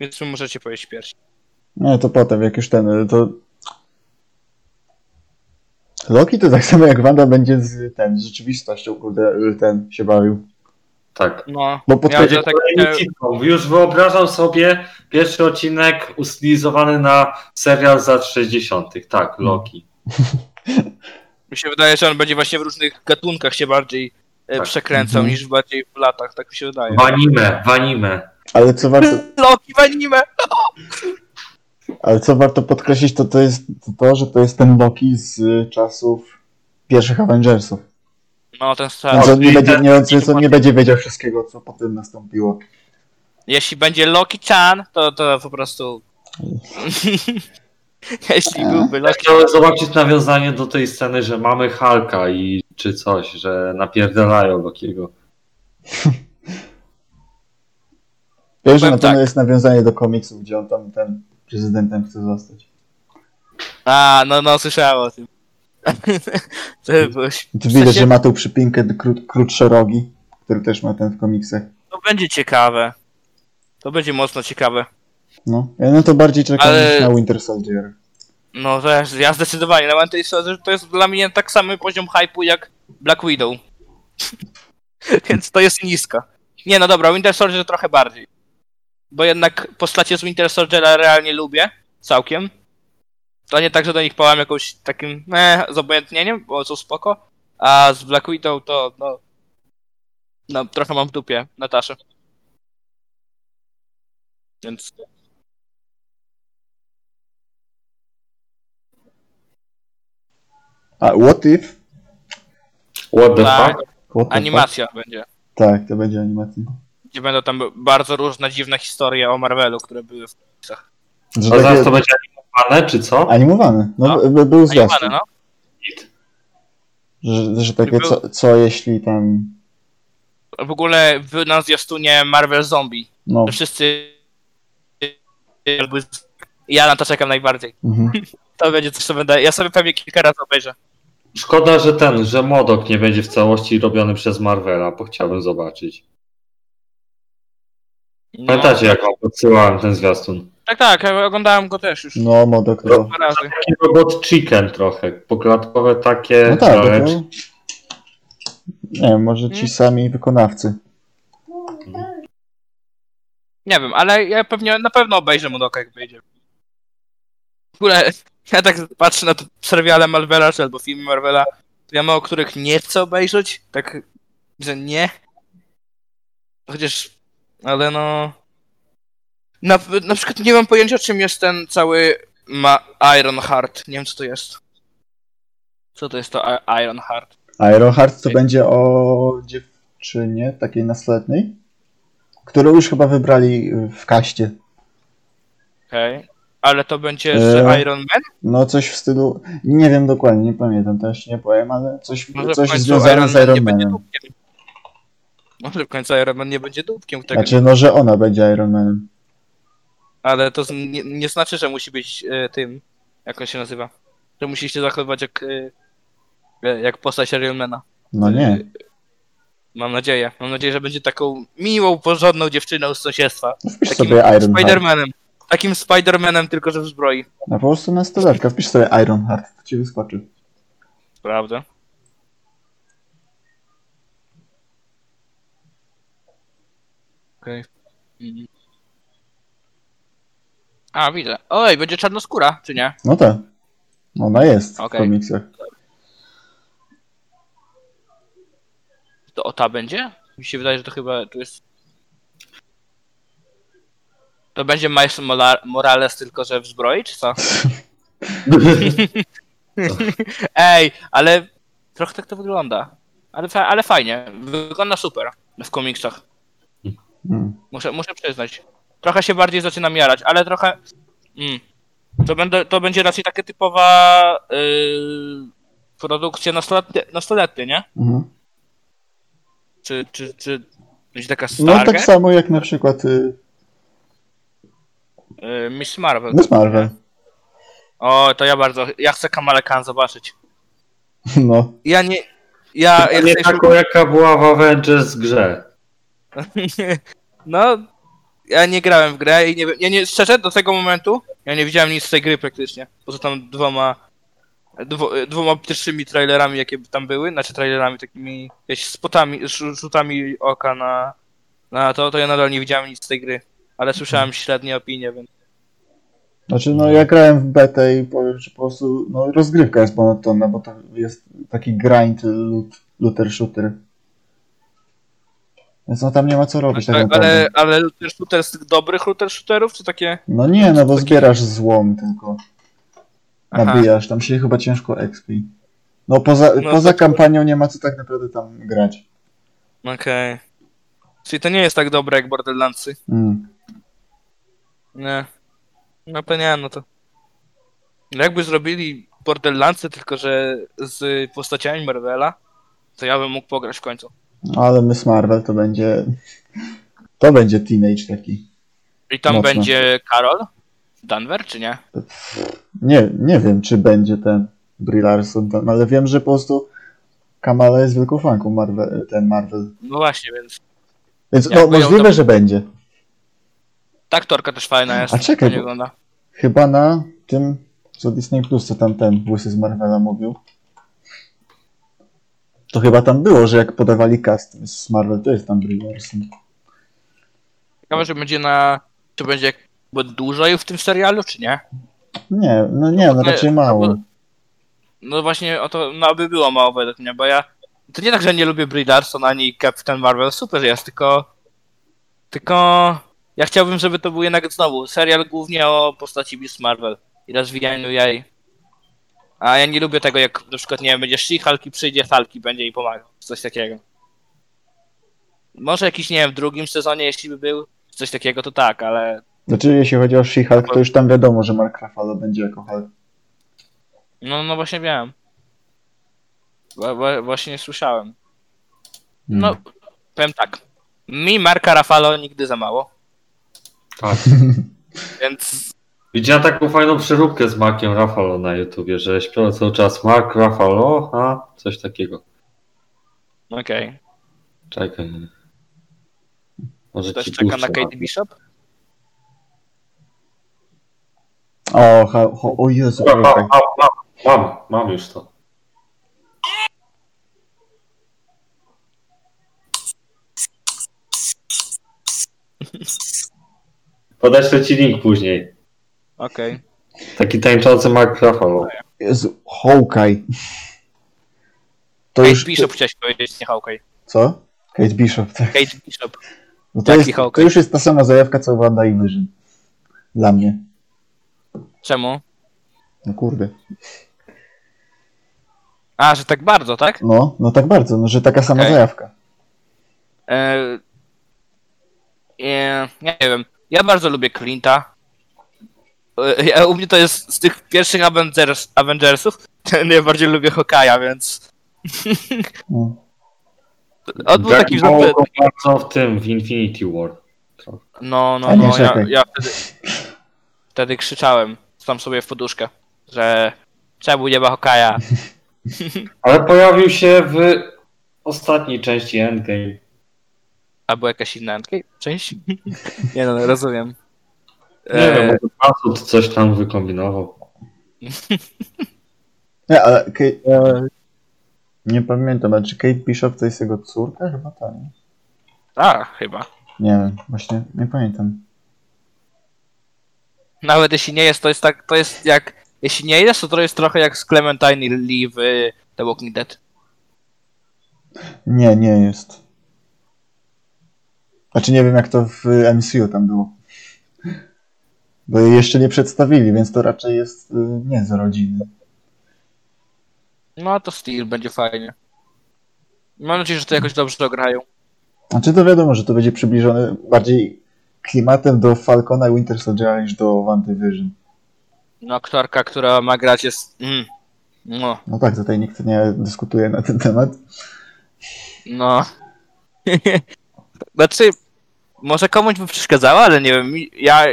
S2: więc wy możecie powiedzieć pierwszy.
S4: Nie, to potem, jak już ten, to... Loki to tak samo jak Wanda będzie z, ten, z rzeczywistością, kurde, ten się bawił.
S3: Tak.
S2: No,
S4: Bo podpowiedzi-
S2: ja tak,
S3: Kolejny sitcom. Już wyobrażam sobie pierwszy odcinek ustylizowany na serial z lat 60. Tak, Loki.
S2: mi się wydaje, że on będzie właśnie w różnych gatunkach się bardziej e,
S3: Tak.
S2: przekręcał
S4: Mhm.
S2: niż bardziej w latach, tak mi się wydaje.
S3: W anime, w anime.
S4: Ale co warto,
S2: Loki w anime!
S4: ale co warto podkreślić, to to jest to, że to jest ten Loki z czasów pierwszych Avengersów.
S2: No, ten
S4: Więc
S2: stary.
S4: on nie
S3: czyli
S4: będzie,
S3: ten-
S4: nie, on, więc on nie będzie wiedział wszystkiego, co potem nastąpiło.
S2: Jeśli będzie Loki-chan, to, to po prostu...
S4: E.
S2: Jeśli byłby
S3: Ja
S2: Loki...
S3: chciałem zobaczyć nawiązanie do tej sceny, że mamy Halka i czy coś, że napierdalają Lokiego.
S4: Wiem, że
S2: Powiem
S4: na pewno
S2: tak.
S4: jest nawiązanie do komiksów, gdzie on tam ten prezydentem chce zostać.
S2: A, no, no, słyszałem o tym. to było...
S4: Tu
S2: W sensie-
S4: widać, że ma tą przypinkę do krót, krótszorogi, który też ma ten w komiksach.
S2: To będzie ciekawe. To będzie mocno ciekawe.
S4: No, ja no to bardziej czekam
S2: Ale-
S4: niż na Winter Soldier.
S2: No, też, ja zdecydowanie. Na tej stronie to jest dla mnie tak sam poziom hypu jak Black Widow. Więc to jest nisko. Nie, no dobra, Winter Soldier trochę bardziej. Bo jednak postacie z Winter Soldiera realnie lubię. Całkiem. To nie tak, że do nich pałam jakąś takim eh, zobojętnieniem, bo są spoko. A z Black Widow to, no... No, trochę mam w dupie Nataszę. Więc...
S4: A What If?
S3: What the
S2: Tak,
S3: fuck?
S4: What the
S2: animacja będzie.
S4: fuck? Tak, to będzie animacja.
S2: gdzie będą tam bardzo różne dziwne historie o Marvelu, które były w
S4: Że
S3: A zaraz
S4: takie-
S3: to będzie animowane, czy co?
S4: Animowane. No,
S2: No.
S4: b- b- był
S2: animowane,
S4: zwiastun.
S2: no.
S4: Że, że takie,
S2: Był-
S4: co, co jeśli tam...
S2: W ogóle w, na zwiastunie Marvel Zombie,
S4: No,
S2: że wszyscy ja na to czekam najbardziej.
S4: mhm.
S2: To będzie coś, co będę, ja sobie pewnie kilka razy obejrzę.
S3: Szkoda, że ten, że Modok nie będzie w całości robiony przez Marvela, bo chciałbym zobaczyć.
S2: No.
S3: Pamiętacie, jak wam podsyłałem ten zwiastun?
S2: Tak, tak, ja oglądałem go też już
S4: no Modok to...
S2: dwa razy.
S3: Taki robot chicken trochę, poklatkowe takie,
S4: No tak,
S3: ale
S4: bo to... Nie wiem, może ci
S2: Hmm?
S4: sami wykonawcy.
S2: Nie wiem, ale ja pewnie, na pewno obejrzę Modoka, jak wyjdzie. W ogóle, ja tak patrzę na te seriale Marvela, czy albo filmy Marvela, to ja mało których nie chcę obejrzeć, tak, że nie. Chociaż, ale no... Na, na przykład nie mam pojęcia, czym jest ten cały ma Iron Heart. Nie wiem, co to jest. Co to jest to I- Iron Heart?
S4: Ironheart to będzie o dziewczynie takiej nastoletniej, którą już chyba wybrali y, w kaście.
S2: Okej. Ale to będzie z
S4: Eee.
S2: Iron Man?
S4: No coś w stylu, nie wiem dokładnie, nie pamiętam, też nie powiem, ale coś,
S2: Może w
S4: coś
S2: końcu
S4: związane z
S2: nie
S4: Iron
S2: będzie
S4: Manem.
S2: dupkiem. Może w końcu Iron Man nie będzie dupkiem, tak,
S4: Znaczy, no, że ona będzie Iron Manem.
S2: ale to z- nie, nie znaczy, że musi być e, tym, jak on się nazywa, że musisz się zachowywać jak, y, jak postać Ironmana.
S4: No nie.
S2: Yy, Mam nadzieję. Mam nadzieję, że będzie taką miłą, porządną dziewczyną z sąsiedztwa.
S4: Wpisz
S2: Takim
S4: sobie Ironheart.
S2: Spidermanem. Takim Spidermanem, tylko że w zbroi.
S4: No po prostu na stolarka wpisz sobie Ironheart, to ci wyskoczy.
S2: Prawda? Okej. Mm. A, widzę. Oj, będzie czarnoskóra, czy nie?
S4: No tak. Ona jest
S2: Okej.
S4: w komiksach.
S2: To o ta będzie? Mi się wydaje, że to chyba tu jest. To będzie Miles Mola- Morales, tylko że w zbroi, czy co? Ej, ale trochę tak to wygląda. Ale, fa- ale fajnie. Wygląda super w komiksach.
S4: Mm.
S2: Muszę, muszę przyznać. Trochę się bardziej zaczynam jarać, ale trochę. Mm. To, będę, to będzie raczej taka typowa yy, produkcja nastoletnia, nastoletnia, nie?
S4: Mhm.
S2: Czy, czy, czy będzie taka
S4: No
S2: starga?
S4: tak samo jak na przykład y,
S2: Yy, Miss Marvel.
S4: Miss Marvel.
S2: O, to ja bardzo. Ja chcę Kamale Khan zobaczyć.
S4: No.
S2: Ja nie. Ja, ja
S3: A nie
S2: chcę
S3: taką, jaka była w Avengers grze.
S2: No, ja nie grałem w grę i nie wiem. Ja nie, szczerze, do tego momentu ja nie widziałem nic z tej gry praktycznie. Poza tam dwoma. Dwo, dwoma pierwszymi trailerami, jakie tam były, znaczy trailerami takimi jakieś spotami, rzu- rzutami oka na, na to, to ja nadal nie widziałem nic z tej gry. Ale słyszałem średnie opinie, więc.
S4: Znaczy, no ja grałem w betę i powiem, że po prostu no, rozgrywka jest monotonna, bo to jest taki grind loot, looter shooter. Więc no tam nie ma co robić tak
S2: Ale,
S4: naprawdę.
S2: ale, ale looter shooter z tych dobrych looter shooterów, czy takie.
S4: No nie, no bo
S2: Taki-
S4: zbierasz złom tylko.
S2: Aha.
S4: Nabijasz, tam się chyba ciężko XP. No poza,
S2: No
S4: poza
S2: tak.
S4: kampanią nie ma co tak naprawdę tam grać.
S2: Okej. Czyli to nie jest tak dobre jak Borderlandsy.
S4: Mm.
S2: Nie. No to nie, no to. No Jakby zrobili Borderlandsy, tylko że z postaciami Marvela, to ja bym mógł pograć w końcu.
S4: No, Ale Miss Marvel to będzie... To będzie teenage taki.
S2: I tam
S4: Mocno.
S2: będzie Karol? Danver, czy nie?
S4: Nie, nie wiem, czy będzie ten Brie Larson, ten, ale wiem, że po prostu Kamala jest wielką fanką Marvel, ten Marvel.
S2: No właśnie, więc.
S4: Więc
S2: Jak
S4: no,
S2: mówią,
S4: możliwe,
S2: to-
S4: że będzie.
S2: Ta aktorka też fajna jest.
S4: A czekaj,
S2: nie
S4: bo-
S2: wygląda.
S4: Chyba na tym, co Disney Plus, co tam ten łysy z Marvela mówił. To chyba tam było, że jak podawali cast z Marvel, to jest tam Brie Larson.
S2: Ciekawe, że będzie na. Czy będzie jakby dużo jej w tym serialu, czy nie?
S4: Nie, no nie, no
S2: Nie,
S4: raczej
S2: bo-
S4: mało.
S2: No właśnie o to, no by było mało według mnie, bo ja. To nie tak, że nie lubię Brie Larson ani Captain Marvel, super jest, tylko. Tylko. Ja chciałbym, żeby to był jednak znowu serial głównie o postaci Miss Marvel i rozwijaniu jej. A ja nie lubię tego, jak na przykład, nie wiem, będzie She-Hulk i przyjdzie Hulk i będzie jej pomagał. Coś takiego. Może jakiś, nie wiem, w drugim sezonie, jeśli by był, coś takiego, to tak, ale
S4: Znaczy, jeśli chodzi o She-Hulk, to już tam wiadomo, że Mark Ruffalo będzie jako Hulk.
S2: No, no właśnie wiem. Wa- wa- właśnie nie słyszałem. No,
S4: Mm.
S2: powiem tak. Mi Marka Rafalo nigdy za mało,
S3: Tak.
S2: więc
S3: Widziałem taką fajną przeróbkę z Markiem Rafalo na YouTubie, że śpiewa cały czas Mark Rafalo, a coś takiego.
S2: okej.
S3: Czekaj. Może
S2: Ktoś
S3: ci
S2: czeka na
S3: puszczę.
S2: Kate Bishop?
S4: O, ha, ho, o Jezu,
S3: Mam, mam,
S4: tak.
S3: mam, mam, mam już to. Podeślę ci link później.
S2: Okej.
S3: Taki tańczący Mark Ruffalo.
S4: Jezu, Hawkeye. To
S2: Kate
S4: już...
S2: Bishop chciałeś powiedzieć, nie Hawkeye.
S4: Co? Kate Bishop, tak.
S2: Kate Bishop.
S4: No to,
S2: Jaki
S4: jest, to
S2: Hawkeye?
S4: już jest ta sama zajawka, co Wanda i Vision. Dla mnie.
S2: Czemu?
S4: No kurde.
S2: A, że tak bardzo, tak?
S4: No, no tak bardzo, no że taka sama
S2: Okej.
S4: zajawka.
S2: E... E... Nie wiem. Ja bardzo lubię Clint'a. E... Ja, u mnie to jest z tych pierwszych Avengers... Avengersów. Ten najbardziej lubię Hokaja, więc.
S4: No.
S2: On był taki
S3: Brakowało
S2: zapy...
S3: go bardzo w tym, w Infinity War.
S2: No, no,
S4: A nie,
S2: no, ja,
S4: czekaj.
S2: ja wtedy, wtedy krzyczałem sam sobie w poduszkę, że Czemu nie ma Hokaja?
S3: Ale pojawił się w ostatniej części Endgame.
S2: Albo jakaś inna część? Nie no, rozumiem. E,
S3: Nie
S2: Eee.
S3: wiem, może Masud coś tam wykombinował.
S4: Nie, ale Kate... Nie pamiętam, ale czy Kate Bishop to jest jego córka? Chyba tak. nie?
S2: A, chyba.
S4: Nie wiem, właśnie nie pamiętam.
S2: Nawet jeśli nie jest, to jest tak, to jest jak... Jeśli nie jest, to to jest trochę jak z Clementine Lee w y, The Walking Dead.
S4: Nie, nie jest. Znaczy nie wiem jak to w MCU tam było. Bo jej jeszcze nie przedstawili, więc to raczej jest y, nie z rodziny.
S2: No to Steel będzie fajnie. Mam nadzieję, że to jakoś dobrze ograją.
S4: Znaczy to wiadomo, że to będzie przybliżone bardziej klimatem do Falcona i Winter Soldiera niż do WandaVision.
S2: No aktorka, która ma grać jest... Mm, no,
S4: No tak, tutaj nikt nie dyskutuje na ten temat.
S2: no... znaczy, może komuś by przeszkadzała, ale nie wiem, mi- ja,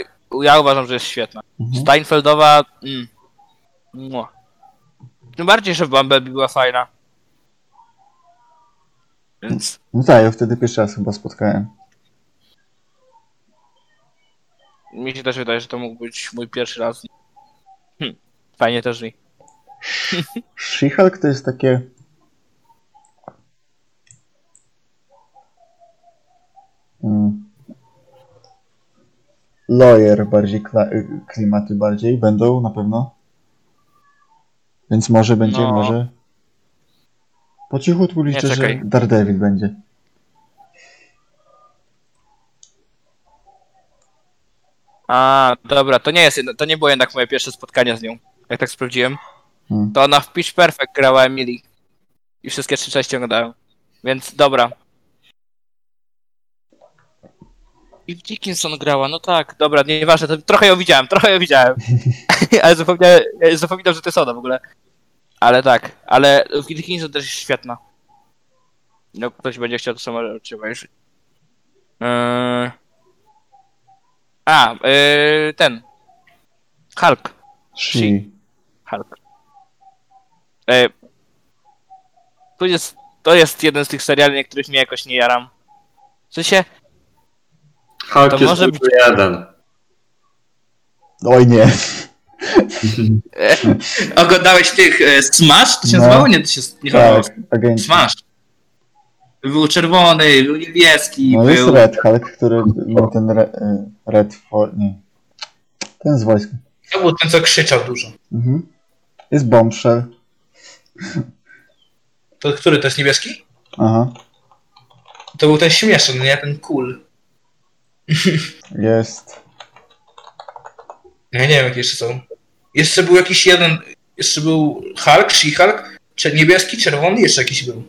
S2: ja uważam, że jest świetna.
S4: Mhm.
S2: Steinfeldowa. Mm. No. Tym bardziej, że Bumblebee była fajna. Więc.
S4: No tak, ja wtedy pierwszy raz chyba spotkałem.
S2: Mi się też wydaje, że to mógł być mój pierwszy raz. Hm. Fajnie też mi.
S4: She-Hulk to jest takie... Mm. Lawyer bardziej, kla- y, klimaty bardziej będą na pewno. Więc może będzie,
S2: No.
S4: może... Po cichutku liczę, że
S2: czekaj.
S4: Daredevil będzie.
S2: A, dobra, to nie jest. jedno- To nie było jednak moje pierwsze spotkanie z nią. Jak tak sprawdziłem.
S4: Hmm.
S2: To ona w Pitch Perfect grała Emily. I wszystkie trzy części oglądałem. Więc dobra. I w Dickinson grała, no tak, dobra, nieważne, to trochę ją widziałem, trochę ją widziałem. ale zapomniałem, ja zapominam, że to jest ona w ogóle. Ale tak, ale w Dickinson też jest świetna. No, ktoś będzie chciał to samo obejrzeć. Yy... A, yy, ten. Hulk.
S4: She.
S2: She. Hulk. E, to, jest, to jest jeden z tych seriali, na których mnie jakoś nie jaram. W sensie,
S3: Hulk
S2: To
S3: jest
S2: może
S3: może
S2: być-
S3: jeden.
S4: Oj nie.
S2: oglądałeś tych e, Smash? To się
S4: No.
S2: nazywało? Nie, to się nie nazywało.
S4: Tak, agenci.
S2: Smash. Był czerwony, był niebieski,
S4: No jest
S2: był...
S4: Red Hulk, który no, ten re, y, Red For... nie. Ten z wojska.
S2: To był ten, co krzyczał dużo.
S4: Mhm. Jest Bombshell.
S2: To który, to jest niebieski?
S4: Aha.
S2: To był ten śmieszny, nie? Ten cool.
S4: Jest.
S2: Ja nie wiem, jakie jeszcze są. Jeszcze był jakiś jeden... Jeszcze był Hulk, She-Hulk, czy niebieski, czerwony, jeszcze jakiś był.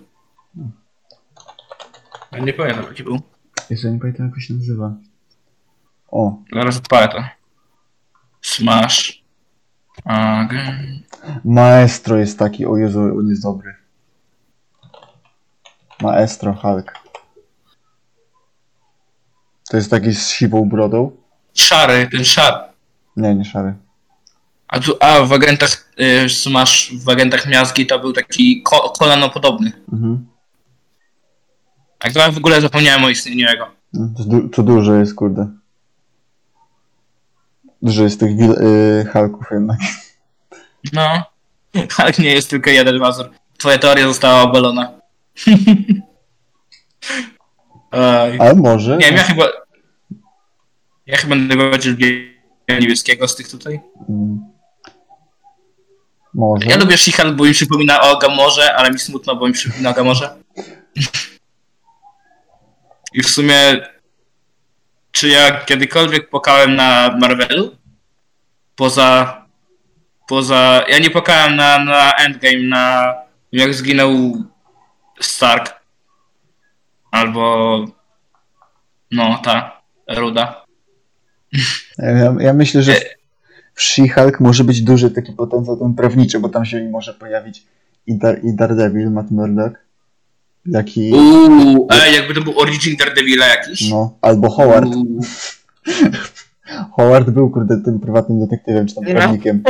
S2: Ja nie pamiętam, jaki był.
S4: Jeszcze nie pamiętam jak się nazywa. O.
S2: Zaraz odpalę to. Smash. Agen.
S4: Maestro jest taki, o Jezu, on jest dobry. Maestro Hulk. To jest taki z siwą brodą?
S2: Szary, ten szar.
S4: Nie, nie szary.
S2: A tu, a w agentach y, Smash, w agentach miazgi to był taki ko- kolano podobny.
S4: Mhm.
S2: A to ja w ogóle zapomniałem o istnieniu jego.
S4: No, To, du- to dużo jest, kurde. Dużo jest tych wil- y- Hulków jednak.
S2: No. Ale nie jest tylko jeden wazor. Twoja teoria została obalona. Ej.
S4: Ale może. no.
S2: nie wiem, ja chyba... Ja chyba najbardziej lubię niebieskiego z tych tutaj.
S4: Mm. Może.
S2: Ja lubię Shihan, bo mi przypomina o Gamorze, ale mi smutno, bo mi przypomina o Gamorze. I w sumie, czy ja kiedykolwiek płakałem na Marvelu? Poza, poza, ja nie płakałem na, na Endgame, na jak zginął Stark. Albo, no ta, Ruda.
S4: Ja, ja myślę, że w-
S2: E,
S4: w She-Hulk może być duży taki potencjał ten prawniczy, bo tam się może pojawić i, Dar- i Daredevil, Matt Murdock, jak i
S2: Uuu, ej, jakby to był Origin Daredevila jakiś.
S4: no, albo Howard.
S2: Uuu.
S4: Howard był, kurde, tym prywatnym detektywem czy tam
S2: No.
S4: prawnikiem.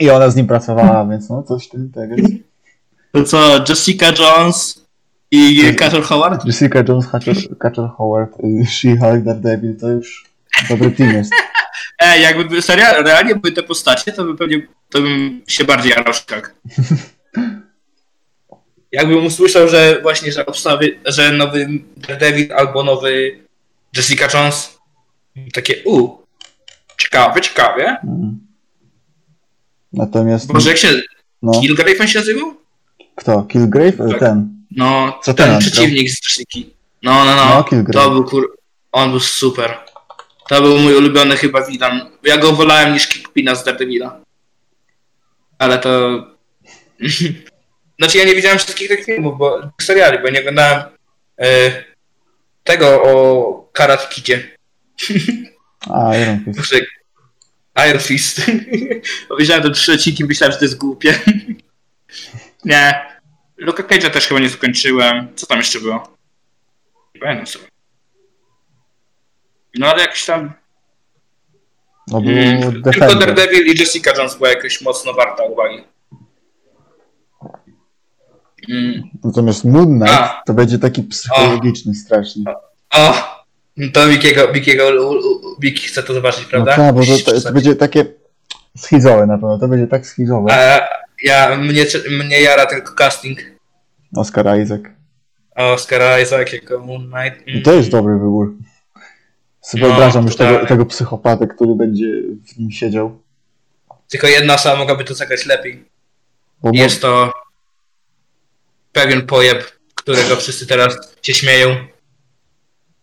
S4: I ona z nim pracowała, więc no coś w tym tego. jest.
S2: To co, Jessica Jones i e, Carter Howard?
S4: Jessica Jones, Catcher, Catcher Howard, y, She-Hulk, Daredevil, to już dobry team jest.
S2: E, jakby seria, realnie były te postacie, to by pewnie to bym się bardziej jarał szkak. Jakbym usłyszał, że właśnie, że, obstawi, że nowy Daredevil albo nowy Jessica Jones, takie u, ciekawe, ciekawe.
S4: Mm. Natomiast,
S2: Boże, jak się
S4: no,
S2: Kilgrave się nazywał?
S4: kto? Killgrave? Y,
S2: Tak.
S4: Ten.
S2: No,
S4: Co
S2: ten
S4: teraz,
S2: przeciwnik z Jessiki. No, no, no,
S4: No, Kilgrave.
S2: to był kur... on był super. To był mój ulubiony chyba Wilan. Ja go wolałem niż Kingpina z Daredevila. Ale to... znaczy ja nie widziałem wszystkich tych filmów, bo tych seriali, bo nie oglądałem e, tego o Karate Kidzie.
S4: A, Iron Fist.
S2: Boże, Iron Fist. Obejrzałem to trzy odcinki i myślałem, że to jest głupie. nie. Luka Cage'a też chyba nie zakończyłem. Co tam jeszcze było? Nie pamiętam sobie. No ale jakiś tam...
S4: No był
S2: Mm, tylko
S4: Defender.
S2: Daredevil i Jessica Jones była jakoś mocno warta uwagi. Mm.
S4: Natomiast Moon Knight
S2: A.
S4: to będzie taki psychologiczny strasznie. No
S2: O! To Mikiego, Mikiego, Miki chce to zobaczyć,
S4: No
S2: prawda?
S4: tak, bo
S2: Musisz
S4: to, to, to
S2: przestać.
S4: będzie takie schizowe na pewno, to będzie tak schizowe.
S2: A ja, mnie, mnie jara tylko casting.
S4: Oscar Isaac.
S2: Oscar Isaac jako Moon Knight. Mm.
S4: I to jest dobry wybór. Sobie
S2: No,
S4: wyobrażam już tego,
S2: totalnie.
S4: tego psychopatę, który będzie w nim siedział.
S2: Tylko jedna osoba mogłaby to zagrać lepiej.
S4: Bo mo-
S2: Jest to pewien pojeb, którego wszyscy teraz się śmieją.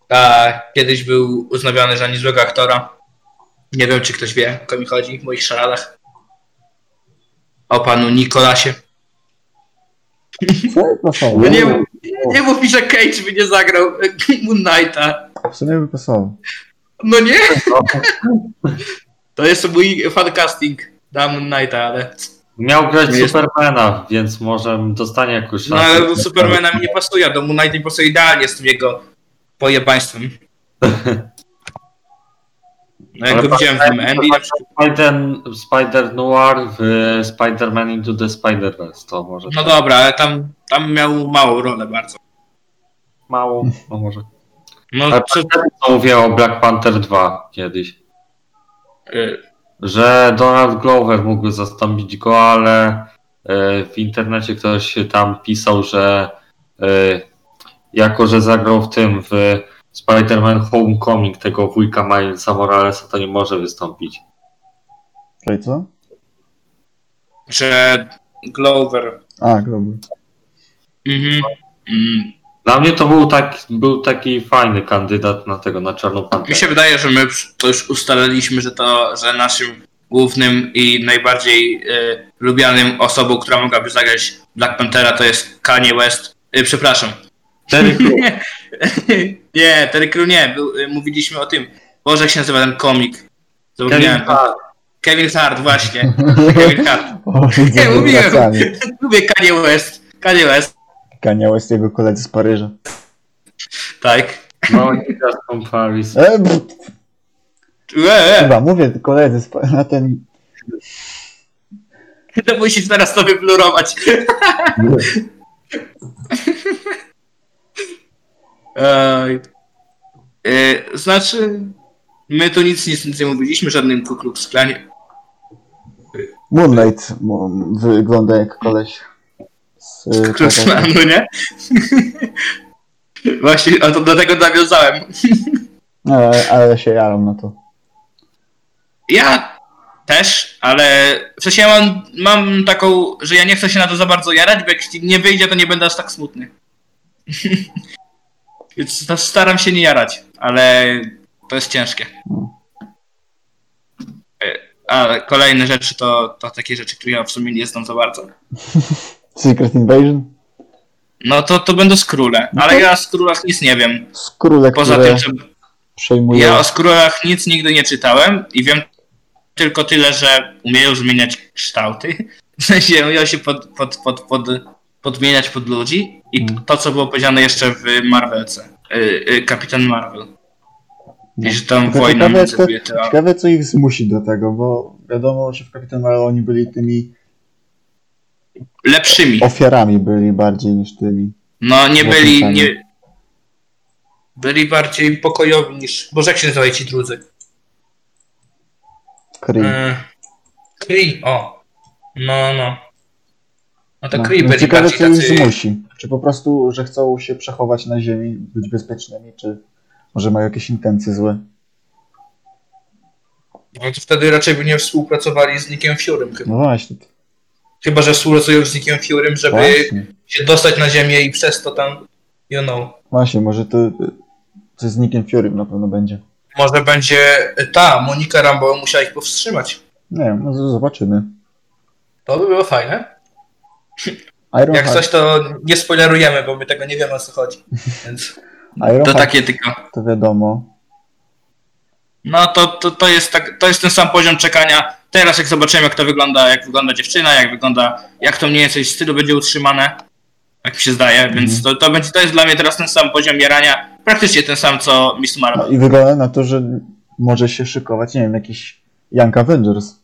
S2: A kiedyś był uznawiany za niezłego aktora. Nie wiem, czy ktoś wie, o kogo mi chodzi w moich szaradach. O panu Nikolasie.
S4: Co? Pasował.
S2: No nie, nie mów mi, że Cage by nie zagrał Moon Knighta.
S4: W sumie by pasował.
S2: No nie? To jest mój fan casting dla Moon Knighta, ale...
S3: Miał grać
S2: Jest-
S3: Supermana, więc może dostanie jakąś
S2: No
S3: szansę.
S2: ale do Supermana mi nie pasuje, do Moon Knight mi pasuje idealnie z tym jego pojebaństwem. No jak
S3: Ale tak,
S2: go widziałem w tym Andy, na przykład-
S3: Spider, tak, Spider Noir w Spider-Man Into the Spider-Verse to może
S2: no dobra, ale tam, tam miał małą rolę bardzo.
S3: mało, no może.
S2: No
S3: Ale
S2: co,
S3: co mówię o Black Panther 2 kiedyś, tak.
S2: y,
S3: że Donald Glover mógłby zastąpić go, ale e, w internecie ktoś tam pisał, że e, jako, że zagrał w tym, w Spider-Man Homecoming tego wujka Milesa Moralesa, to nie może wystąpić.
S4: Czyli co?
S2: że Glover.
S4: A, dobra.
S2: Mhm. Mm.
S3: Dla mnie to był, tak, był taki fajny kandydat na tego, na Czarną
S2: Mi
S3: Panterę.
S2: się wydaje, że my to już ustaliliśmy, że to, że naszym głównym i najbardziej y, lubianym osobą, która mogłaby zagrać Black Panthera to jest Kanye West. Y, przepraszam,
S3: Terry Crews.
S2: nie, Terry Crew nie. Był, y, mówiliśmy o tym. Boże, jak się nazywa ten komik?
S3: Kevin
S2: Zapomniałem.
S3: Hart.
S2: Kevin Hart, właśnie. Kevin Hart.
S4: O, widzę,
S2: Nie, mówiłem.
S4: wracanie.
S2: Lubię Kanye West. Kanye West,
S4: Kanye West, jego koledzy z Paryża.
S2: tak.
S3: No i teraz Comparis.
S4: E, pff,
S2: Łe,
S4: chyba, mówię, koledzy z Pa- na ten...
S2: To musisz teraz to wyplurować. Ej. Y, znaczy, my tu nic, nic, nic nie mówiliśmy, żadnym Ku Klux Klanie.
S4: Moonlight mu- wygląda jak koleś z... y,
S2: Klux
S3: Tak,
S4: tego-
S2: Klanu, nie? Właśnie, a to do tego nawiązałem.
S4: No, ale, ale się jaram na to.
S2: Ja też, ale w sensie ja mam, mam taką, że ja nie chcę się na to za bardzo jarać, bo jak nie wyjdzie, to nie będę aż tak smutny. Więc no, staram się nie jarać, ale to jest ciężkie. E, A kolejne rzeczy to, to takie rzeczy, które ja w sumie nie znam za bardzo.
S4: Secret Invasion?
S2: No to, to będą skróle, ale ja o skrólach nic nie wiem.
S4: Skróle,
S2: Poza
S4: które
S2: tym, że
S4: przejmuje...
S2: Ja o skórach nic nigdy nie czytałem i wiem tylko tyle, że umieją zmieniać kształty. W sensie umieją się pod, pod, pod, pod, podmieniać pod ludzi i
S4: Mm.
S2: to, co było powiedziane jeszcze w Marvelce. Y, y, Kapitan Marvel. I że tam
S4: Tylko
S2: wojna
S4: ciekawe,
S2: między
S4: No. to-
S2: kobietami.
S4: Ciekawe, co ich zmusi do tego, bo Wiadomo, że w Kapitan Marvel oni byli tymi
S2: Lepszymi.
S4: ofiarami byli bardziej niż tymi.
S2: No nie
S4: Mocno
S2: byli,
S4: fajnie.
S2: nie... Byli bardziej pokojowi niż... Boże, jak się nazywają ci drudzy?
S4: Kree.
S2: E, Kree, o. No, no. No to
S4: No.
S2: Kree
S4: No
S2: byli
S4: Ciekawe,
S2: bardziej
S4: co ich
S2: tacy...
S4: zmusi. Czy po prostu, że chcą się przechować na ziemi, być bezpiecznymi, czy może mają jakieś intencje złe.
S2: No to wtedy raczej by nie współpracowali z Nickiem Furym chyba.
S4: No właśnie.
S2: Chyba, że współpracują z Nickiem Furym, żeby
S4: Właśnie,
S2: się dostać na ziemię i przez to tam, you know.
S4: właśnie może to y, coś z Nickiem Furym na pewno będzie.
S2: Może będzie e, ta, Monika Rambo musiała ich powstrzymać.
S4: Nie wiem, no z- zobaczymy.
S2: To by było fajne.
S4: Iron
S2: Jak
S4: Heart.
S2: coś, to nie spoilerujemy, bo my tego nie wiemy o co chodzi. Więc
S4: Iron
S2: to
S4: Heart,
S2: takie tylko.
S4: to wiadomo.
S2: No to, to, to, jest tak, to jest ten sam poziom czekania. Teraz jak zobaczymy, jak to wygląda, jak wygląda dziewczyna, jak wygląda, jak to mniej więcej w stylu będzie utrzymane. Tak mi się zdaje,
S4: Mhm.
S2: więc to, to, będzie, to jest dla mnie teraz ten sam poziom jarania. Praktycznie ten sam, co Miss Marvel.
S4: No i wygląda na to, że może się szykować, nie wiem, jakiś Young Avengers.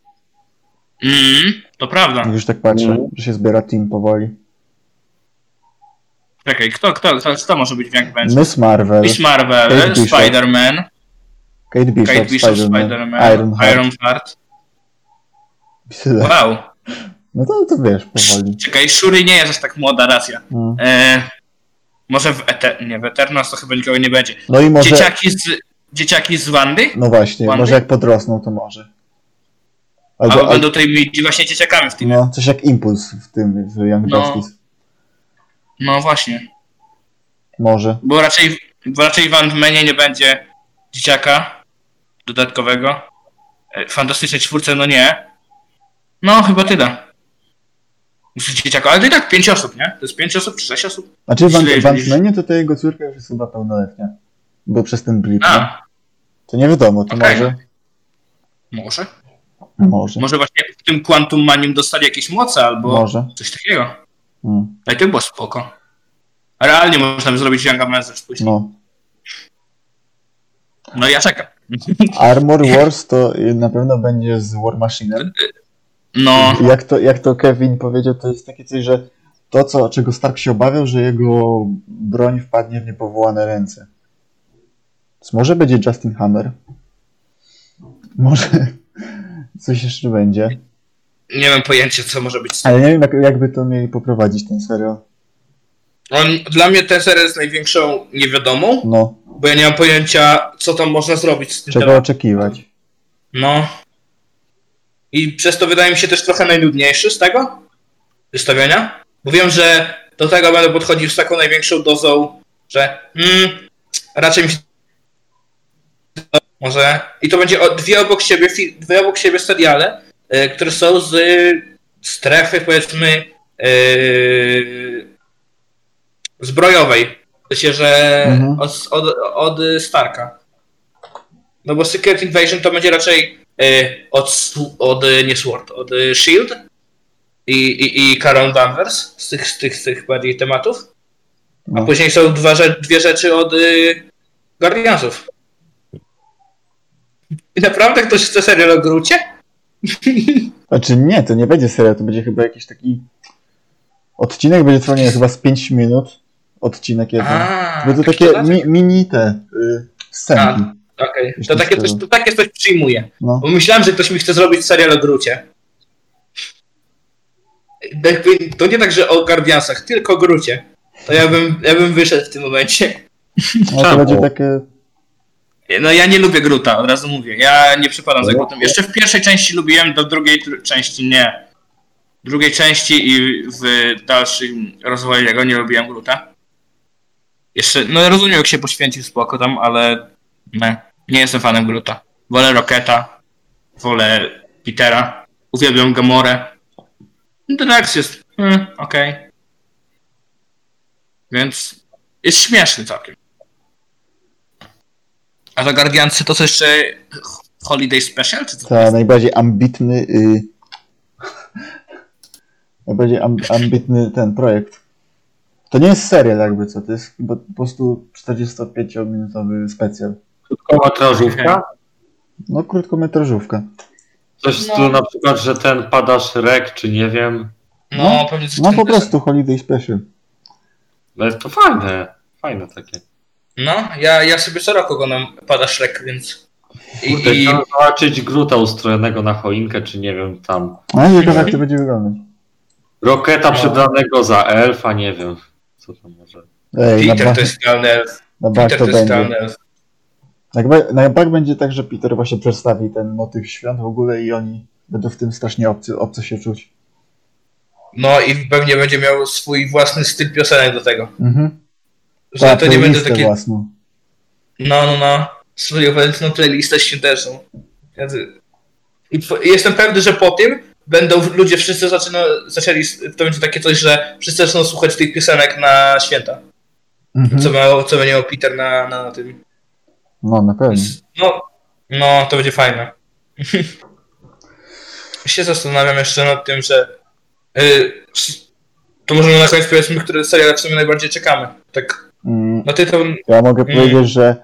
S2: Mm, to prawda.
S4: Jak już tak patrzę,
S3: Mhm.
S4: że się zbiera team powoli.
S2: Czekaj, kto, kto, kto, kto może być w Young Avengers?
S4: Miss Marvel,
S2: Miss Marvel,
S4: Kate Bishop,
S2: Spider-Man,
S4: Kate Bishop,
S2: Kate Bishop,
S4: Spider-Man,
S2: Spider-Man,
S4: Iron Heart.
S2: Iron Heart. Wow.
S4: No to, to wiesz, powoli.
S2: Czekaj, Shuri nie jest aż tak młoda, racja.
S4: No,
S2: E, może w, Ete- nie, w Eternals to chyba nikogo nie będzie.
S4: no i może...
S2: Dzieciaki z, dzieciaki z Wandy?
S4: No właśnie,
S2: Wandy?
S4: może jak podrosną, to może. Albo,
S2: Albo
S4: albo
S2: będą tutaj właśnie dzieciakami w tym.
S4: no, coś jak impuls w tym, w Young
S2: No.
S4: Justice.
S2: No właśnie.
S4: Może.
S2: Bo raczej, bo raczej w Ant-Manie nie będzie dzieciaka dodatkowego. E, Fantastycznej czwórce, no nie. No, chyba tyle. Muszę dzieciaka, ale to i tak pięć osób, nie? To jest pięć osób czy sześć osób?
S4: Znaczy w
S2: Źle,
S4: Ant- w
S2: źle.
S4: Ant-Manie to ta jego córka już jest chyba pełnoletnia. Bo przez ten blip, nie?
S2: A,
S4: To nie wiadomo, to
S2: Okej.
S4: może. No.
S2: może.
S4: Może.
S2: Może właśnie w tym Quantum Manium dostali jakieś moce albo
S4: Może.
S2: coś takiego.
S4: Mm,
S2: Ale to by było spoko. Realnie można by zrobić Young Avengers później.
S4: No.
S2: No ja czekam.
S4: Armor Wars to y, na pewno będzie z War Machine.
S2: No,
S4: Jak to, jak to Kevin powiedział, to jest takie coś, że to, co, czego Stark się obawiał, że jego broń wpadnie w niepowołane ręce. Więc może będzie Justin Hammer. Może coś jeszcze będzie.
S2: nie mam pojęcia co może być z tym.
S4: Ale nie wiem, jak, jakby to mieli poprowadzić ten serial.
S2: On, dla mnie ten serial jest największą niewiadomą,
S4: No,
S2: bo ja nie mam pojęcia co tam można zrobić z tym
S4: czego
S2: tematem.
S4: oczekiwać.
S2: No. I przez to wydaje mi się też trochę najnudniejszy z tego wystawienia. Bo wiem, że do tego będę podchodził z taką największą dozą, że mm, raczej mi się może. I to będzie o, dwie obok siebie, fi- dwie obok siebie seriale, e, które są z y, strefy powiedzmy e, zbrojowej. W sensie, że
S4: Mhm.
S2: od, od, od Starka. No bo Secret Invasion to będzie raczej e, od, Su- od e, nie Sword, od e, Shield i, i, i Carol Danvers z tych, z tych, z tych bardziej tematów. A
S4: No.
S2: później są dwa, rze- dwie rzeczy od y, Guardiansów. I naprawdę ktoś chce serial o Grucie?
S4: Znaczy nie, to nie będzie serial, to będzie chyba jakiś taki odcinek, będzie trwał nie, wiem, chyba z 5 minut. Odcinek jeden.
S2: A,
S4: Bo to
S2: tak
S4: takie
S2: to- tak?
S4: mi, mini te y, scenki.
S2: Okej,
S4: Już
S2: to,
S4: to
S2: takie
S4: skoro.
S2: coś, to takie coś przyjmuję.
S4: No.
S2: Bo myślałem, że ktoś mi chce zrobić serial o Grucie. Jakby- To nie tak, że o Guardiansach, tylko o Grucie. To ja bym, ja bym wyszedł w tym momencie.
S4: No to
S3: Czemu?
S4: będzie takie.
S2: No ja nie lubię Gruta, od razu mówię. Ja nie przypadam
S4: No
S2: za Grutem. Jeszcze w pierwszej części lubiłem, do drugiej tr- części nie. W drugiej części i w dalszym rozwoju jego nie lubiłem Gruta. Jeszcze, no rozumiem jak się poświęcił spoko tam, ale nie, nie jestem fanem Gruta. Wolę Roketa, wolę Petera, uwielbiam Gamorę. Drax jest, hmm, okej. Więc jest śmieszny całkiem. A za Guardiansy to co jeszcze Holiday Special, czy co?
S4: Ta najbardziej ambitny. Y, najbardziej amb, ambitny ten projekt. To nie jest serial jakby co, to jest chyba po prostu 45-minutowy specjal.
S3: Krótkowa trażówka?
S4: No krótkometrażówka.
S3: Coś w
S2: No.
S3: stylu na przykład, że ten pada Shrek, czy nie wiem.
S2: No,
S4: No,
S2: pewnie coś w
S4: No
S2: tym
S4: po
S2: deseń.
S4: prostu Holiday Special.
S3: No jest to fajne. Fajne takie.
S2: No, ja, ja sobie co roku oglądam Pada Shrek, więc... I,
S3: Kurde,
S2: i
S3: chciałem zobaczyć gruta ustrojonego na choinkę, czy nie wiem tam.
S4: No nie wiem,
S2: Mhm.
S4: jak to będzie wyglądać.
S3: Roketa
S2: No.
S3: przebranego za elfa, nie wiem. Co tam może.
S4: Ej, na
S2: Peter
S4: bak,
S2: to jest idealny elf.
S4: na bak
S2: Peter
S4: to
S2: to jest
S4: będzie.
S2: idealny elf.
S4: Na ba- Na bak będzie tak, że Peter właśnie przedstawi ten motyw świąt w ogóle i oni będą w tym strasznie obcy, obco się czuć.
S2: No i pewnie będzie miał swój własny styl piosenek do tego.
S4: Mhm.
S2: Że
S4: Ta
S2: to nie będą
S4: playlistę
S2: takie...
S4: własną.
S2: No, no, no. Swoją wewnętrzną playlistę świąteczną. Ja ty- I po- i jestem pewny, że po tym będą w- ludzie wszyscy zaczyna, zaczęli, s- to będzie takie coś, że wszyscy zaczną słuchać tych piosenek na święta. Co,
S4: Mhm.
S2: miał, co będzie miał Peter na, na tym.
S4: No na pewno.
S2: Więc, no, no, to będzie fajne. się zastanawiam jeszcze nad tym, że y, s- to może na koniec powiedzmy, które seriale w sumie najbardziej czekamy. Tak,
S4: Mm,
S2: no ty to
S4: Ja mogę
S2: Mm.
S4: powiedzieć, że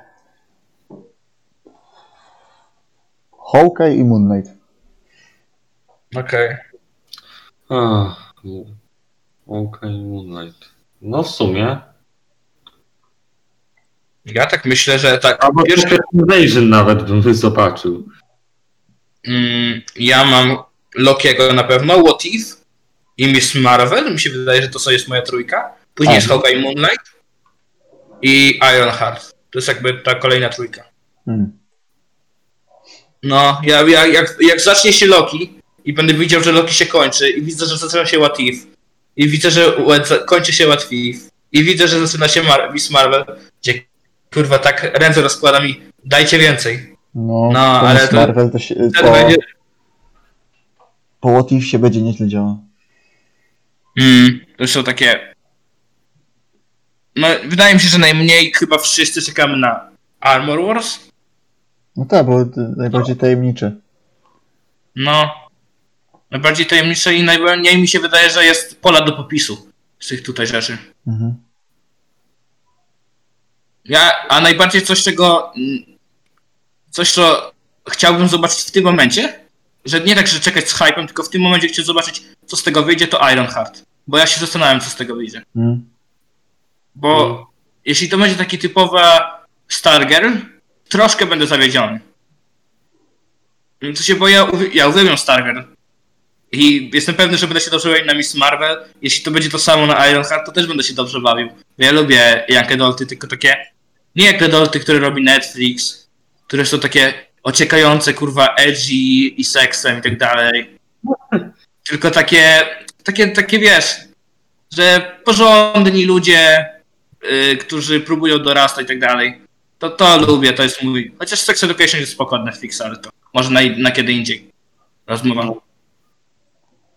S4: Hawkeye i Moon Knight.
S2: okej.
S3: Ach, Okej, Moonlight. No w sumie.
S2: Ja tak myślę, że tak.
S3: Albo
S2: Pierwszy
S3: pierwszy Invasion nawet bym zobaczył.
S2: Mm, ja mam Lokiego na pewno, What If i Miss Marvel, mi się wydaje, że to co jest moja trójka. Później
S4: A.
S2: jest Hawkeye Moonlight i Ironheart. To jest jakby ta kolejna trójka.
S4: Mm.
S2: No, ja, ja, jak, jak zacznie się Loki i będę widział, że Loki się kończy i widzę, że zaczyna się What If i widzę, że What- kończy się What If i widzę, że zaczyna się Mar- Miss Marvel, gdzie kurwa tak ręce rozkładam i dajcie więcej.
S4: No,
S2: No,
S4: to
S2: ale
S4: jest
S2: to-
S4: Marvel to się,
S2: Wtedy
S4: po,
S2: będzie...
S4: po What If się będzie nieźle działo.
S2: Mm, to są takie. No, wydaje mi się, że najmniej chyba wszyscy czekamy na Armor Wars.
S4: No tak, bo to najbardziej tajemnicze.
S2: No, najbardziej tajemnicze i najmniej mi się wydaje, że jest pola do popisu z tych tutaj rzeczy.
S4: Mhm.
S2: Ja, a najbardziej coś, czego. mm, Coś, co chciałbym zobaczyć w tym momencie, że nie tak, że czekać z hypem, tylko w tym momencie chcę zobaczyć, co z tego wyjdzie, to Ironheart. Bo ja się zastanawiam, co z tego wyjdzie.
S4: Mm.
S2: Bo
S3: Mm.
S2: jeśli to będzie taki typowa Stargirl, troszkę będę zawiedziony. Co się boję, uwi- ja uwielbiam Stargirl. I jestem pewny, że będę się dobrze bawił na Miss Marvel. Jeśli to będzie to samo na Ironheart, to też będę się dobrze bawił. Ja lubię Young Adulty, tylko takie... Nie jak Adulty, które robi Netflix, które są takie ociekające, kurwa, edgy i seksem i tak dalej. Tylko takie, takie, takie wiesz, że porządni ludzie, y, którzy próbują dorastać i tak dalej. To to lubię, to jest mój. Chociaż Sex Education jest spoko od Netflixa, ale to może na, na kiedy indziej. Rozmowa.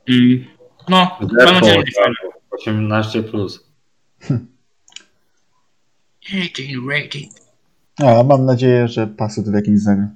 S2: Mm. No, mam nadzieję, że będzie fajne.
S3: 18 tak, plus.
S2: Rating, rating.
S4: A, mam nadzieję, że pasut w jakimś zagra.